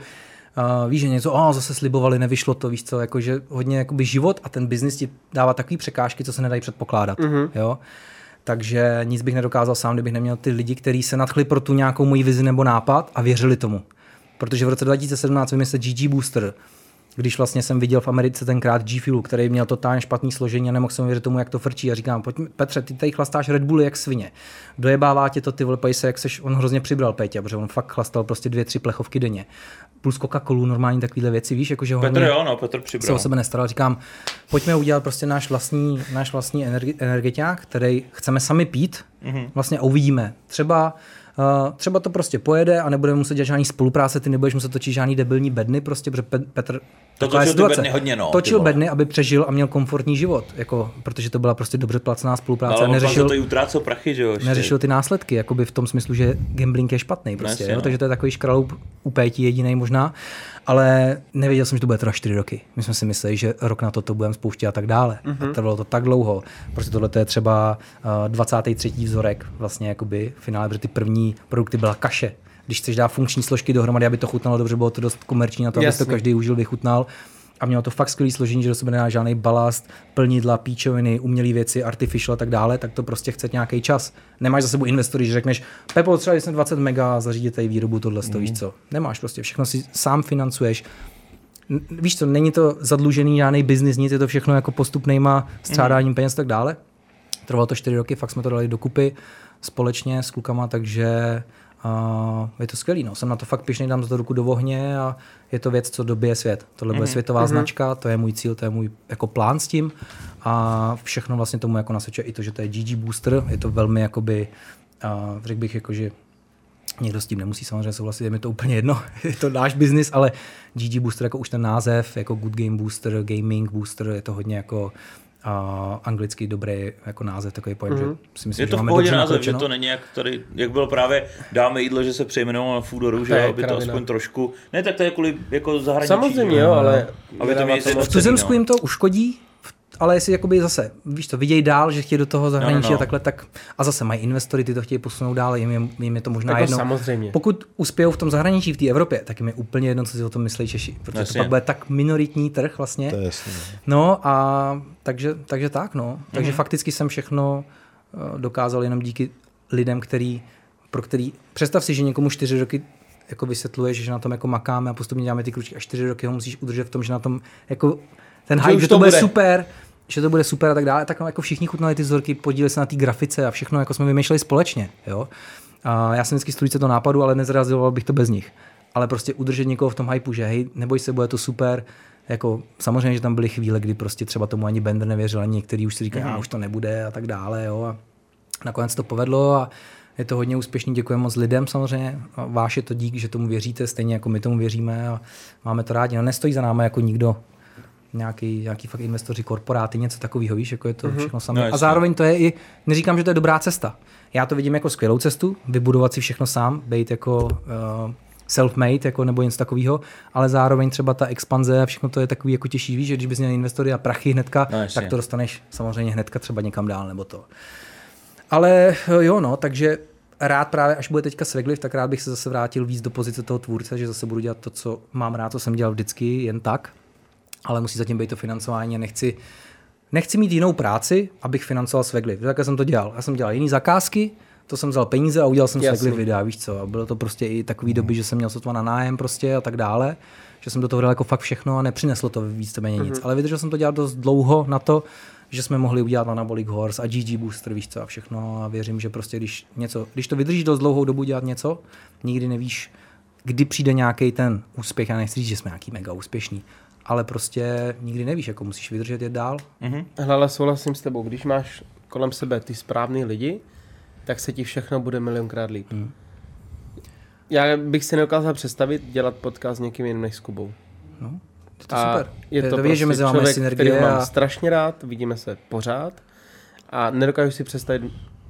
Uh, víš, že něco, oh, zase slibovali, nevyšlo to, víš co, jakože hodně jakoby život a ten biznis ti dává takové překážky, co se nedají předpokládat, mm-hmm. jo. Takže nic bych nedokázal sám, kdybych neměl ty lidi, kteří se nadchli pro tu nějakou moji vizi nebo nápad a věřili tomu. Protože v roce 2017 vymyslel GG Booster, když vlastně jsem viděl v Americe tenkrát G Fuel, který měl totálně špatný složení a nemohl jsem věřit tomu, jak to frčí. A říkám, pojď, Petře, ty tady chlastáš Red Bull jak svině. Dojebává tě to ty vole pejse, jak seš, on hrozně přibral Pétě, protože on fakt chlastal prostě dvě, tři plechovky denně. Plus Coca-Colu, normální takovéhle věci, víš, jakože ho
Petr,
hodně-
jo, no, Petr
se o
přibral.
sebe nestaral. Říkám, pojďme udělat prostě náš vlastní, náš vlastní energi- energetiák, který chceme sami pít.
Mhm.
Mm-hmm. Vlastně a uvidíme. Třeba Uh, třeba to prostě pojede a nebudeme muset dělat žádný spolupráce, ty nebudeš muset točit žádný debilní bedny, prostě, protože Pe- Petr taková
točil
je
ty
situace.
bedny hodně, no, ty
točil
vole.
bedny, aby přežil a měl komfortní život, jako, protože to byla prostě dobře placená spolupráce.
Ale
a
on neřešil...
neřešil,
to i utrácel prachy, že jo? ještě.
neřešil ty následky, jakoby v tom smyslu, že gambling je špatný prostě,
Jasně,
jo?
no.
takže to je takový škraloup u pétí jediný možná, ale nevěděl jsem, že to bude teda 4 roky. My jsme si mysleli, že rok na to to budeme spouštět a tak dále.
Mhm.
Mm-hmm. A trvalo to tak dlouho. Prostě tohle to je třeba uh, 23. vzorek vlastně jakoby v finále, protože ty první produkty byla kaše. Když chceš dát funkční složky dohromady, aby to chutnalo dobře, bylo to dost komerční na to, aby to
Jasně.
každý užil, vychutnal. A mělo to fakt skvělý složení, že do sebe nedá žádný balast, plnidla, píčoviny, umělé věci, artificial a tak dále, tak to prostě chce nějaký čas. Nemáš za sebou investory, že řekneš, Pepo, třeba jsem 20 mega, zařídit tady výrobu tohle, mm. víš co. Nemáš prostě, všechno si sám financuješ. N- Víš co, není to zadlužený žádný biznis, nic, je to všechno jako postupnejma střádáním peněz a tak dále. Trvalo to 4 roky, fakt jsme to dali dokupy společně s klukama, takže uh, je to skvělý. No. Jsem na to fakt pišnej, dám za to ruku do ohně a je to věc, co dobije svět. Tohle bude světová značka, to je můj cíl, to je můj jako plán s tím a všechno vlastně tomu jako nasvědčuje i to, že to je GG Booster, je to velmi jakoby, uh, řekl bych jako, že Někdo s tím nemusí samozřejmě souhlasit, je mi to úplně jedno, je to náš biznis, ale GG Booster jako už ten název, jako Good Game Booster, Gaming Booster, je to hodně jako uh, anglicky dobrý jako název, takový pojem, mm-hmm. že si myslím,
Mhm. Je
že
to v
máme
pohodě
dobře
název, že
nakročeno.
to není jak tady, jak bylo právě dáme jídlo, že se přejmenovalo na Foodoru, že
To je
jo, aby to
kravina.
aspoň trošku, ne tak to je kvůli jako zahraničí.
Samozřejmě,
že
jo, ale
Aby to
nedává
měli
to moc
V tuzemsku
no.
jim to uškodí, v- ale jestli jakoby zase, víš to, vidějí dál, že chtějí do toho zahraničí no, no,
no.
no. a takhle, tak a zase mají investory, ty to chtějí posunout dál, jim je, jim je to možná
Jako
jedno.
samozřejmě.
Pokud uspějou v tom zahraničí, v té Evropě, tak jim je úplně jedno, co si o tom myslí Češi, protože Jasně.
Jasně.
to pak bude tak minoritní trh vlastně.
To je jasný.
No a takže, takže tak, no.
Mhm.
Takže mm-hmm. fakticky jsem všechno eh, dokázal jenom díky lidem, který, pro který, představ si, že někomu čtyři roky jako vysvětluješ, že na tom jako makáme a postupně děláme ty kručky a čtyři roky ho musíš udržet v tom, že na tom jako ten
Že
hype,
už
že
to
to bude
bude.
super, že to bude super a tak dále, tak no, jako všichni chutnali ty vzorky, podíleli se na té grafice a všechno jako jsme vymýšleli společně, jo. A já jsem vždycky strujce toho nápadu, ale nezrealizoval bych to bez nich. Ale prostě udržet někoho v tom hypeu, že hej, neboj se, bude to super, jako samozřejmě, že tam byly chvíle, kdy prostě třeba tomu ani Bender nevěřil, ani některý už si říkali, mm. už to nebude a tak dále, jo. A nakonec to povedlo a je to hodně úspěšný, děkujeme moc lidem samozřejmě. A Váš je to dík, že tomu věříte, stejně jako my tomu věříme a máme to rádi. No, nestojí za námi jako nikdo, nějaký, nějaký fakt investoři, korporáty, něco takového, víš, jako je to všechno samé.
No,
a
jasně.
zároveň to je i, neříkám, že to je dobrá cesta. Já to vidím jako skvělou cestu, vybudovat si všechno sám, být jako uh, self-made jako, nebo něco takového, ale zároveň třeba ta expanze a všechno to je takový jako těžší, víš, že když bys měl investory a prachy hnedka,
No,
no,
jasně.
tak to dostaneš samozřejmě hnedka třeba někam dál nebo to. Ale eh, jo, no, takže rád právě, až bude teďka Svegliv, tak rád bych se zase vrátil víc do pozice toho tvůrce, že zase budu dělat to, co mám rád, co jsem dělal vždycky, jen tak. Ale musí zatím být to financování a nechci, nechci mít jinou práci, abych financoval Svegliv. Takhle jsem to dělal. Já jsem dělal jiný zakázky, to jsem vzal peníze a udělal jsem
Jasný.
Svegliv videa, víš co. A bylo to prostě i takový doby, že jsem měl sotva na nájem prostě a tak dále. Že jsem do toho dal jako fakt všechno a nepřineslo to víceméně nic. Mm-hmm. Ale vydržel jsem to dělat dost dlouho na to, že jsme mohli udělat Anabolic Horse a GG Booster, víš co, a všechno. A věřím, že prostě když, něco, když to vydržíš dost dlouhou dobu dělat něco, nikdy nevíš, kdy přijde nějaký ten úspěch. Já nechci říct, že jsme nějaký mega úspěšní, ale prostě nikdy nevíš, jako musíš vydržet je dál.
Hele, ale souhlasím s tebou, když máš kolem sebe ty správný lidi, tak se ti všechno bude milionkrát líp. Hmm. Já bych si neokázal představit dělat podcast s někým jiným než s Kubou.
Je to super. Je to, to prostě že mezi vámi je
člověk, který
synergie
mám
a
strašně rád, vidíme se pořád a nedokážu si představit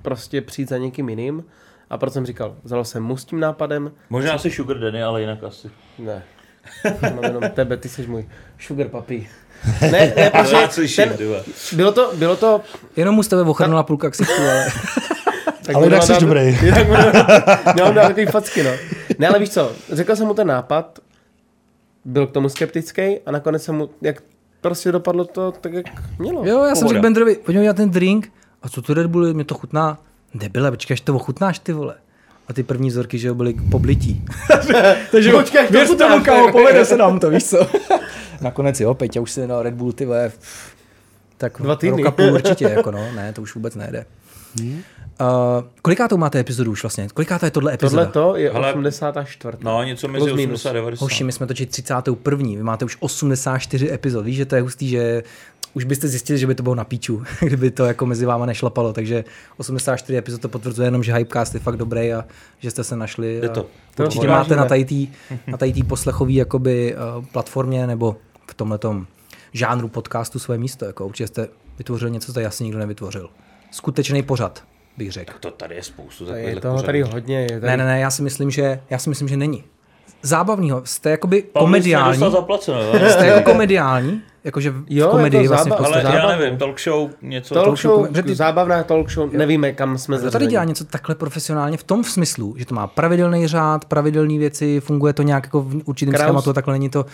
prostě přijít za někým jiným a proto jsem říkal, vzal jsem mu s tím nápadem,
Možná si Sugar Danny, ale jinak asi.
ne, mám jenom tebe, ty jsi můj sugar papí. Ne, ne,
Ale já
protože
slyším,
ten-
ty vole.
bylo to, bylo to,
jenom mu z tebe ochrnula půlka ksichtu, ale
tak
Ale
mu
jinak
dám-
jsi dobrý.
Jinak mu dám- dám dám ty facky, no. Ne, ale víš co, řekl jsem mu ten nápad, byl k tomu skeptický a nakonec jsem mu, jak prostě dopadlo to tak, jak mělo.
jo, já jsem
Pohoda.
řekl Benderovi, pojďme udělat ten drink, a co tu Red Bull, mě to chutná, debile, počkej, až to ochutnáš ty vole. A ty první vzorky, že jo, byly poblití. Takže
Počkej, až to
věř tomu,
ochutnáš,
kámo,
ty.
povede se nám to, víš co. Nakonec jo, Peťa už si dal Red Bull, ty vole, pff, tak
Dva týdny.
roka půl určitě, jako no, ne, to už vůbec nejde. Uh, koliká to máte epizodu už vlastně? Koliká to je tohle epizoda?
Tohle to je
Hele,
84.
No, něco mezi
Plus minus.
80 a 90.
Hoši, my jsme točili 31. Vy máte už 84 epizod. Víš, že to je hustý, že už byste zjistili, že by to bylo na píču, kdyby to jako mezi váma nešlapalo. Takže 84 epizod to potvrzuje jenom, že Hypecast je fakt dobrý a že jste se našli.
Jde
a
to.
To
Určitě
vážíme.
máte na tady tý- na tady tý poslechový jakoby, eh, platformě nebo v tomhletom žánru podcastu své místo. Jako určitě jste vytvořil něco, co tady asi nikdo nevytvořil. Skutečný pořad, bych řekl.
To tady je spoustu
Je
takových
toho tady hodně. Je tady...
Ne, ne, ne, já si myslím, že, já si myslím, že není. Zábavního, jste jakoby
Komediální.
komediální.
Dostal zaplaceno, jo?
Jste jako komediální? Jakože v
Jo,
jo, komedii
je to
vlastně v
zábava,
podstatě.
Ale
Prostě
já
zábavný.
nevím, talk show, něco.
Talk show,
show, jako- že ty-
zábavná talk show, nevíme, kam jsme
Kdo
zařazeni.
tady dělá něco takhle profesionálně v tom v smyslu, že to má pravidelný řád, pravidelné věci, funguje to nějak jako v určitém
Kraus.
schématu, takhle není to.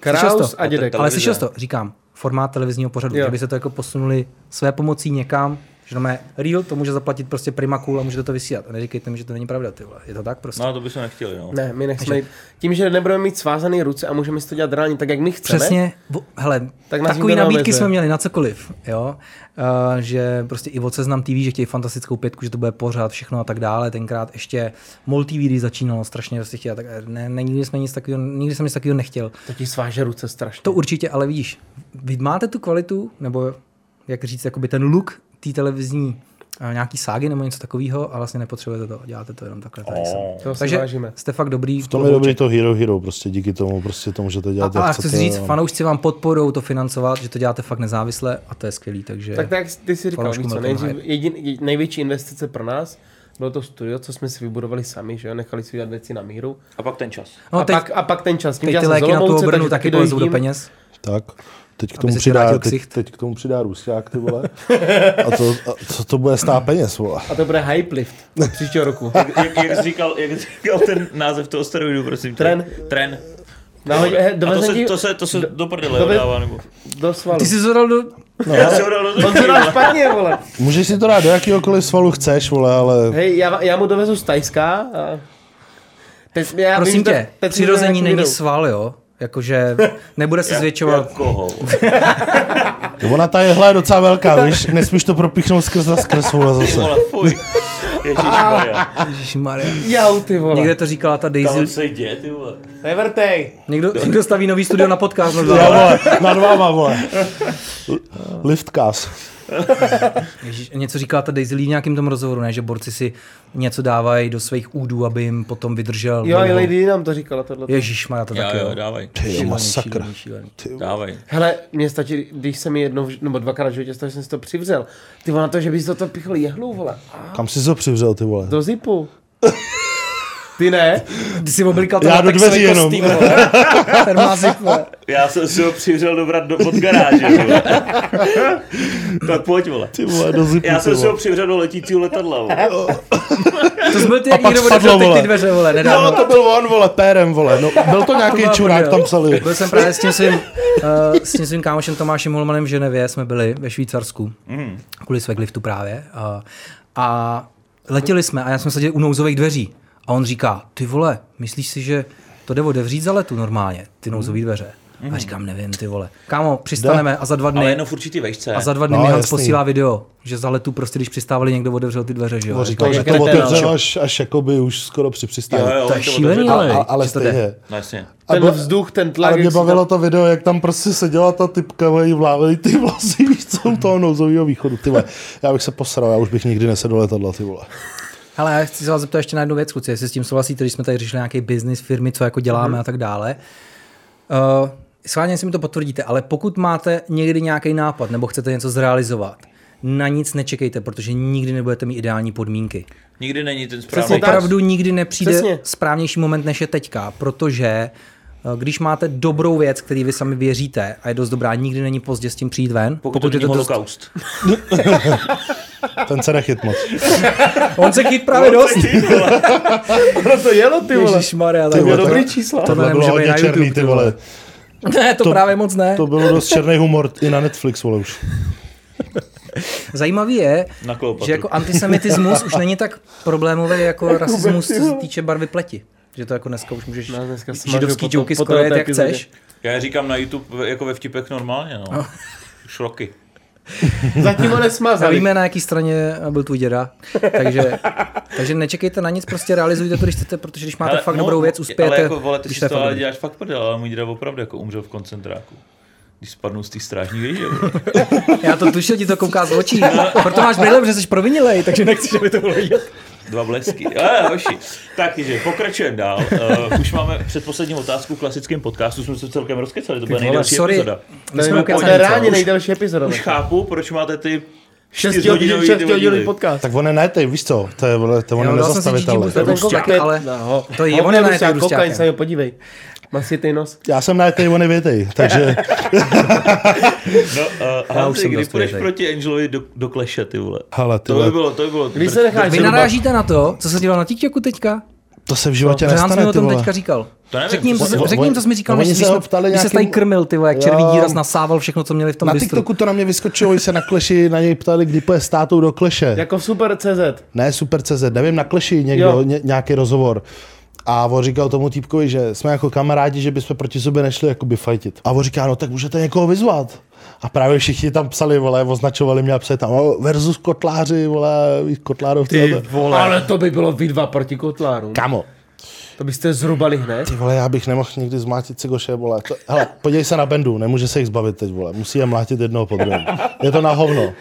Kraus
Slyšel jsi
a dědek.
Ale
Televize.
slyšel jsi to, říkám, formát televizního pořadu,
Jo.
jo. že by se to jako posunuli své pomocí někam, že to má real, to může zaplatit prostě prima cool a můžete to vysílat. A neříkejte mi, že to není pravda, ty vole. Je to tak prostě.
No, to by se nechtěli, no.
Ne, my nechceme jít. Tím, že nebudeme mít svázané ruce a můžeme si to dělat reálně tak, jak my chceme.
Přesně, bo, hele,
Tak
tak
nás
takový
nikdo
nabídky
neomezuje.
jsme měli na cokoliv, jo, uh, že prostě i od Seznam TV, že chtějí fantastickou pětku, že to bude pořád všechno a tak dále, tenkrát ještě MOL TV, když začínalo strašně, prostě chtěla, tak ne, ne, nikdy, jsme nic takového, nikdy jsem nic takového nechtěl.
To ti sváže ruce strašně.
To určitě, ale vidíš, vy máte tu kvalitu, nebo jak říct, jakoby ten look té televizní eh, nějaký ságy nebo něco takového a vlastně nepotřebujete to, děláte to jenom takhle tady
No.
sám.
To si
Takže
vážíme.
jste fakt dobrý.
V tom je dobrý to Hero Hero, prostě díky tomu, prostě to můžete dělat,
A, a
jak
chci
chcete.
říct,
a-
fanoušci vám podporou to financovat, že to děláte fakt nezávisle a to je skvělý, takže...
Tak tak, jak ty si říkal,
Fanoušku
víš co,
Malcolm
nejdřív, jedin, jed- největší investice pro nás bylo to studio, co jsme si vybudovali sami, že jo, nechali si udělat věci na míru.
A pak ten čas.
No,
a,
teď,
pak, a pak ten čas, tím, že
teď
já
ty
jsem z
léky na tu
Olomouce,
obrnu
takže
taky
taky
polezou do
dojíždím.
peněz.
Tak. Teď k
Aby
tomu
se
přidá,
vrátil
teď,
ksicht.
teď, k tomu přidá Rusák, ty vole. A to, a co to bude stát peněz, vole.
A to bude hype lift od příštího roku.
Jak, jak, říkal, jak říkal ten název toho steroidu, prosím. tě?
Tren.
Tren.
Nahoď, he,
A to
dovezem
se,
eh, ti
to se, to se do prdele
dovez-
dává, nebo...
do svalu.
Ty jsi zadal do...
Já se ho dal do
On se dá špatně, vole.
Můžeš si to dát do jakýhokoliv svalu chceš, vole, ale...
Hej, já, já mu dovezu z Tajska a... Teď, já
Prosím
vím, že-
tě,
teď
přirození
nějaký
není
video.
sval, jo? Jakože nebude se zvětšovat.
Koho?
Ona ta jehla je docela velká, víš, nesmíš to propíchnout skrz a skrz, vole,
Ty
zase.
vole, fuj. Ježišmarja.
Ježišmarja.
Jau, ty vole.
Někde to říkala ta
Tam
Daisy.
se jde, ty vole.
Nevrtej.
Někdo, někdo staví nový studio na podcast. No,
Jo, vole, nad váma, vole. Liftcast.
Ježíš, něco říkala ta Daisy Lee v nějakém tom rozhovoru, ne? Že borci si něco dávají do svých údů, aby jim potom vydržel.
Jo, i
dlouho.
lidi nám to říkala tohle.
Ježišmarja, to
Jo,
taky.
jo, dávaj.
Ty jo,
Šílený,
masakr.
šílený, šílený.
Dávej.
Hele, mně stačí, když jsem jednou, v ž- nebo dvakrát v životě stalo, že jsem si to přivřel. Ty vole, na to, že bys do toho pichl jehlu, vole.
Kam jsi to přivřel, ty vole?
Do zipu. Ty ne?
Ty jsi oblikal to
Já
na
do
textový
dveří jenom.
kostým, vole. Ten má zip, vole.
Já jsem si ho přivřel dobrat do, od garáže, vole. tak pojď, vole.
Ty vole, do zipu,
Já
ty
jsem si ho
vole.
přivřel do letícího letadla, vole.
To jsme ty, jak
pak
někdo
spadlo,
otevřel ty
vole.
dveře, vole, nedávno.
No, to byl on, vole, pérem, vole. No, byl to nějaký
byla
čurák,
prdel.
tam psali.
Byl jsem právě s tím svým, uh, s tím svým kámošem Tomášem Holmanem v Ženevě, jsme byli ve Švýcarsku, mm. kvůli Svegliftu právě. Uh, a letěli jsme a já jsem seděl u nouzových dveří. A
Mm.
on říká, ty vole, myslíš si, že to jde odevřít za letu normálně, ty nouzové dveře? A říkám, nevím, ty vole. Kámo, přistaneme a za dva
Ale
dny,
jenom v určitý vejšce.
a za dva dny
No,
mi Hans
jasný.
posílá video, že za letu prostě, když přistávali, někdo otevřel ty dveře, že jo.
On říkal,
to
že
je
to
kretén,
otevřel
ale-
až, až jakoby už skoro při přistání.
Jo, jo,
to je
to
šílený,
otevřel.
ale,
Ale, ale
že to jde.
stejně.
No jasně.
A
Ten
byl-
vzduch, ten tlak.
Ale mě
jak se
bavilo to video, jak tam prostě seděla ta typka, vole, jí vlávili ty vlasy, víš, co u toho nouzového východu, ty vole. Já bych se posral, já už bych nikdy nesedl do letadla, ty vole.
Hele, já chci se vás zeptat ještě na jednu věc, kluci, jestli s tím souhlasíte, když jsme tady řešili nějaký biznis, firmy, co jako děláme a tak dále. Uh, schválně, jestli mi to potvrdíte, ale pokud máte někdy nějaký nápad nebo chcete něco zrealizovat, na nic nečekejte, protože nikdy nebudete mít ideální podmínky.
Nikdy není ten správný.
Přesně tak.
Opravdu nikdy nepřijde
Přesně.
správnější moment, než je teďka, protože eh, když máte dobrou věc, který vy sami věříte a je dost dobrá, nikdy není pozdě s tím přijít ven.
Pokud, pokud to
je
není
dost...
holokaust.
Ten se nechyt moc.
On se chyt právě dost.
Ono to jelo, ty vole.
Ježišmarja,
To
tak-
bylo
to-
dobrý čísla.
to-
Tohle
nemůže
bylo
být
hodně
na YouTube,
černý, ty
ty vole.
vole.
Ne, to, to právě moc ne.
To bylo dost černý humor i na Netflix, vole, už.
Zajímavý je,
Na Kleopatru.
že jako antisemitismus už není tak problémový jako rasismus, co se týče barvy pleti. Že to jako dneska už můžeš
Nás dneska smažu
židovský
po to-
joky
po
skoro jet,
této
jak
epizodě.
chceš.
Já je říkám na YouTube ve- jako ve vtipech normálně, no. Šroky.
Zatím ho
A
nesmazali.
víme, na jaký straně byl tvůj děda. Takže, takže nečekejte na nic, prostě realizujte to, když chcete, protože když máte ale, fakt
mo-
dobrou věc,
mo-
uspějete.
no, Ale jako, vole, ty
když
si
to je
to
fakt
ale
dobrý.
děláš fakt prdel, ale můj děda opravdu jako umřel v koncentráku. Když spadnul z té strážní věže.
Já to tušil, ti to kouká z očí. Proto máš brýle, protože jsi provinilej, takže nechci, aby to bylo vidět.
Dva blesky. Ale hoši. Takže pokračujeme dál. Uh, už máme předposlední otázku v klasickém podcastu. Jsme se celkem rozkecali. To byla nejdelší
Sorry,
epizoda.
To je-
jsme
to
ukecali
je
něco.
reálně
Už-
nejdelší epizoda.
Už chápu, proč máte ty čtyřhodinový ty
Šestihodinový
díly.
podcast.
Tak on je najtej, víš co, to je, vole, to on je
Jo, dal jsem si
nezastavitelný.
Gigi Boost. To je ten kotlak, ale-
No.
to je- on je na jednou
kokain,
dusťákem.
se ho podívej. Má si ty nos.
Já jsem najtej, on je větej, takže
No, uh,
Já
já
už jsem
kdy
dost
půjdeš
větej.
proti Angelovi do, do kleše, ty vole.
Hele, ty
to
vole.
by bylo, to by bylo.
Když se necháš
Vy
zhruba-
narážíte na to, co se dělá na TikToku teďka?
to se v životě
Protože Hans mi
nestane,
o
ty
tom
vole.
teďka říkal.
To nevím,
Řekni jim, co,
on-
jsi-
on-
řekni jim, co jsi mi říkal, než
oni se
když
ho
jsme,
ptali
když se tady
nějakým-
krmil, ty vole, jak červí
Jo.
díraz nasával všechno, co měli v tom
Na
bistru.
TikToku to na mě vyskočilo, když se na kleši na něj ptali, kdy půjde s tátou do kleše.
Jako super CZ.
Ne, Super.cz, nevím, na Kleši někdo,
Jo.
ně, nějaký rozhovor. A on říkal tomu týpkovi, že jsme jako kamarádi, že bychom proti sobě nešli jakoby fajtit. A on říká, no tak můžete někoho vyzvat. A právě všichni tam psali, vole, označovali mě a psali tam "O, versus kotláři, vole, víš, kotlárovci. a to-
vole. Ale to by bylo vy dva proti kotlárům.
Kamo,
To byste zrubali hned.
ty vole, já bych nemohl nikdy zmlátit cigoše, vole. To, hele, podívej se na bendu, nemůže se jich zbavit teď, vole. Musí je mlátit jednoho po druhém. Je to na hovno.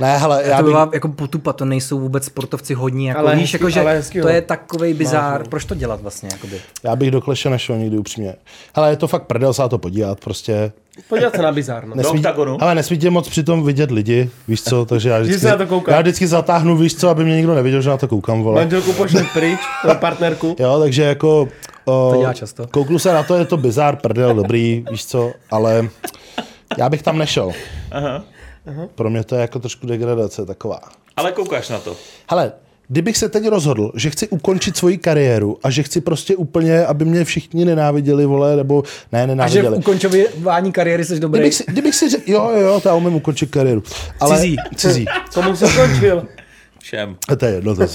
Ne, hele, já
to
bych,
byla jako potupa, to nejsou vůbec sportovci hodní, jako
Ale
ale víš,
hezky-
jako, že
ale hezky,
to
jo.
je takovej bizár, proč to dělat vlastně, jakoby.
já bych do kleše nešel nikdy upřímně. Hele, je to fakt prdel se na to podívat, prostě.
Podívat se na bizár, no.
Do oktagonu.
ale nesmí tě moc přitom vidět lidi, víš co, takže já vždycky,
se na to koukáš.
já vždycky zatáhnu, víš co, aby mě nikdo neviděl, že na to koukám, vole.
Manželku pošle pryč, na partnerku.
Jo, takže jako... O,
To dělá často.
Kouknu se na to, je to bizár, prdel, dobrý, víš co, ale já bych tam nešel.
Aha.
Pro mě to je jako trošku degradace taková.
Ale koukáš na to.
Hele, kdybych se teď rozhodl, že chci ukončit svoji kariéru a že chci prostě úplně, aby mě všichni nenáviděli, vole, nebo ne,
A že v
nenáviděli.
ukončování kariéry jsi dobrý.
Kdybych si, kdybych si řekl, jo, jo, jo, to já umím ukončit kariéru. Ale,
Cizí.
Cizí.
Komu se skončil?
Všem.
A To je jedno, to, je-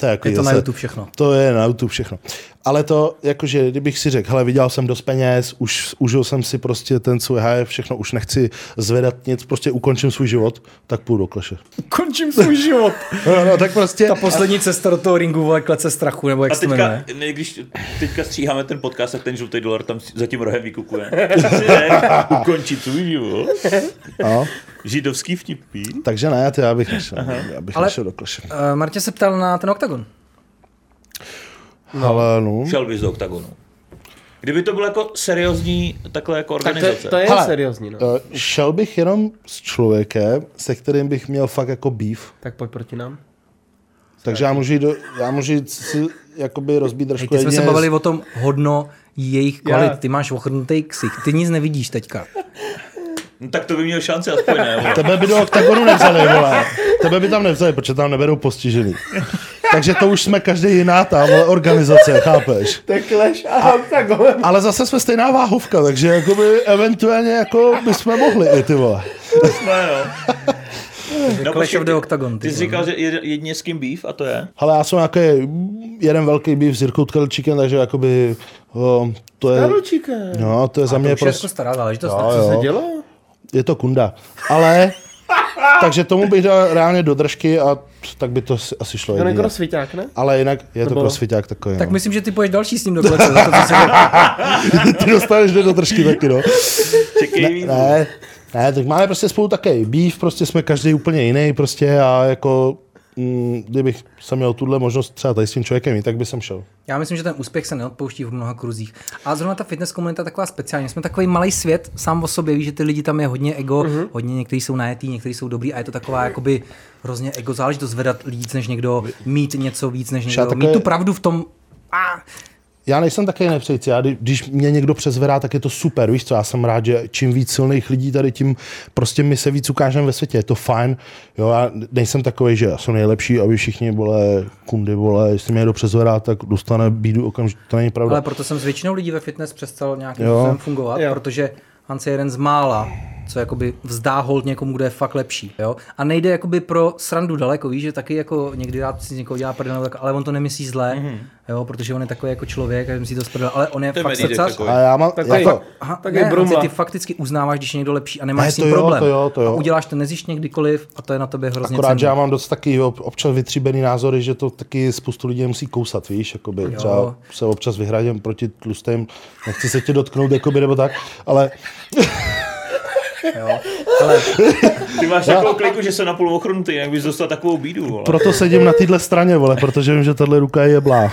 to je, jako
Je to na
zase-
YouTube všechno.
To je na YouTube všechno. Ale to, jakože, kdybych si řekl, hele, vydělal jsem dost peněz, už užil jsem si prostě ten svůj high, všechno, už nechci zvedat nic, prostě ukončím svůj život, tak půjdu do kleše.
Končím svůj život.
No, no, tak prostě,
Ta poslední cesta do toho ringu, vole, klece strachu, nebo jak
A
se to
teďka,
jmenuje.
ne, když teďka stříháme ten podcast, tak ten žlutý dolar tam za tím rohem vykukuje. Přesně tak. Ukončit svůj život.
no,
Židovský vtipí.
takže ne, to já bych nešel, já bych
Ale-
nešel do kleše.
Uh, Martě se ptal na ten oktagon.
Ale no,
Šel bys do oktagonu. Kdyby to bylo jako seriózní takhle jako
Tak to,
organizace.
to je
Hele.
seriózní, no.
eh, šel bych jenom s člověkem, se kterým bych měl fakt jako beef,
Tak pojď proti nám.
takže já můžu jít, do, já můžu jít si jakoby rozbít
Hej,
trošku
teď jsme se
jedině s-
bavili o tom hodno jejich kvalit.
Já.
Ty máš ochrnutý ksich, ty nic nevidíš teďka.
No, tak to by měl šanci aspoň ne. vole.
Tebe by do oktagonu nevzali, vole. Tebe by tam nevzali, protože tam neberou postižený. Takže to už jsme každý jiná tam, vole, organizace, chápeš?
To je Clash a Octagon.
Ale zase jsme stejná váhovka, takže jakoby eventuálně jako bychom mohli i ty vole.
No, jo.
Takže Clash
počkej,
of the
ty-
Octagon.
Ty jsi
vole.
říkal, že je- jedině s kým býv a to je?
Ale já jsem nějaký jeden velký býv s Jirkou Tkelčíkem, takže jakoby o, to je,
Karolčíka.
no, to je za
To
mě
už je jako
prostě,
stará záležitost.
Jo,
ne?
jo.
Co se dělo?
je to kunda. Ale, takže tomu bych dal reálně do držky a tak by to asi- asi šlo
To
jedině.
nekdo sviťák, jako ne?
Ale jinak je to
Nebo-
crossfiták takový.
Tak
no.
myslím, že ty poješ další s ním do kleče, za to, co se
Ty dostaneš do držky taky, no.
Čekej, ne,
Ne, ne, tak máme prostě spolu také býv, prostě jsme každý úplně jiný prostě a jako mm, kdybych jsem měl tuhle možnost třeba tady s tím člověkem jít, tak by jsem šel.
Já myslím, že ten úspěch se neodpouští v mnoha kruzích. A zrovna ta fitness komunita je taková speciální. Jsme takový malý svět, sám o sobě víš, že ty lidi tam je hodně ego, mm-hmm. hodně někteří jsou najetí, někteří jsou dobrý a je to taková jakoby hrozně ego záležitost vedat víc než někdo, mít něco víc než někdo,
takové-
mít tu pravdu v tom. A,
Já nejsem také nepřející, já kdy- když mě někdo přezvedá, tak je to super, víš co, já jsem rád, že čím víc silných lidí tady, tím prostě my se víc ukážeme ve světě, je to fajn, jo, já nejsem takový, že já jsem nejlepší, aby všichni vole, kundy, vole, jestli mě někdo přezvedá, tak dostane bídu okamžitě, to není pravda.
ale proto jsem s většinou lidí ve fitness přestal nějakým
No. Jo.
způsobem fungovat,
Jo.
jo. protože Hans je jeden z mála, co jakoby vzdá hold někomu, kdo je fakt lepší. Jo? A nejde jakoby pro srandu daleko, víš, že taky jako někdy rád si z někoho dělá prdel, nebo tak, ale on to nemyslí zlé,
Mhm.
mm-hmm. jo? protože on je takový jako člověk a myslí to z prdele, ale on je
to je
fakt
medídek
srdcař.
takový.
A já mám,
Takový-
jako,
Aha,
Tak
tak
je
ne, Honzi,
brumla.
ty fakticky uznáváš, když je někdo lepší a nemáš
Ne,
s
to
ním
jo,
problém.
to jo, to jo.
A uděláš to, nezjišť kdykoliv a to je na tebe hrozně
Akorát, že
cenný.
já mám dost taky ob- občas vytříbený názory, že to taky spoustu lidí musí kousat, víš, jakoby jo. třeba se občas vyhradím proti tlustým, nechci se tě dotknout, jakoby, nebo tak, ale
ty máš takovou kliku, že jsem napůl ochrnutý, jinak bys dostal takovou bídu, vole.
proto sedím na téhle straně, vole, protože vím, že tahle ruka je jeblá.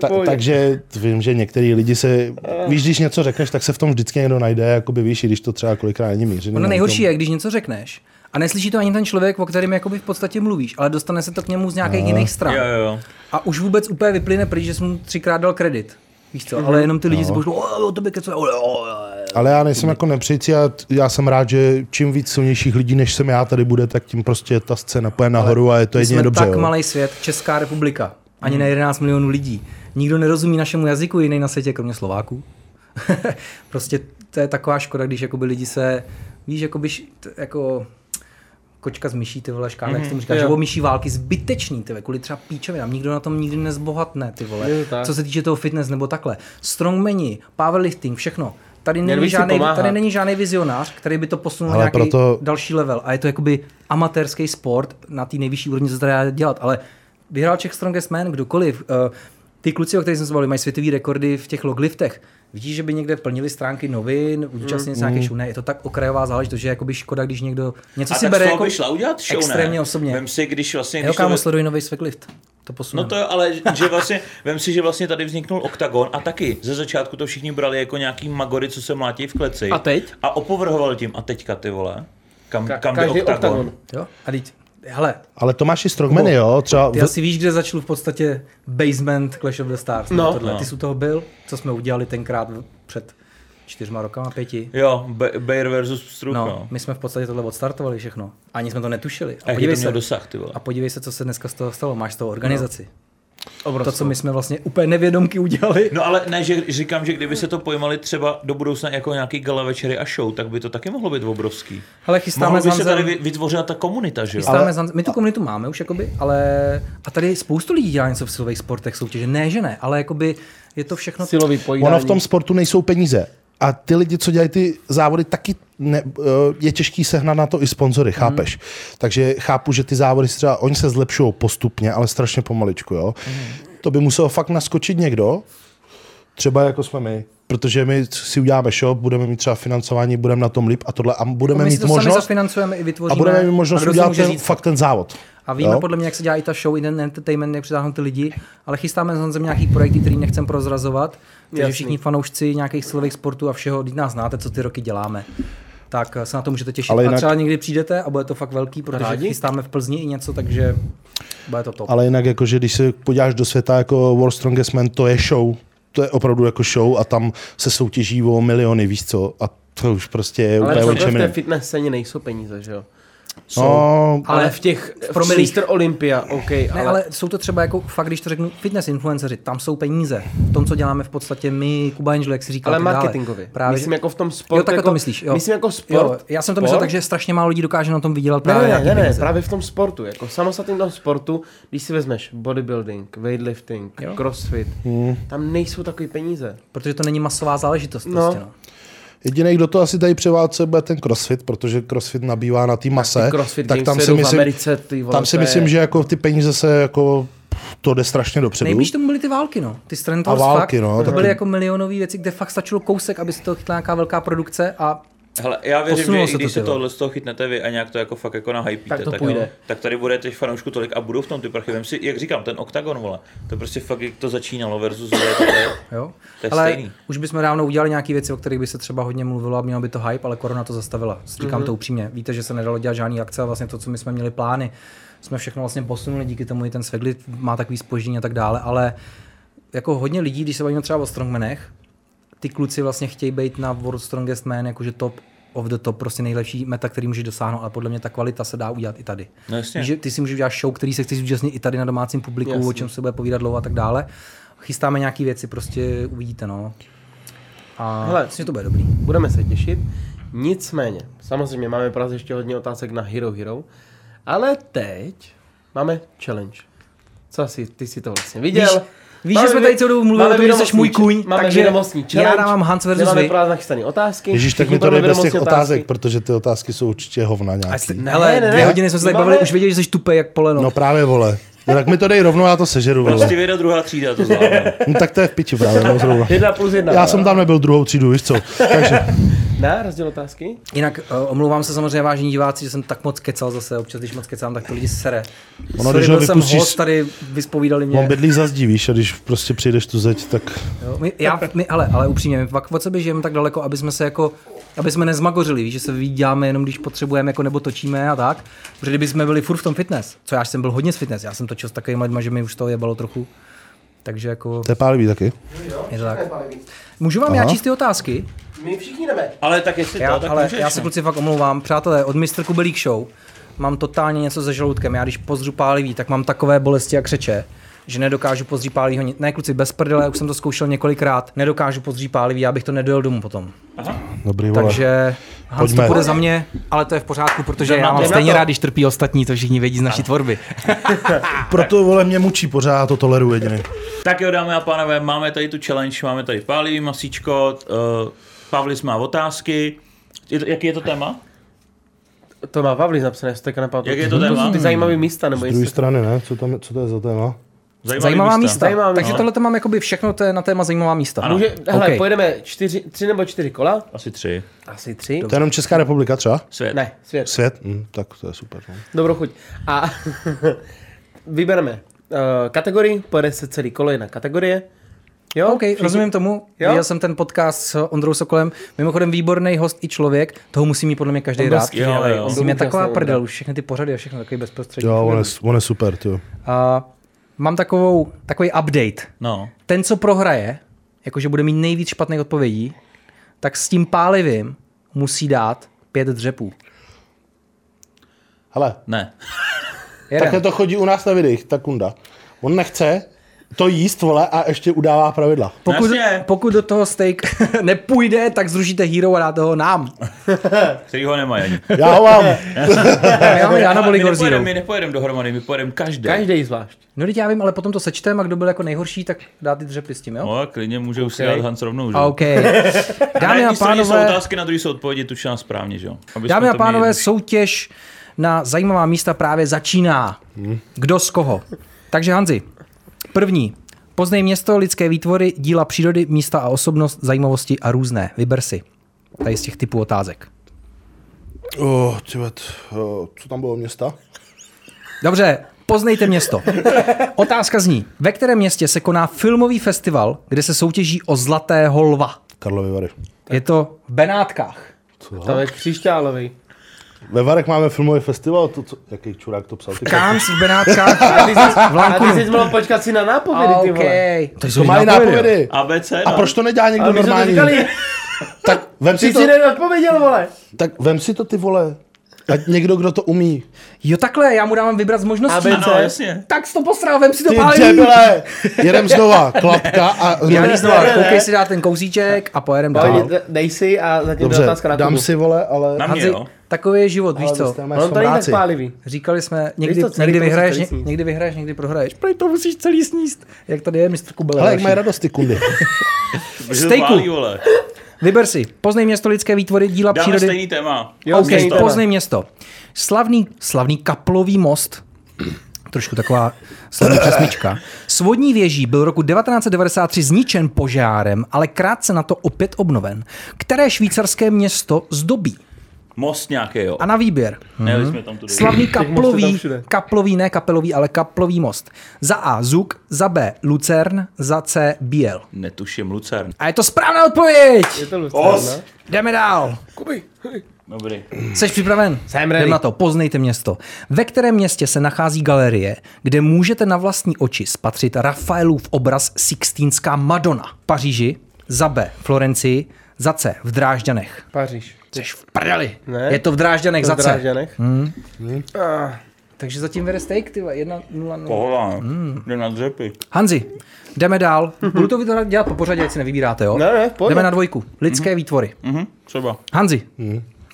Ta, takže vím, že některý lidi se, víš, když něco řekneš, tak se v tom vždycky někdo najde, jakoby víš, i když to třeba kolikrát ani míří.
Ono
na
No, nejhorší
tom.
je, když něco řekneš a neslyší to ani ten člověk, o kterém jakoby v podstatě mluvíš, ale dostane se to k němu z nějakých jiných stran.
Jo, jo, jo.
A už vůbec úplně vyplyne pryč, že jsi mu třikrát dal kredit. Víš co, ale jenom ty lidi si pošlou, "O, o tobě kecuje, o, o, o,
Ale já nejsem jako nepřející a t- já jsem rád, že čím víc silnějších lidí, než jsem já tady bude, tak tím prostě ta scéna poje nahoru a je to
My
jedině
jsme
dobře.
tak
jo.
malý svět, Česká republika, ani na 11 milionů lidí. Nikdo nerozumí našemu jazyku jiný na světě, kromě Slováků. prostě to je taková škoda, když jakoby lidi se, víš, jakoby, š- t- jako kočka z myší, ty vole, škáda, mm, jak
Mhm,
se tomu říká, že o myší války zbytečný, ty vole, kvůli třeba píčovinám, nikdo na tom nikdy nezbohatne, ty
Je
vole,
to tak.
co se týče toho fitness nebo takhle. Strongmeni, powerlifting, všechno. Tady
Měl
není,
bych si
žádný,
pomáhat.
tady není žádný vizionář, který by to posunul
Ale
na nějaký
proto-
další level. A je to jakoby amatérský sport na té nejvyšší úrovni, co se dá dělat. Ale vyhrál Czech Strongest Man, kdokoliv. eh, Ty kluci, o kterých jsme se bavili, mají světové rekordy v těch logliftech. Vidíš, že by někde plnili stránky novin, účastnili
Mm-hmm.
se nějaké show. Ne, je to tak okrajová záležitost, že je jakoby škoda, když někdo něco
A
si
tak
bere
bere
jako
by šla udělat show,
extrémně
ne?
osobně.
Vem si, když vlastně...
Jo,
Když
kámo,
ve-
sleduj nový Swiglift. To posunu.
No to jo, ale že vlastně, vem si, že vlastně tady vzniknul oktagon a taky ze začátku to všichni brali jako nějaký magory, co se mlátí v kleci.
A teď?
A opovrhoval tím. A teďka ty vole. Kam,
Ka-
kam jde
každý
oktagon?
oktagon.
jo? A teď, hele,
Ale to máš i strongmeny, jo? Třeba
ty
v-
asi víš, kde začal v podstatě basement Clash of the Stars.
No.
No, tohle.
No.
No. Ty jsi u toho byl, co jsme udělali tenkrát v- před čtyřma rokama, pěti.
Jo, Be- Bayer versus Struk,
No,
no.
my jsme v podstatě tohle odstartovali všechno. Ani jsme to netušili.
A
A
jaký to
podívej,
měl
se,
dosah, ty vole.
a podívej se, co se dneska z toho stalo. Máš z toho organizaci. No. To,
Obrovskou.
co my jsme vlastně úplně nevědomky udělali.
No ale ne, že říkám, že kdyby se to pojmali třeba do budoucna jako nějaký gala večery a show, tak by to taky mohlo být obrovský.
Ale chystáme
Mohla
s
by se
Hanzem.
tady vy- vytvořila ta komunita, že jo?
Chystáme
Ale-
ale, my tu komunitu máme už, jakoby, ale... A tady spoustu lidí dělá něco v silových sportech soutěže. Ne, že ne, ale jakoby je to všechno...
Silový pojídání.
ono v tom sportu nejsou peníze. A ty lidi, co dělají ty závody, taky ne, eh, je těžký sehnat na to i sponzory,
Mhm.
chápeš? Takže chápu, že ty závody se třeba, oni se zlepšují postupně, ale strašně pomaličku, jo?
Mhm.
To by muselo fakt naskočit někdo, třeba jako jsme my, protože my si uděláme shop, budeme mít třeba financování, budeme na tom líp a tohle a budeme
My si
mít
to sami
možnost
zafinancujeme i vytvoříme.
a budeme mít
a
možnost
kdo si
udělat
může
ten,
říct?
fakt ten závod.
A víme
jo?
podle mě, jak se dělá i ta show, i ten entertainment, jak přitáhnout ty lidi, ale chystáme s Honzem nějaký projekty, který nechcem prozrazovat, takže
Jasný.
všichni fanoušci nějakých silových sportů a všeho, když nás znáte, co ty roky děláme, tak eh, se na to můžete těšit.
Ale
Ale
jinak-
A třeba někdy přijdete a bude to fakt velký, protože
Rádi?
Rádi? chystáme v Plzni i něco, takže bude to top.
Ale jinak, jakože když se podíváš do světa jako World Strongest Man, to je show. To je opravdu jako show a tam se soutěží o miliony, víš co? A to už prostě je
Ale prostě
úplně o
tohle v
něčem
té
jiném.
fitness scéně nejsou peníze, že jo?
No,
Ale v těch v promilích. No, Mr. Olympia, OK,
Ne, ale... ale jsou to třeba jako fakt, když to řeknu, fitness influenceři, tam jsou peníze. V tom, co děláme v podstatě my, Kuba Angel, jak si říkal.
Ale
tak dále.
marketingově.
Právě,
myslím
že-
jako v tom sportu.
Jo, takhle
jako,
to myslíš. Jo.
Myslím jako sport.
Jo, já jsem to myslel
sport.
tak, že strašně málo lidí dokáže na tom vydělat
Ne,
právě
ne,
nějaký
ne, ne,
peníze.
právě v tom sportu, jako samostatným tom sportu, když si vezmeš bodybuilding, weightlifting, jo. crossfit, hmm. tam nejsou takový peníze.
Protože to není masová záležitost. No. Prostě, no.
Jediný, kdo to asi tady převálce, bude ten crossfit, protože crossfit nabývá na té mase.
Ty CrossFit Games jedou v Americe, ty vole,
tam si
to je-
myslím, že jako ty peníze se jako pff, to jde strašně dopředu.
Nejblíž tomu byly ty války, no. Ty Strand
A války,
fakt,
no,
to
taky-
byly jako milionové věci, kde fakt stačilo kousek, aby se to chytla nějaká velká produkce a
Hele, já věřím,
Posunulo
že
se
i když
to,
se
ty vole.
tohle z toho chytnete vy a nějak to jako fakt jako nahypíte,
Tak to
tak,
půjde.
jo, tak tady bude těch fanoušků tolik a budou v tom ty prachy. Vem si, jak říkám, ten oktagon, vole, to prostě fakt jak to začínalo versus E. vole, to je,
jo.
To je
ale
stejný.
už bychom dávno udělali nějaké věci, o kterých by se třeba hodně mluvilo a mělo by to hype, ale korona to zastavila. Říkám mm-hmm.
Mhm.
to upřímně. Víte, že se nedalo dělat žádný akce a vlastně to, co my jsme měli plány, jsme všechno vlastně posunuli, díky tomu i ten Svegli má takový spoždění a tak dále, ale jako hodně lidí, když se bavíme třeba o strongmanech, ty kluci vlastně chtějí být na World Strongest Man, jakože top of the top, prostě nejlepší meta, který můžeš dosáhnout, ale podle mě ta kvalita se dá udělat i tady.
No jasně.
Že ty si můžeš udělat show, který se chceš zúčastnit i tady na domácím publiku, o čem se bude povídat dlouho a tak dále. Chystáme nějaké věci, prostě uvidíte, no. A
Hele.
Hele. myslím, že to bude dobrý.
Budeme se těšit. Nicméně, samozřejmě máme pro vás ještě hodně otázek na Hero Hero, ale teď máme challenge. Co asi, ty si to vlastně viděl.
Víš- víš, že
Máme
jsme
vě-
tady celou dobu mluvili
máme
o tom, že jsi
vědomostní
můj
č-
kuň,
Máme
takže
vědomostní
já
challenge.
dávám Hans versus
Nemáme
vy.
pro vás nachystané otázky.
Ježíš, tak
všichni
mi to
budeme
nejde z těch
vědomostní
otázek,
otázky.
protože ty otázky jsou určitě hovna nějaký.
Ne, ne,
Ale dvě
ne.
hodiny jsme se tady
My
bavili,
máme-
už věděli, že jsi tupej jak poleno.
No právě, vole. No, tak mi to dej rovnou, já to sežeru,
prostě
vole.
věda druhá třída to zvládne.
No, tak to je v piči právě, no, zrovna.
Jedna plus jedna.
Já jsem tam nebyl druhou třídu, víš co? Takže
Ne, rozdíl otázky?
Jinak eh, omlouvám se samozřejmě vážení diváci, že jsem tak moc kecal zase, občas když moc kecám, tak to lidi sere.
Ono,
Sorry,
když ho
byl jsem
vypustíš-
host, tady vyspovídali mě.
on bydlí za zdí, víš, a když prostě přijdeš tu zeď, tak
Jo, My, já, my, ale, ale upřímně, my fakt od sebe žijeme tak daleko, aby jsme se jako, aby jsme nezmagořili, víš, že se vyděláme jenom když potřebujeme, jako nebo točíme a tak. Protože kdyby jsme byli furt v tom fitness, co já jsem byl hodně s fitness, já jsem točil s takovými lidmi, že mi už to jebalo trochu. Takže jako,
to je pálivý taky.
je to tak. Můžu vám Aha. já číst ty otázky?
My všichni jdeme.
Ale tak jestli
Já,
to, tak
ale
můžeš,
já se
no.
kluci fakt omlouvám. Přátelé, od Mr. Kubelík Show mám totálně něco se žaludkem. Já když pozřu pálivý, tak mám takové bolesti jak křeče, že nedokážu pozřít pálivýho. ni- Ne, kluci, bez prdele, už jsem to zkoušel několikrát. Nedokážu pozřít pálivý, já bych to nedojel domů potom.
Dobrý, vole.
Takže Hans
Pojďme.
to bude za mě, ale to je v pořádku, protože
Jdem na
já
to,
mám
jdem na
stejně
to.
rád, když trpí ostatní, to všichni vědí z naší tvorby.
Proto, vole, mě mučí pořád, já to toleruji jediný.
Tak jo, dámy a pánové, máme tady tu challenge, máme tady pálivý masíčko, uh, Pavlis má otázky. Je to, jaký je to téma?
To má Pavlis napsané, jestli to nepamatuju.
Jak je to
To
téma?
jsou ty zajímavé místa, nebo
Z druhé
jestli...
strany, ne? Co, tam, co to je za téma?
Zajímavý
Zajímavá místa.
Zajímavá
Takže
místa.
tohle to mám jakoby všechno to je na téma zajímavá místa.
Ano.
Může, hele,
Okej.
pojedeme čtyři, tři nebo čtyři kola?
Asi tři.
Asi tři.
To je jenom Česká republika třeba?
Svět.
Ne, svět.
Svět? Hm, tak to je super. No.
Dobrou chuť. A vybereme uh, kategorii, pojede se celý kolo jedna kategorie. Jo?
OK, rozumím tomu.
Jo?
Jo? Viděl jsem ten podcast s Ondrou Sokolem. Mimochodem výborný host i člověk. Toho musí mít podle mě každý
Ondra
rád.
skvělej,
Jo, jo.
On
Ondra
mě
úžasný,
taková
Ondra.
prdel, už všechny ty pořady a všechno takový bezprostřední.
Jo, on je, on je super, jo.
A mám takovou, takový update.
No.
Ten, co prohraje, jakože bude mít nejvíc špatných odpovědí, tak s tím pálivým musí dát pět dřepů.
Hele,
Ne.
Jeden.
takhle to chodí u nás na videích, ta kunda. On nechce to jíst, vole, a ještě udává pravidla.
Pokud,
Jasně.
pokud do toho steak nepůjde, tak zrušíte hero a dáte ho nám.
Který ho nemají ani.
Já ho mám.
Já mám Jana
my,
Bolík Horse
nepojedeme,
Hero.
my nepojedeme dohromady, my pojedeme každý.
Každý zvlášť.
No teď já vím, ale potom to sečtem a kdo byl jako nejhorší, tak dá ty dřepy s tím, jo?
No, klidně může okay. si dát Hans rovnou, že?
A OK.
Na
Dámy a
jedné no. straně jsou
pánové,
otázky, na druhé jsou odpovědi, tuším správně, že jo? Aby
dámy
jsme
a
to měli
pánové,
jednodušší.
soutěž na zajímavá místa právě začíná.
Hmm.
Kdo z koho? Takže Hanzi, první. Poznej město, lidské výtvory, díla přírody, místa a osobnost, zajímavosti a různé. Vyber si. Tady z těch typů otázek.
Oh, tyvet, oh, co tam bylo města?
Dobře, poznejte město. Otázka zní, ve kterém městě se koná filmový festival, kde se soutěží o zlatého lva?
Karlovy Vary.
Je to v Benátkách.
Tam je křišťálový.
Ve Varech máme filmový festival, to, co, jaký čurák to psal? Ty,
Káns v Benátkách.
Ah,
A ty jsi, a ty jsi mohl počkat si na nápovědy, ty vole.
To
to
jsou
mají nápovědy.
ABC,
A proč to nedělá někdo
Ale my jsme to
normální?
říkali,
Tak vem si
ty
to,
jsi neodpověděl, vole.
tak vem si to ty vole. Ať někdo, kdo to umí.
Jo takhle, já mu dávám vybrat z možností.
ABC.
No, jasně.
Tak si to posral, vem si to
Ty
pálení.
debile! Jedem znova, klapka a...
Já nic
Ne, ne,
znova,
ne.
koukej si dát ten kouzíček a pojedem
Ale
dál.
d- dej si a zatím Dobře,
Dobře,
otázka na
dám
Kubu.
si vole, ale...
Na mě,
Hanzi,
jo.
takový je život, víš
ale
co?
dostaneme
Ale on to není tak
práci.
pálivý.
Říkali jsme, někdy,
to celý,
někdy,
to musíš
vyhraješ,
celý
ně-
sníst.
někdy vyhraješ, někdy prohraješ. Proč to musíš celý sníst? Jak tady je mistr Kubel.
Hele, jak
další.
mají radost ty kundy.
Že to
Stejku.
pálí, vole.
Vyber si. Poznej město lidské výtvory, díla
Dáme
přírody.
stejný téma.
Jo,
OK,
stejný téma.
Poznej město. Slavný, slavný kaplový most, trošku taková slavná přesmička. S vodní věží byl roku 1993 zničen požárem, ale krátce na to opět obnoven. Které švýcarské město zdobí?
Most nějaký, jo.
A na výběr.
Nejeli jsme tam tu dobu.
Slavný
mostů tam
kaplový,
všude.
kaplový, ne kapelový, ale kaplový most. Za A Zuk, za B Lucern, za C Biel.
Netuším, Lucern.
A je to správná odpověď!
Je to no. Lucerna.
Jdeme dál.
Kuby.
Dobrý.
Jsi připraven?
Jsem ready.
Jdem na to, poznejte město. Ve kterém městě se nachází galerie, kde můžete na vlastní oči spatřit Rafaelův obraz Sixtínská Madonna? V Paříži, za B Florencii, za C v Drážďanech.
Paříž.
Jsi v prdeli.
Ne.
Je to v Drážďanech,
V
za C.
Drážďanech.
Takže zatím vede steak, ty 1 0 0.
Pohoda.
Hmm.
Jde na dřepy.
Hanzi, jdeme dál. Budu to vydat- dělat po pořadě, ať si nevybíráte, jo?
Ne, ne, v pohodě.
Jdeme na dvojku. Lidské výtvory.
Mhm, třeba.
Hanzi,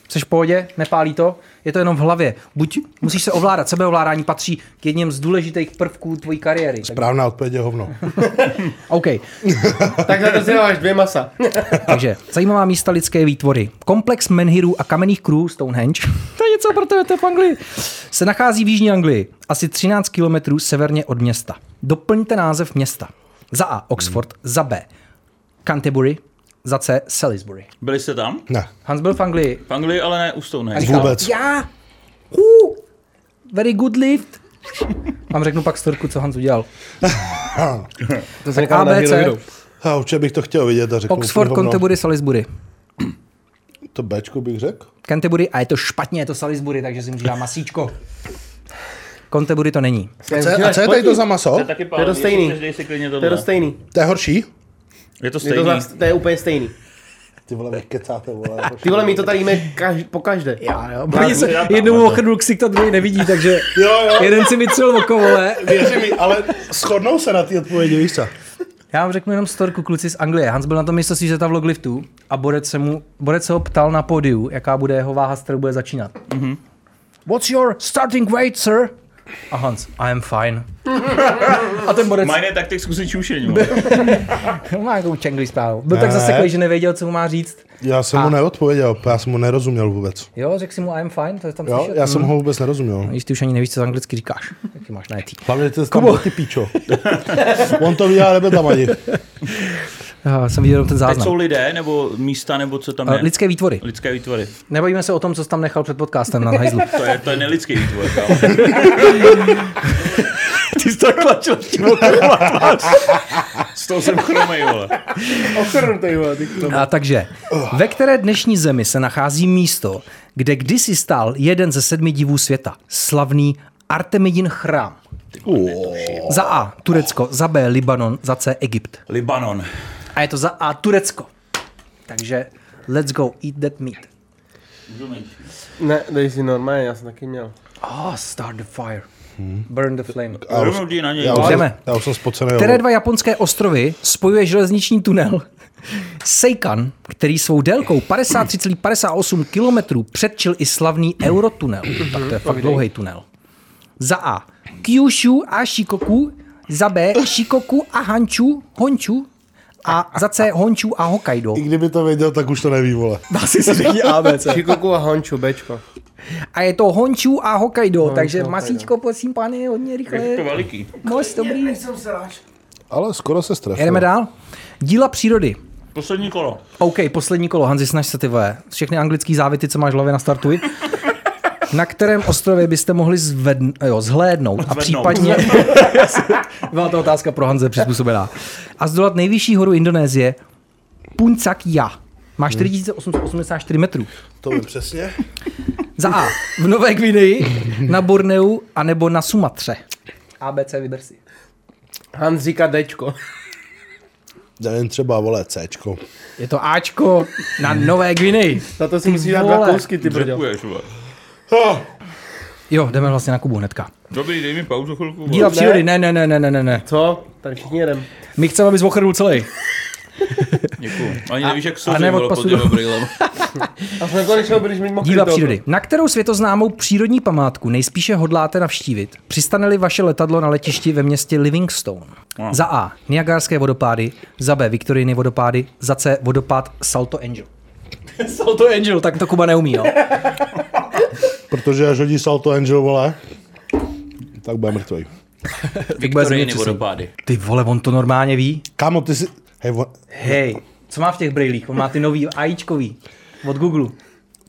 jsi v pohodě, nepálí to, je to jenom v hlavě. Buď musíš se ovládat, sebeovládání patří k jedním z důležitých prvků tvojí kariéry. Tak,
Správná odpověď je hovno.
OK,
Tak za to si dáváš dvě masa.
takže zajímavá místa lidské výtvory. Komplex menhirů a kamenných krů Stonehenge, to je něco pro tebe, to je v Anglii, se nachází v Jižní Anglii, asi 13 kilometrů severně od města. Doplňte název města. Za A. Oxford, za B. Canterbury, za C. Salisbury.
Byli jste tam?
Ne,
Hans byl v Anglii,
V Anglii, ale ne u Stonehenge.
říkal,
Vůbec.
Já. Uh, very good lift. Vám řeknu pak storku, co Hans udělal.
To
Tak ABC,
a určitě bych to chtěl vidět a řeknu
Oxford,
úplně hovno.
Canterbury, Salisbury.
To Bčko bych řekl.
Canterbury, a je to špatně, je to Salisbury, takže si můžu dát masíčko. Canterbury to není.
A co, je- a co je tady to za maso?
To je taky pálí.
to stejný.
jestli chceš, dej si klidně
To je to
tohle.
stejný.
To je horší?
Je to
Je to,
stejný.
zas, to je úplně stejný.
Ty vole, vy kecáte, vole.
Ty vole, my to tady jíme kaž, po každé. Já, jo.
Oni se jednomu ochrnul ksik, to druhý nevidí, takže
Jo, jo.
jeden si vytřel oko, vole.
Věřím mi, ale shodnou se na ty odpovědi, víš co?
Já vám řeknu jenom storku kluci z Anglie. Hans byl na tom místo svířata v logliftu a Borec se, mu, Borec se ho ptal na pódiu, jaká bude jeho váha, s kterou bude začínat. Mm-hmm. What's your starting weight, sir? A Hans, I am fine. a ten Borec
Mine je taktik zkusit čušení.
má nějakou čenglí zprávu. Byl tak zaseklý, že nevěděl, co mu má říct.
Já jsem mu neodpověděl, já jsem mu nerozuměl vůbec.
Jo, řekl si mu I am fine, to je tam
Jo,
slyšet. Mm.
já jsem ho vůbec nerozuměl.
Když ty už ani nevíš, co anglicky říkáš, tak ty máš najetý.
Hlavně ty tam byl ty píčo. On to viděl, nebyl tam ani.
Já jsem viděl jenom ten
Teď jsou
záznam.
lidé, nebo místa, nebo co tam
Eh,
je?
Lidské výtvory.
Lidské výtvory.
Nebojíme se o tom, co jsi tam nechal před podcastem na hajzlu.
To je, to je nelidský výtvor, kámo.
Ty jsi to tlačil
Z toho jsem chromej, vole.
Ochrnutej, vole, ty kdo.
A takže, ve které dnešní zemi se nachází místo, kde kdysi stál jeden ze sedmi divů světa, slavný Artemidin chrám? Za A Turecko, za B Libanon, za C Egypt.
Libanon.
A je to za A Turecko. Takže let's go eat that meat.
Ne, dej si normálně, já jsem taky měl.
Ah, start the fire. Burn the flame.
Rovnou jdi na něj.
Já už, jsem,
Jdeme.
já už jsem spocený.
Které dva japonské ostrovy spojuje železniční tunel? Seikan, který svou délkou 53,58 km předčil i slavný Eurotunel. Tak to je fakt dlouhý tunel. Za A. Kyushu a Shikoku. Za B. Shikoku a Hanchu. Honchu. A za C. Honchu a Hokkaido.
I kdyby to věděl, tak už to neví, vole.
Asi si řekni ABC.
Šikoku a Honču, Bčko.
A je to Honchu a Hokkaido. takže masíčko, prosím, pane, hodně rychle.
Je to veliký.
Moc dobrý.
Ale skoro se strefil.
Jedeme dál. Díla přírody.
Poslední kolo.
OK, poslední kolo, Hanzi, snaž se ty vole. Všechny anglické závity, co máš v hlavě, nastartuj. Na kterém ostrově byste mohli zvedn- jo, zhlédnout a
Zvednout.
případně... Byla to otázka pro Hanze přizpůsobená. A zdolat nejvyšší horu Indonésie, Puncakia. Má 4884 metrů.
To vím přesně.
Za A. V Nové Gvineji, na Borneu, anebo na Sumatře. ABC vyber si.
Hans říká Dčko.
Nevím, třeba, vole, Cčko.
Je to Ačko na Nové Gvineji.
Za to si musíš dát
vole.
dva kousky, ty brďo.
Dřepuješ, vole.
Jo, jdeme vlastně na Kubu hnedka.
Dobrý, dej mi pauzu chvilku.
Díla přírody, ne, ne, ne, ne, ne, ne, ne.
Co? Tady všichni jedem.
My chceme, abys ochrnul celý.
Děkuju. Ani nevíš, jak jsou
ne,
bylo pod
odpasuju.
těma brýlema.
A jsme konečně byli mít mokrý
Díla
top.
přírody. Na kterou světoznámou přírodní památku nejspíše hodláte navštívit? Přistaneli vaše letadlo na letišti ve městě Livingstone. Za A. Niagarské vodopády, za B. Viktoriny vodopády, za C. Vodopád Salto Angel. Salto Angel, tak to Kuba neumí, no. jo.
Protože až hodí Salto Angel, vole, tak bude mrtvý.
Viktoriny
zemětřesení.
vodopády.
Ty vole, on to normálně ví.
Kámo, ty si... Hej, on,
Hej, co má v těch brýlích? On má ty nový AIčkový od Google.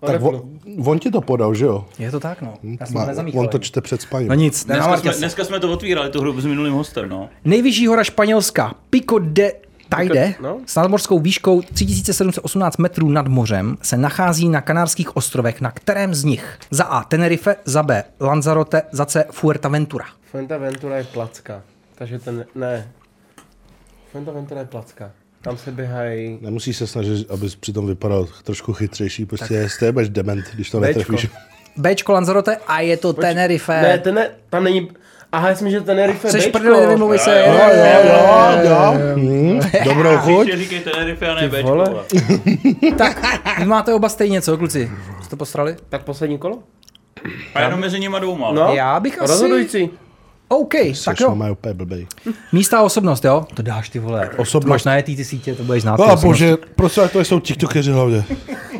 tak on, on, ti to podal, že jo?
Je to tak, no. Já jsem
Má-
to nezamíchal.
on to čte před spaním.
No nic, ne,
Dneska
na
jsme,
Marťase.
dneska jsme to otvírali, tu hru s minulým hostem, no.
Nejvyšší hora Španělska, Pico de Tajde,
Pico- no.
s nadmořskou výškou 3718 metrů nad mořem, se nachází na Kanárských ostrovech, na kterém z nich? Za A Tenerife, za B Lanzarote, za C Fuerteventura.
Fuerteventura je placka. Takže ten, ne. Fuerteventura je placka. Tam se běhají...
Nemusíš se snažit, abys přitom vypadal trošku chytřejší, prostě tak. jste budeš dement, když to netrefíš.
Bčko Lanzarote a je to Tenerife.
Ne, ten ne, tam není... Aha, já jsem, že ten je rychle
Seš
Bčko.
prdeli, nevymluví se.
Jo, jo, jo, jo. Hm, Dobrou chuť.
Ještě říkej Tenerife a ne Bčko.
vole.
vole.
Vy máte oba stejně, co kluci? Jste to posrali?
Tak poslední kolo?
A jenom mezi nima dvouma.
No,
Já bych asi-
Rozhodující.
OK, tak
Seš
jo.
normálně úplně blbej.
Místa a osobnost, jo? To dáš ty vole.
Osobnost.
To máš najetý ty sítě, to budeš znát. ty
No a
osobnosti.
bože, prostě jak to jsou tiktokeři hlavně.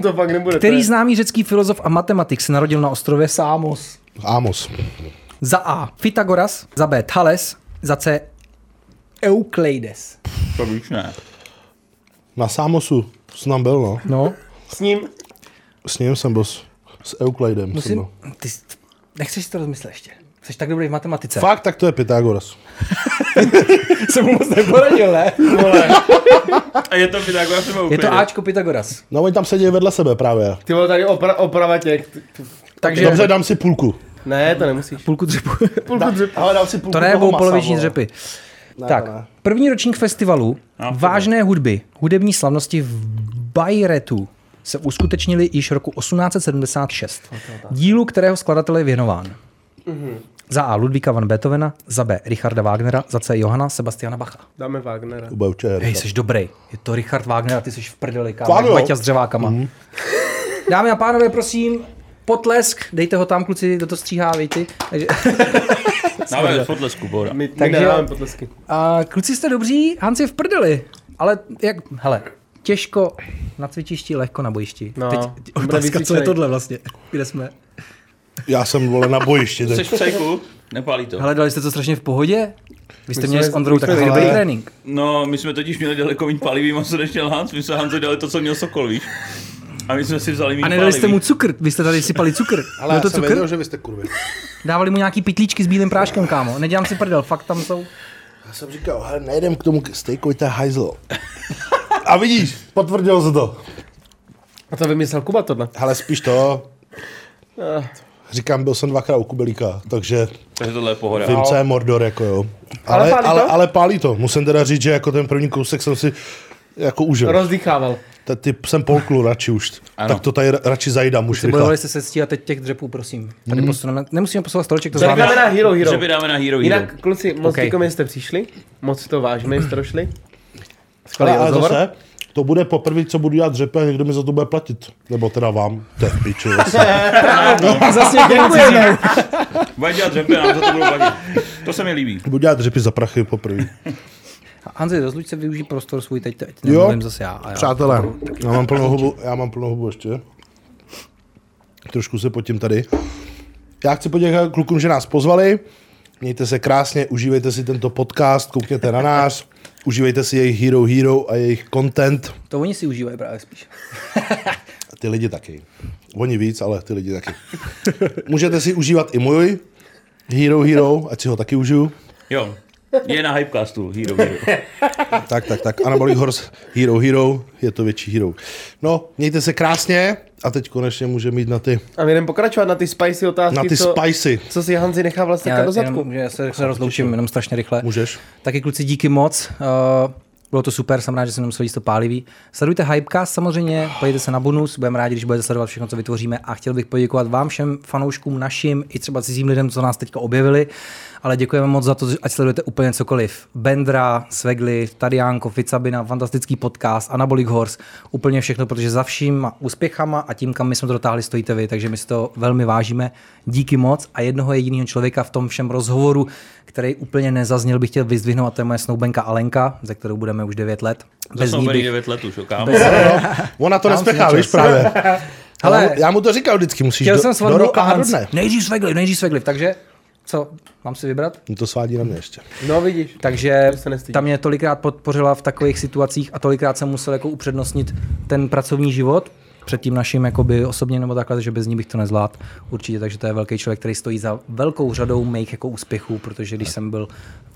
To pak nebude.
Který
to
známý řecký filozof a matematik se narodil na ostrově Samos?
Amos.
Za A. Pythagoras, za B. Thales, za C. Eukleides.
To víš, ne.
Na Samosu jsem tam byl, no.
No,
je. S ním
S ním jsem byl. S s Euklidem jsem
musím...
byl.
Ty s- nechceš si to rozmyslet ještě. Jsi tak dobrý v matematice.
Fakt, tak to je Pythagoras.
jsem mu moc neporadil, ne?
A je to Pythagoras nebo
Je to
Euklidec?
Ačko Pythagoras.
No, oni tam sedí vedle sebe právě.
Ty vole, tady opra- oprava těch. t- t-
Takže
Dobře, dám si půlku.
Ne, to nemusíš.
půlku dřepu.
Půlku dřep.
Ale dám si půlku
To ne,
toho
budou
masa,
poloviční
vole.
dřepy.
Ne,
tak,
to ne.
první ročník festivalu
No, to
vážné hudby, hudební slavnosti v Bajretu se uskutečnili již roku 1876. Dílu, kterého skladatel je věnován.
Mhm.
Za A. Ludvíka van Beethovena, za B. Richarda Wagnera, za C. Johana Sebastiana Bacha.
Dáme Wagnera.
To bude určitě
Hej,
herda.
jsi dobrý. Je to Richard Wagner a ty jsi v prdeli,
Fakt
kámo.
jo?
Baťa s dřevákama.
Mhm.
Dámy a pánové, prosím, potlesk, dejte ho tam, kluci, kdo to stříhá, víte. Takže...
Dáme fotlesku, Bora.
My, my
Takže-
nedáme potlesky.
A kluci jste dobří, Hans je v prdeli, ale jak, hele, těžko na cvičišti, lehko na bojišti.
No,
Teď,
bude
otázka, co je
vycvičený.
tohle vlastně, kde jsme?
Já jsem, vole, na bojišti.
Jsi
teď.
v cejku? Nepálí to.
Hele, dali jste to strašně v pohodě? Vy jste
My
měli
jsme-
s Ondrou
my jsme
takový
ale-
dobrý trénink.
No, my jsme totiž měli daleko méně palivým a srdečně Hans, my jsme Hanzo dali to, co měl Sokol, víš? A my jsme si vzali méně
A nedali jste mu cukr, vy jste tady sypali cukr.
Ale
Byl
já
No to
jsem
cukr?
věděl, že vy jste kurvy.
Dávali mu nějaký pitlíčky s bílým práškem, kámo. Nedělám si prdel, fakt tam jsou.
Já jsem říkal, hele, nejdem k tomu stejku, to je hajzl. A vidíš, potvrdil se to.
A to vymyslel Kuba tohle.
Hele, spíš to. Říkám, byl jsem dvakrát u Kubelíka, takže
Takže tohle je pohoda.
vím, co je Mordor, jako jo.
No. Ale
Ale, ale,
pálí to?
ale, ale pálí to. Musím teda říct, že jako ten první kousek jsem si jako užil. Roz...
Rozdýchával.
Ty jsem polklu radši už. Ano. Tak to tady ra- radši zajdám už rychle.
Bojovali jste se stíhat teď těch dřepů, prosím. Tady posuneme, nemusíme posouvat stoleček, to
Tak
zvládneme.
dáme na Hero Hero.
Že by dáme na Hero Hero.
Jinak, kluci, moc
Ok.
okay. díky, jste přišli. Moc si to vážíme, že jste došli. Skvělý
Ale, ale
rozhovor.
zase, to bude poprvé, co budu dělat dřepe, někdo mi za to bude platit. Nebo teda vám. To je v piči, vlastně.
Zase děkujeme.
Bude dělat řepy, nám za to budou vadit. To se mi líbí.
Budu dělat dřepy za prachy poprvé.
Hanzi, rozluč se, využij prostor svůj teď, teď
Jo,
nemluvím zase já. A já.
přátelé, já mám plnou hubu, já mám plnou hubu ještě. Trošku se potím tady. Já chci poděkovat klukům, že nás pozvali. Mějte se krásně, užívejte si tento podcast, koukněte na nás, užívejte si jejich Hero Hero a jejich content.
To oni si užívají právě spíš.
A ty lidi taky. Oni víc, ale ty lidi taky. Můžete si užívat i můj Hero Hero, ať si ho taky užiju.
Jo. Je na Hypecastu Hero Hero.
Tak, tak, tak. Anabolic Horse Hero Hero, je to větší hero. No, mějte se krásně a teď konečně můžeme jít na ty
A my jdeme pokračovat na ty spicy otázky,
Na ty
co,
spicy.
co si Hanzi nechá vlastně do zadku.
jenom, že já se, se rozloučím jenom strašně rychle.
Můžeš.
Taky kluci díky moc. Uh, Bylo to super, jsem rád, že jsem nemusel jíst to pálivý. Sledujte Hypecast samozřejmě, pojďte se na bonus, budeme rádi, když budete sledovat všechno, co vytvoříme a chtěl bych poděkovat vám všem fanouškům našim i třeba cizím lidem, co nás teďka objevili, ale děkujeme moc za to, že- ať sledujete úplně cokoliv. Bendra, Svegli, Tadiánko, Ficabina, fantastický podcast, Anabolic Horse, úplně všechno, protože za vším úspěchama a tím, kam my jsme to dotáhli, stojíte vy, takže my si to velmi vážíme. Díky moc a jednoho jediného člověka v tom všem rozhovoru, který úplně nezazněl, bych chtěl vyzdvihnout, a to je moje snoubenka Alenka, ze kterou budeme už 9 let.
To
Bez
jsem
ní
byli
bych...
9 let už, jo, kámo.
Ona to
Tam si
nespěchá,
začal
víš, právě.
Ale-
Ale já mu to říkal vždycky, musíš
Chtěl
do,
jsem
do
svadbu
roka a do
Alenc.
dne.
Nejdřív Svegliv, nejdřív Svegliv, takže co, mám si vybrat?
No To svádí na mě ještě.
No vidíš.
Takže
To se nestydí.
ta mě tolikrát podpořila v takových situacích a tolikrát jsem musel jako upřednostnit ten pracovní život před tím naším jakoby osobně nebo takhle, že bez ní bych to nezvládl určitě, takže to je velký člověk, který stojí za velkou řadou mých jako úspěchů, protože když jsem byl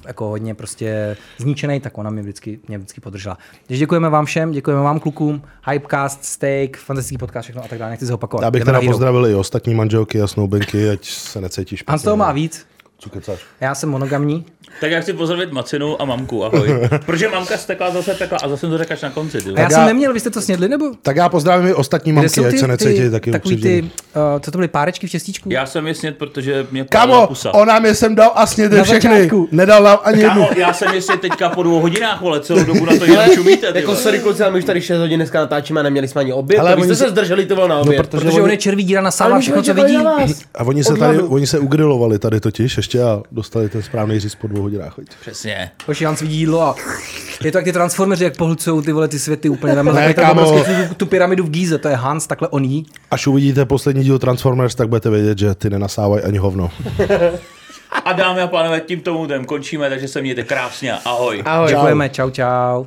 jako hodně prostě zničený, tak ona mě vždycky, mě vždycky podržela. Takže děkujeme vám všem, děkujeme vám klukům, Hypecast, Steak, fantastický podcast, všechno a tak dále, nechci se opakovat.
Já bych
Jdeme
teda
na Hero.
pozdravil i ostatní manželky a snoubenky, ať se necítíš špatně.
Hans toho má víc,
Co kecáš?
já jsem monogamní,
Tak já chci pozdravit Macinu a mamku, ahoj. Protože mamka stekla, zase pekla a zase to řekaš na konci, ty.
a já,
já-
jsem neměl, vy jste to snědli nebo?
Tak já pozdravím i ostatní mamky, ať se necítí taky
takový ty,
upřímně.
uh, co to byly, párečky v těstíčku?
Já jsem je snět, protože mě padla
Kamo,
pusa.
ona mě sem dal a snědl
Na
všechny.
začátku.
Nedal nám ani jednu.
Kámo, já jsem ještě teďka po dvou hodinách, vole, celou dobu na to jenom čumíte, ty
Jako
vole.
sorry kluci, ale my už tady 6 hodin dneska natáčíme a neměli jsme ani oběd.
Ale
Ale vy
oni
jste
se-
se zdrželi to bylo
No,
na oběd.
protože
Protože on je červí díra na sála, všechno, co vidí.
A oni se, tady, oni se ugrilovali tady totiž ještě a dostali ten správný říz po dvou hodinách. Pojď.
Přesně.
Hoši, Hans vidí jídlo a je to jak ty transformeři, jak pohlcují ty vole ty světy úplně. Tam
Ne,
ne,
kámo.
kámo. Tu, tu, pyramidu v Gíze, to je Hans, takhle on jí.
Až uvidíte poslední díl Transformers, tak budete vědět, že ty nenasávají ani hovno.
A dámy a pánové, tímto moudem končíme, takže se mějte krásně. Ahoj.
Ahoj.
Děkujeme, čau, čau.